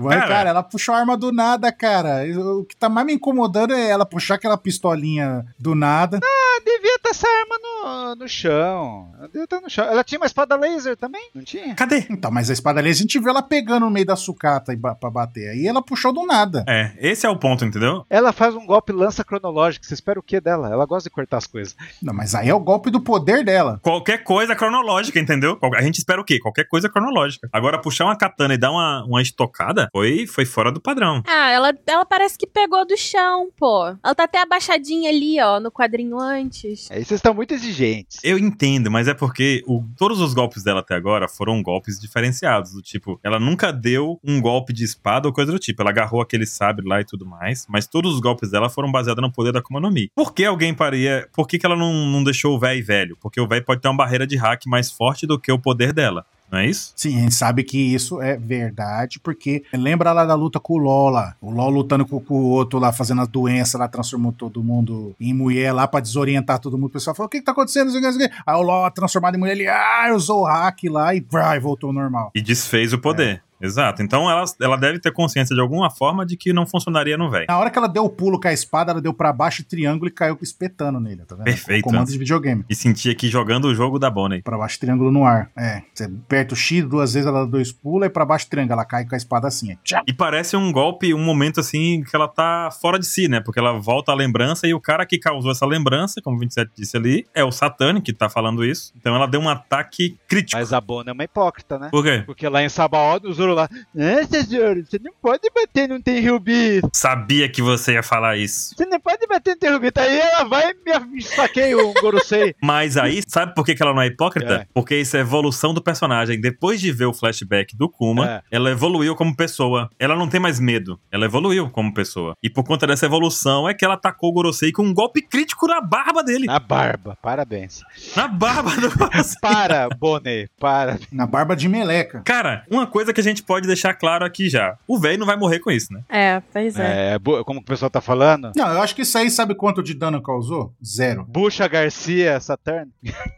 C: Vai,
A: Cara.
C: cara, ela puxou a arma do nada, cara. Eu- O que tá mais me incomodando é ela puxar aquela pistolinha do nada.
D: devia estar essa arma no, no chão. Ela devia estar no chão. Ela tinha uma espada laser também? Não tinha?
A: Cadê?
C: Então, mas a espada ali, a gente viu ela pegando no meio da sucata e ba- pra bater. Aí ela puxou do nada.
A: É, esse é o ponto, entendeu?
D: Ela faz um golpe lança cronológico. Você espera o que dela? Ela gosta de cortar as coisas.
C: Não, mas aí é o golpe do poder dela.
A: Qualquer coisa cronológica, entendeu? Qual- A gente espera o quê? Qualquer coisa cronológica. Agora, puxar uma katana e dar uma, uma estocada foi, foi fora do padrão.
B: Ah, ela, ela parece que pegou do chão, pô. Ela tá até abaixadinha ali, ó, no quadrinho antes.
D: Aí vocês estão muito exigentes.
A: Eu entendo, mas é porque o- todos os golpes dela até agora foram golpes diferenciados. Do tipo, ela nunca deu um golpe de espada ou coisa do tipo. Ela agarrou aquele sabre lá e tudo mais. Mas todos os golpes dela foram baseados no poder da Akuma no Mi. Por que alguém paria. Por que, que ela não, não deixou o véi velho? Porque o véi pode ter uma barreira de hack mais forte do que o poder dela. Não é isso?
C: Sim, a gente sabe que isso é verdade, porque lembra lá da luta com o LOL lá. O LOL lutando com, com o outro lá, fazendo as doenças lá, transformou todo mundo em mulher lá pra desorientar todo mundo. O pessoal falou: o que, que tá acontecendo? Não sei o que, não sei o que. Aí o LOL transformado em mulher, ele ah, usou o hack lá e, brá, e voltou ao normal.
A: E desfez o poder. Exato. Então ela, ela deve ter consciência de alguma forma de que não funcionaria no véi.
C: Na hora que ela deu o pulo com a espada, ela deu pra baixo triângulo e caiu espetando nele, tá vendo?
A: Perfeito.
C: Comando de videogame.
A: E sentia que jogando o jogo da Bonnie.
C: Pra baixo triângulo no ar. É. Você aperta o X duas vezes, ela dá dois pulos, e pra baixo triângulo. Ela cai com a espada assim. é. Tchá!
A: E parece um golpe, um momento assim que ela tá fora de si, né? Porque ela volta à lembrança e o cara que causou essa lembrança, como o 27 disse ali, é o Satani que tá falando isso. Então ela deu um ataque crítico.
D: Mas a Bona é uma hipócrita, né?
A: Por quê?
D: Porque lá em Sabaó, o Zoro lá, Nossa, Zoro, você não pode bater num Tenryubi.
A: Sabia que você ia falar isso.
D: Você não pode bater no Tenryubi. Tá Aí ela vai e me- me saqueia um o Gorosei.
A: Mas aí, sabe por que que ela não é hipócrita?
D: Hum. É.
A: Porque isso é evolução do personagem. Depois de ver o flashback do Kuma,
D: É.
A: ela evoluiu como pessoa. Ela não tem mais medo. Ela evoluiu como pessoa. E por conta dessa evolução é que ela atacou o Gorosei com um golpe crítico na barba dele.
D: Na barba, parabéns.
A: Na barba do Gorosei.
D: Para, Bonnie, para.
C: Na barba de meleca.
A: Cara, uma coisa que a gente pode deixar claro aqui já: o velho não vai morrer com isso, né?
B: É, pois é.
D: É, bo- como que o pessoal tá falando?
C: Não, eu acho que isso aí sabe quanto de dano causou? Zero.
D: Bucha Garcia, Saturn.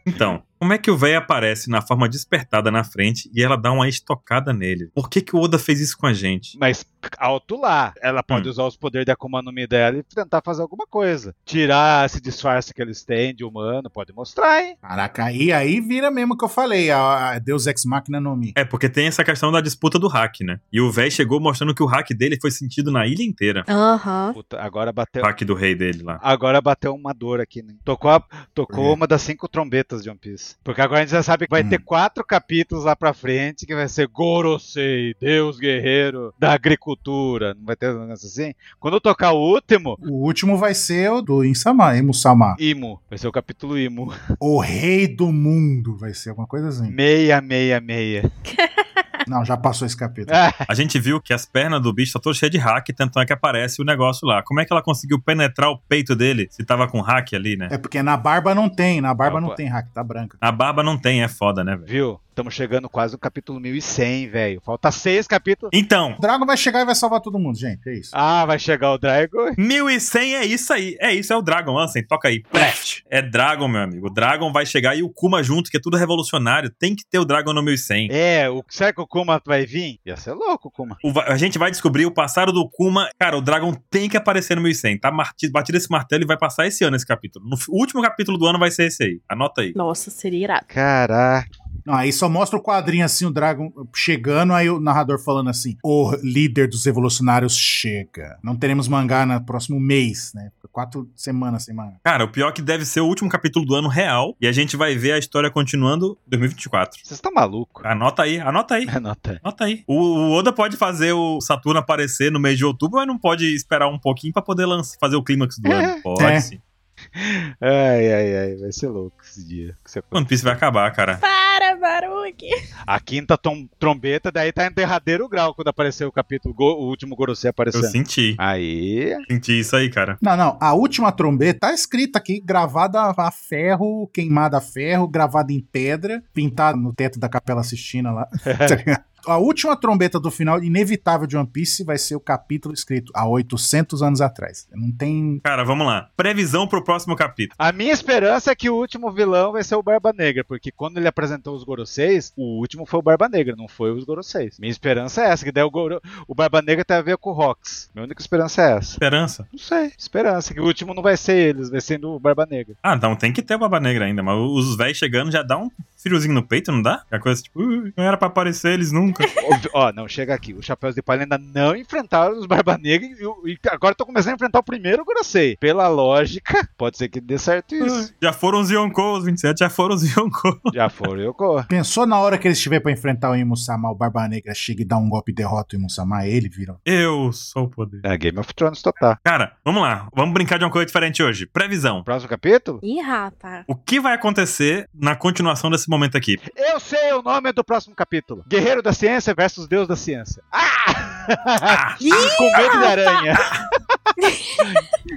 A: Então, como é que o velho aparece na forma despertada na frente e ela dá uma estocada nele? Por que, que o Oda fez isso com a gente?
D: Mas alto lá. Ela pode
A: Hum.
D: usar os poderes da Akuma no Mi dela e tentar fazer alguma coisa. Tirar esse disfarce que eles têm de humano, pode mostrar, hein?
C: Caraca, aí, aí vira mesmo o que eu falei. A, a Deus Ex Machina no Mi.
A: É, porque tem essa questão da disputa do hack, né? E o velho chegou mostrando que o hack dele foi sentido na ilha inteira.
B: Aham.
D: Puta, agora
A: O
D: bateu.
A: hack do rei dele lá.
D: Agora bateu uma dor aqui, né? Tocou, a- tocou
C: Por quê?
D: uma das cinco trombetas de One Piece. Porque agora a gente já sabe que vai
C: Hum.
D: ter quatro capítulos lá pra frente, que vai ser Gorosei, Deus Guerreiro da Agricultura. Não vai ter um negócio assim? Quando eu tocar o último,
C: O último vai ser o do Insama, Emusama.
D: Imo. Vai ser o capítulo Imo.
C: O rei do mundo vai ser alguma coisa assim.
D: Meia, meia, meia.
C: Não, já passou esse capítulo.
D: Ah,
A: A gente viu que as pernas do bicho tá todas cheias de hack, tanto é que aparece o negócio lá. Como é que ela conseguiu penetrar o peito dele se tava com hack ali, né?
C: É porque na barba não tem, na barba não
D: Opa.
C: tem hack, tá branca.
A: A barba não tem, é foda, né, velho?
D: viu? Estamos chegando quase no capítulo 1100, velho. Falta seis capítulos.
A: Então,
C: O Drago vai chegar e vai salvar todo mundo, gente. É isso.
D: Ah, vai chegar o Drago.
A: 1100 é isso aí. É isso, é o Dragon Ansem. Toca aí. Prest. É Dragon, meu amigo. O Dragon vai chegar e o Kuma junto, que é tudo revolucionário. Tem que ter o Dragon no 1100.
D: É, o, será que o Kuma vai vir? Ia ser louco, Kuma.
A: O va- a gente vai descobrir o passado do Kuma. Cara, o Dragon tem que aparecer no 1100. Tá marti- batido esse martelo e vai passar esse ano esse capítulo. No f- o último capítulo do ano vai ser esse aí. Anota aí.
B: Nossa, seria irado.
D: Caraca.
C: Não, aí só mostra o quadrinho assim, o Dragon chegando, aí o narrador falando assim: o líder dos revolucionários chega. Não teremos mangá no próximo mês, né? Quatro semanas sem mangá.
A: Cara, o pior é que deve ser o último capítulo do ano real. E a gente vai ver a história continuando em 2024.
D: Vocês É, estão malucos?
A: Anota aí, anota aí.
D: Anota aí.
A: Anota aí. O, o Oda pode fazer o Saturno aparecer no mês de outubro, mas não pode esperar um pouquinho pra poder lançar, fazer o clímax do ano. Pode
C: É.
A: sim.
D: Ai, ai, ai, vai ser louco esse dia. que isso acontecer.
A: One Piece vai acabar, cara.
B: Para, Baruque!
D: A quinta tom- trombeta, daí tá em derradeiro grau quando apareceu o capítulo, go- o último Gorosei
A: Eu
D: aparecendo.
A: senti.
D: Aí.
A: Senti isso aí, cara.
C: Não, não. A última trombeta tá escrita aqui, gravada a ferro, queimada a ferro, gravada em pedra, pintada no teto da Capela Sistina lá. Tá ligado? a última trombeta do final, inevitável de One Piece, vai ser o capítulo escrito há 800 anos atrás. Não tem.
A: Cara, vamos lá. Previsão pro próximo capítulo.
D: A minha esperança é que o último vilão vai ser o Barba Negra, porque quando ele apresentou os Goroseis, o último foi o Barba Negra, não foi os Goroseis. Minha esperança é essa, que daí o, Goro- o Barba Negra tem a ver com o Rox. Minha única esperança é essa.
A: Esperança.
D: Não sei, esperança, que o último não vai ser eles, vai ser o Barba Negra.
A: Ah, não, tem que ter o Baba Negra ainda, mas os velhos chegando já dá um friozinho no peito, não dá? É a coisa tipo, "Ui, não era pra aparecer eles nunca.
D: Ó, Ó, não, chega aqui. Os Chapéus de Palha ainda não enfrentaram os Barba Negra e, o- e agora estão começando a enfrentar o primeiro Gorosei. Pela lógica, pode ser que dê certo isso.
A: já foram os Yonkou, os 27 já foram os Yonkou.
D: Já foram, eu corro.
C: Pensou na hora que ele estiver pra enfrentar o Imusama, o Barba Negra chega e dá um golpe e derrota o Imusama, ele vira.
A: Eu sou o poder.
D: É Game of Thrones total.
A: Cara, vamos lá. Vamos brincar de uma coisa diferente hoje. Previsão.
D: Próximo capítulo?
B: Ih, rapaz.
A: O que vai acontecer na continuação desse momento aqui?
D: Eu sei o nome do próximo capítulo. Guerreiro da Ciência versus Deus da Ciência. Ah!
A: Ah,
D: Com medo de aranha.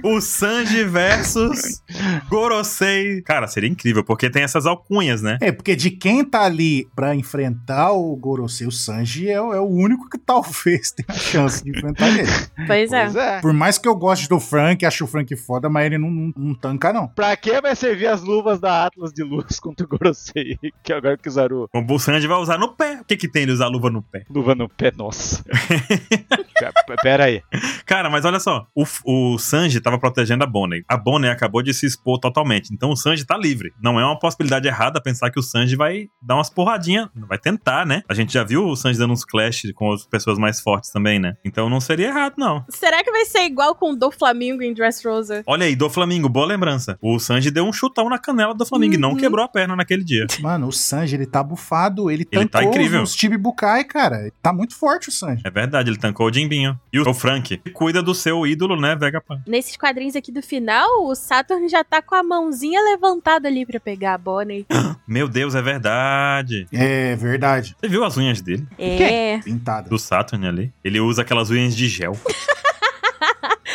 A: o Sanji versus Gorosei. Cara, seria incrível, porque tem essas alcunhas, né?
C: É, porque de quem tá ali pra enfrentar o Gorosei, o Sanji é, o- é o único que talvez tenha chance de enfrentar ele.
B: Pois é.
D: Pois é.
C: Por mais que eu goste do Frank, acho o Frank foda, mas ele não, não- não tanca, não.
D: Pra que vai servir as luvas da Atlas de Luz contra o Gorosei? Que agora que Kizaru
A: O Sanji vai usar no pé. O que, que tem ele usar luva no pé?
D: luva no pé, nossa. P- Pera aí.
A: Cara, mas olha só, o, o Sanji tava protegendo a Bonnie. A Bonnie acabou de se expor totalmente, então o Sanji tá livre. Não é uma possibilidade errada pensar que o Sanji vai dar umas porradinhas, vai tentar, né? A gente já viu o Sanji dando uns clash com outras pessoas mais fortes também, né? Então não seria errado, não.
B: Será que vai ser igual com o do Flamingo em Dressrosa?
A: Olha aí, do Flamengo, boa lembrança. O Sanji deu um chutão na canela do Flamengo e não quebrou a perna naquele dia.
C: Mano, o Sanji, ele tá bufado, ele,
A: Ele tá
C: tancou
A: incrível.
C: os Tibibukai, cara. Ele Tá muito forte o Sanji.
A: É verdade, ele tancou o Jimbinho. E o Frank cuida do seu ídolo, né, Vegapunk?
B: Nesses quadrinhos aqui do final, o Saturn já tá com a mãozinha levantada ali pra pegar a Bonnie.
A: Meu Deus, é verdade.
C: É verdade,
A: Você viu as unhas dele?
B: É.
C: pintada.
A: Do Saturn ali? Ele usa aquelas unhas de gel.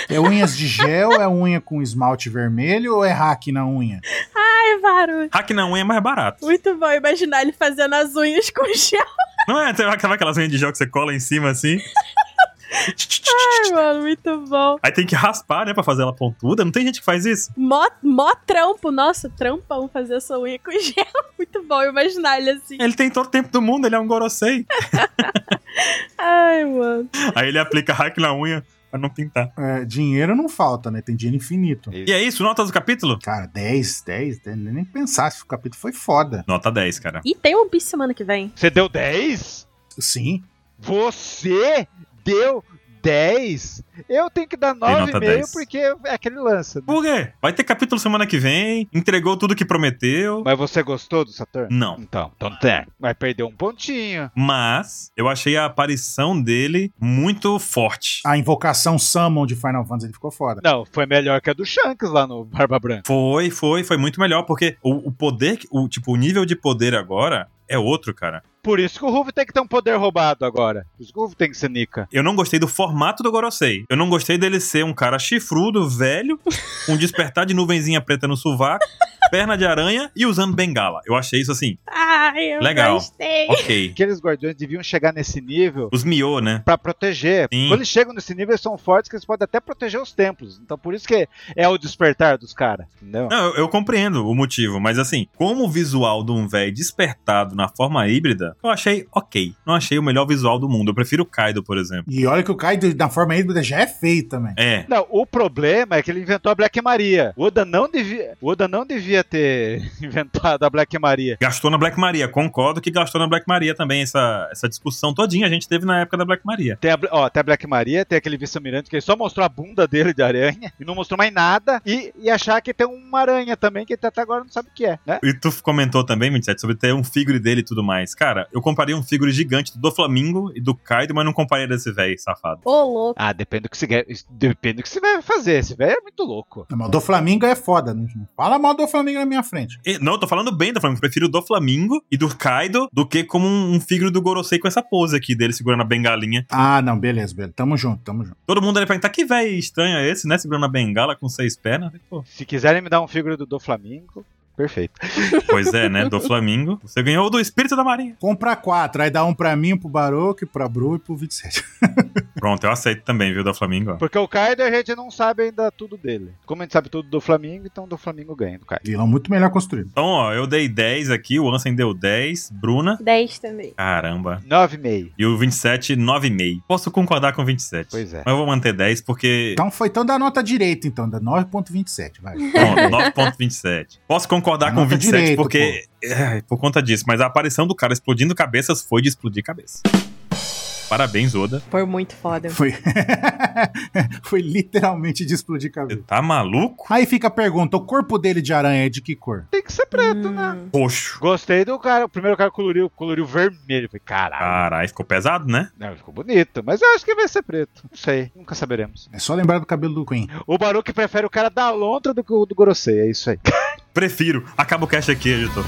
C: É unhas de gel, é unha com esmalte vermelho ou é hack na unha?
B: Ai, Varu.
A: Hack na unha é mais barato.
B: Muito bom imaginar ele fazendo as unhas com gel,
A: Não é? Tem sabe aquelas unhas de gel que você cola em cima assim?
B: mano. Muito bom.
A: Aí tem que raspar, né, pra fazer ela pontuda. Não tem gente que faz isso?
B: Mó, mó trampo. Nossa, trampão fazer essa unha com gel. Muito bom imaginar ele assim.
A: Ele tem todo o tempo do mundo, ele é um gorosei.
B: Ai, mano.
A: Aí ele aplica hack na unha pra não pintar.
C: É, dinheiro não falta, né? Tem dinheiro infinito.
A: E é isso, notas do capítulo?
C: Cara, 10, 10, 10 nem pensar, esse capítulo foi foda.
A: Nota 10, cara.
B: E tem One Piece semana que vem.
D: Você deu 10?
C: Sim.
D: Você deu 10? Eu tenho que dar
A: nota
D: 9,5
A: 10.
D: porque é aquele lance. né?
A: Por quê? Vai ter capítulo semana que vem, entregou tudo que prometeu.
D: Mas você gostou do Saturno?
A: Não.
D: Então, então tem. Vai perder um pontinho.
A: Mas eu achei a aparição dele muito forte.
C: A invocação Summon de Final Fantasy ele ficou foda.
D: Não, foi melhor que a do Shanks lá no Barba Branca.
A: Foi, foi, foi muito melhor, porque o, o poder, que- o tipo, o nível de poder agora é outro, cara.
D: Por isso que o Ruff tem que ter um poder roubado agora. Por isso que o Ruff tem que ser Nika.
A: Eu não gostei do formato do Gorosei. Eu não gostei dele ser um cara chifrudo, velho, com um despertar de nuvenzinha preta no sovaco, perna de aranha e usando bengala. Eu achei isso assim,
B: Ai, eu
A: Legal.
B: gostei.
A: ok.
D: Aqueles guardiões deviam chegar nesse nível
A: Os Mio, né?
D: pra proteger.
A: Sim.
D: Quando eles chegam nesse nível, eles são fortes que eles podem até proteger os templos. Então por isso que é o despertar dos caras. Entendeu?
A: Não, eu, eu compreendo o motivo, mas assim, como o visual de um velho despertado na forma híbrida, eu achei ok. Não achei o melhor visual do mundo. Eu prefiro o Kaido, por exemplo.
C: E olha que o Kaido, da forma híbrida, já é feio também.
A: É.
D: Não, o problema é que ele inventou a Black Maria. O Oda não devia, o Oda não devia ter inventado a Black Maria.
A: Gastou na Black Maria, concordo que gastou na Black Maria também. Essa, essa discussão todinha a gente teve na época da Black Maria.
D: Tem a, Bla- ó, tem a Black Maria, tem aquele vice-almirante que ele só mostrou a bunda dele de aranha e não mostrou mais nada. E, e achar que tem uma aranha também que ele até agora não sabe o que é, né?
A: E tu comentou também, 27, sobre ter um figure dele e tudo mais. Cara, eu comparei um figure gigante do Flamingo e do Kaido, mas não comparei desse velho safado.
B: Ô, louco.
D: Ah, depende do que você quer. isso Depende do que você vai fazer. Esse velho é muito louco.
C: Não, mas o do Flamengo é foda. Não não fala mal do Flamengo na minha frente.
A: E- não, eu tô falando bem do Flamingo. Prefiro do Flamingo e do Kaido do que como um, um figure do Gorosei com essa pose aqui dele segurando a bengalinha.
C: Ah, não, beleza, beleza. Tamo junto, tamo junto.
A: Todo mundo ali pra perguntar que velho estranho é esse, né? Segurando a bengala com seis pernas. Pô,
D: Se quiserem me dar um figura do do Flamengo, perfeito.
A: Pois é, né? Do Flamingo. Você ganhou do espírito da marinha.
C: um Compra quatro, aí dá um pra mim, pro Baroque, pra Bru e pro 27.
A: Pronto, eu aceito também, viu, da Flamengo.
D: Porque o Kaido a gente não sabe ainda tudo dele. Como a gente sabe tudo do Flamengo, então do Flamengo ganha do Kaido.
C: Vilão muito melhor construído.
A: Então, ó, eu dei 10 aqui, o Ansem deu 10, Bruna.
B: 10 também.
A: Caramba.
D: 9,5.
A: E o 27, 9,5. Posso concordar com 27.
D: Pois é.
A: Mas eu vou manter 10 porque.
C: Então foi então da nota direita, então, da 9.27, vai.
A: Pronto, 9,27. Posso concordar com
C: Anota
A: 27
C: direito,
A: porque. É, por conta disso, mas a aparição do cara explodindo cabeças foi de explodir cabeça. Parabéns, Oda.
B: Foi muito foda.
C: Foi. foi literalmente de explodir
A: Você
C: cabelo.
A: tá maluco?
C: Aí fica a pergunta: o corpo dele de aranha é de que cor?
D: Tem que ser preto,
A: Hum.
D: né?
A: Roxo.
D: Gostei do cara. O primeiro cara coloriu, coloriu vermelho. Falei, caralho.
A: Caralho, ficou pesado, né?
D: Não, ficou bonito, mas eu acho que vai ser preto. Não sei, nunca saberemos.
C: É só lembrar do cabelo do Queen.
D: O Baruque prefere o cara da lontra do que o do Gorosei, é isso aí.
A: Prefiro. Acaba o cash aqui, editor.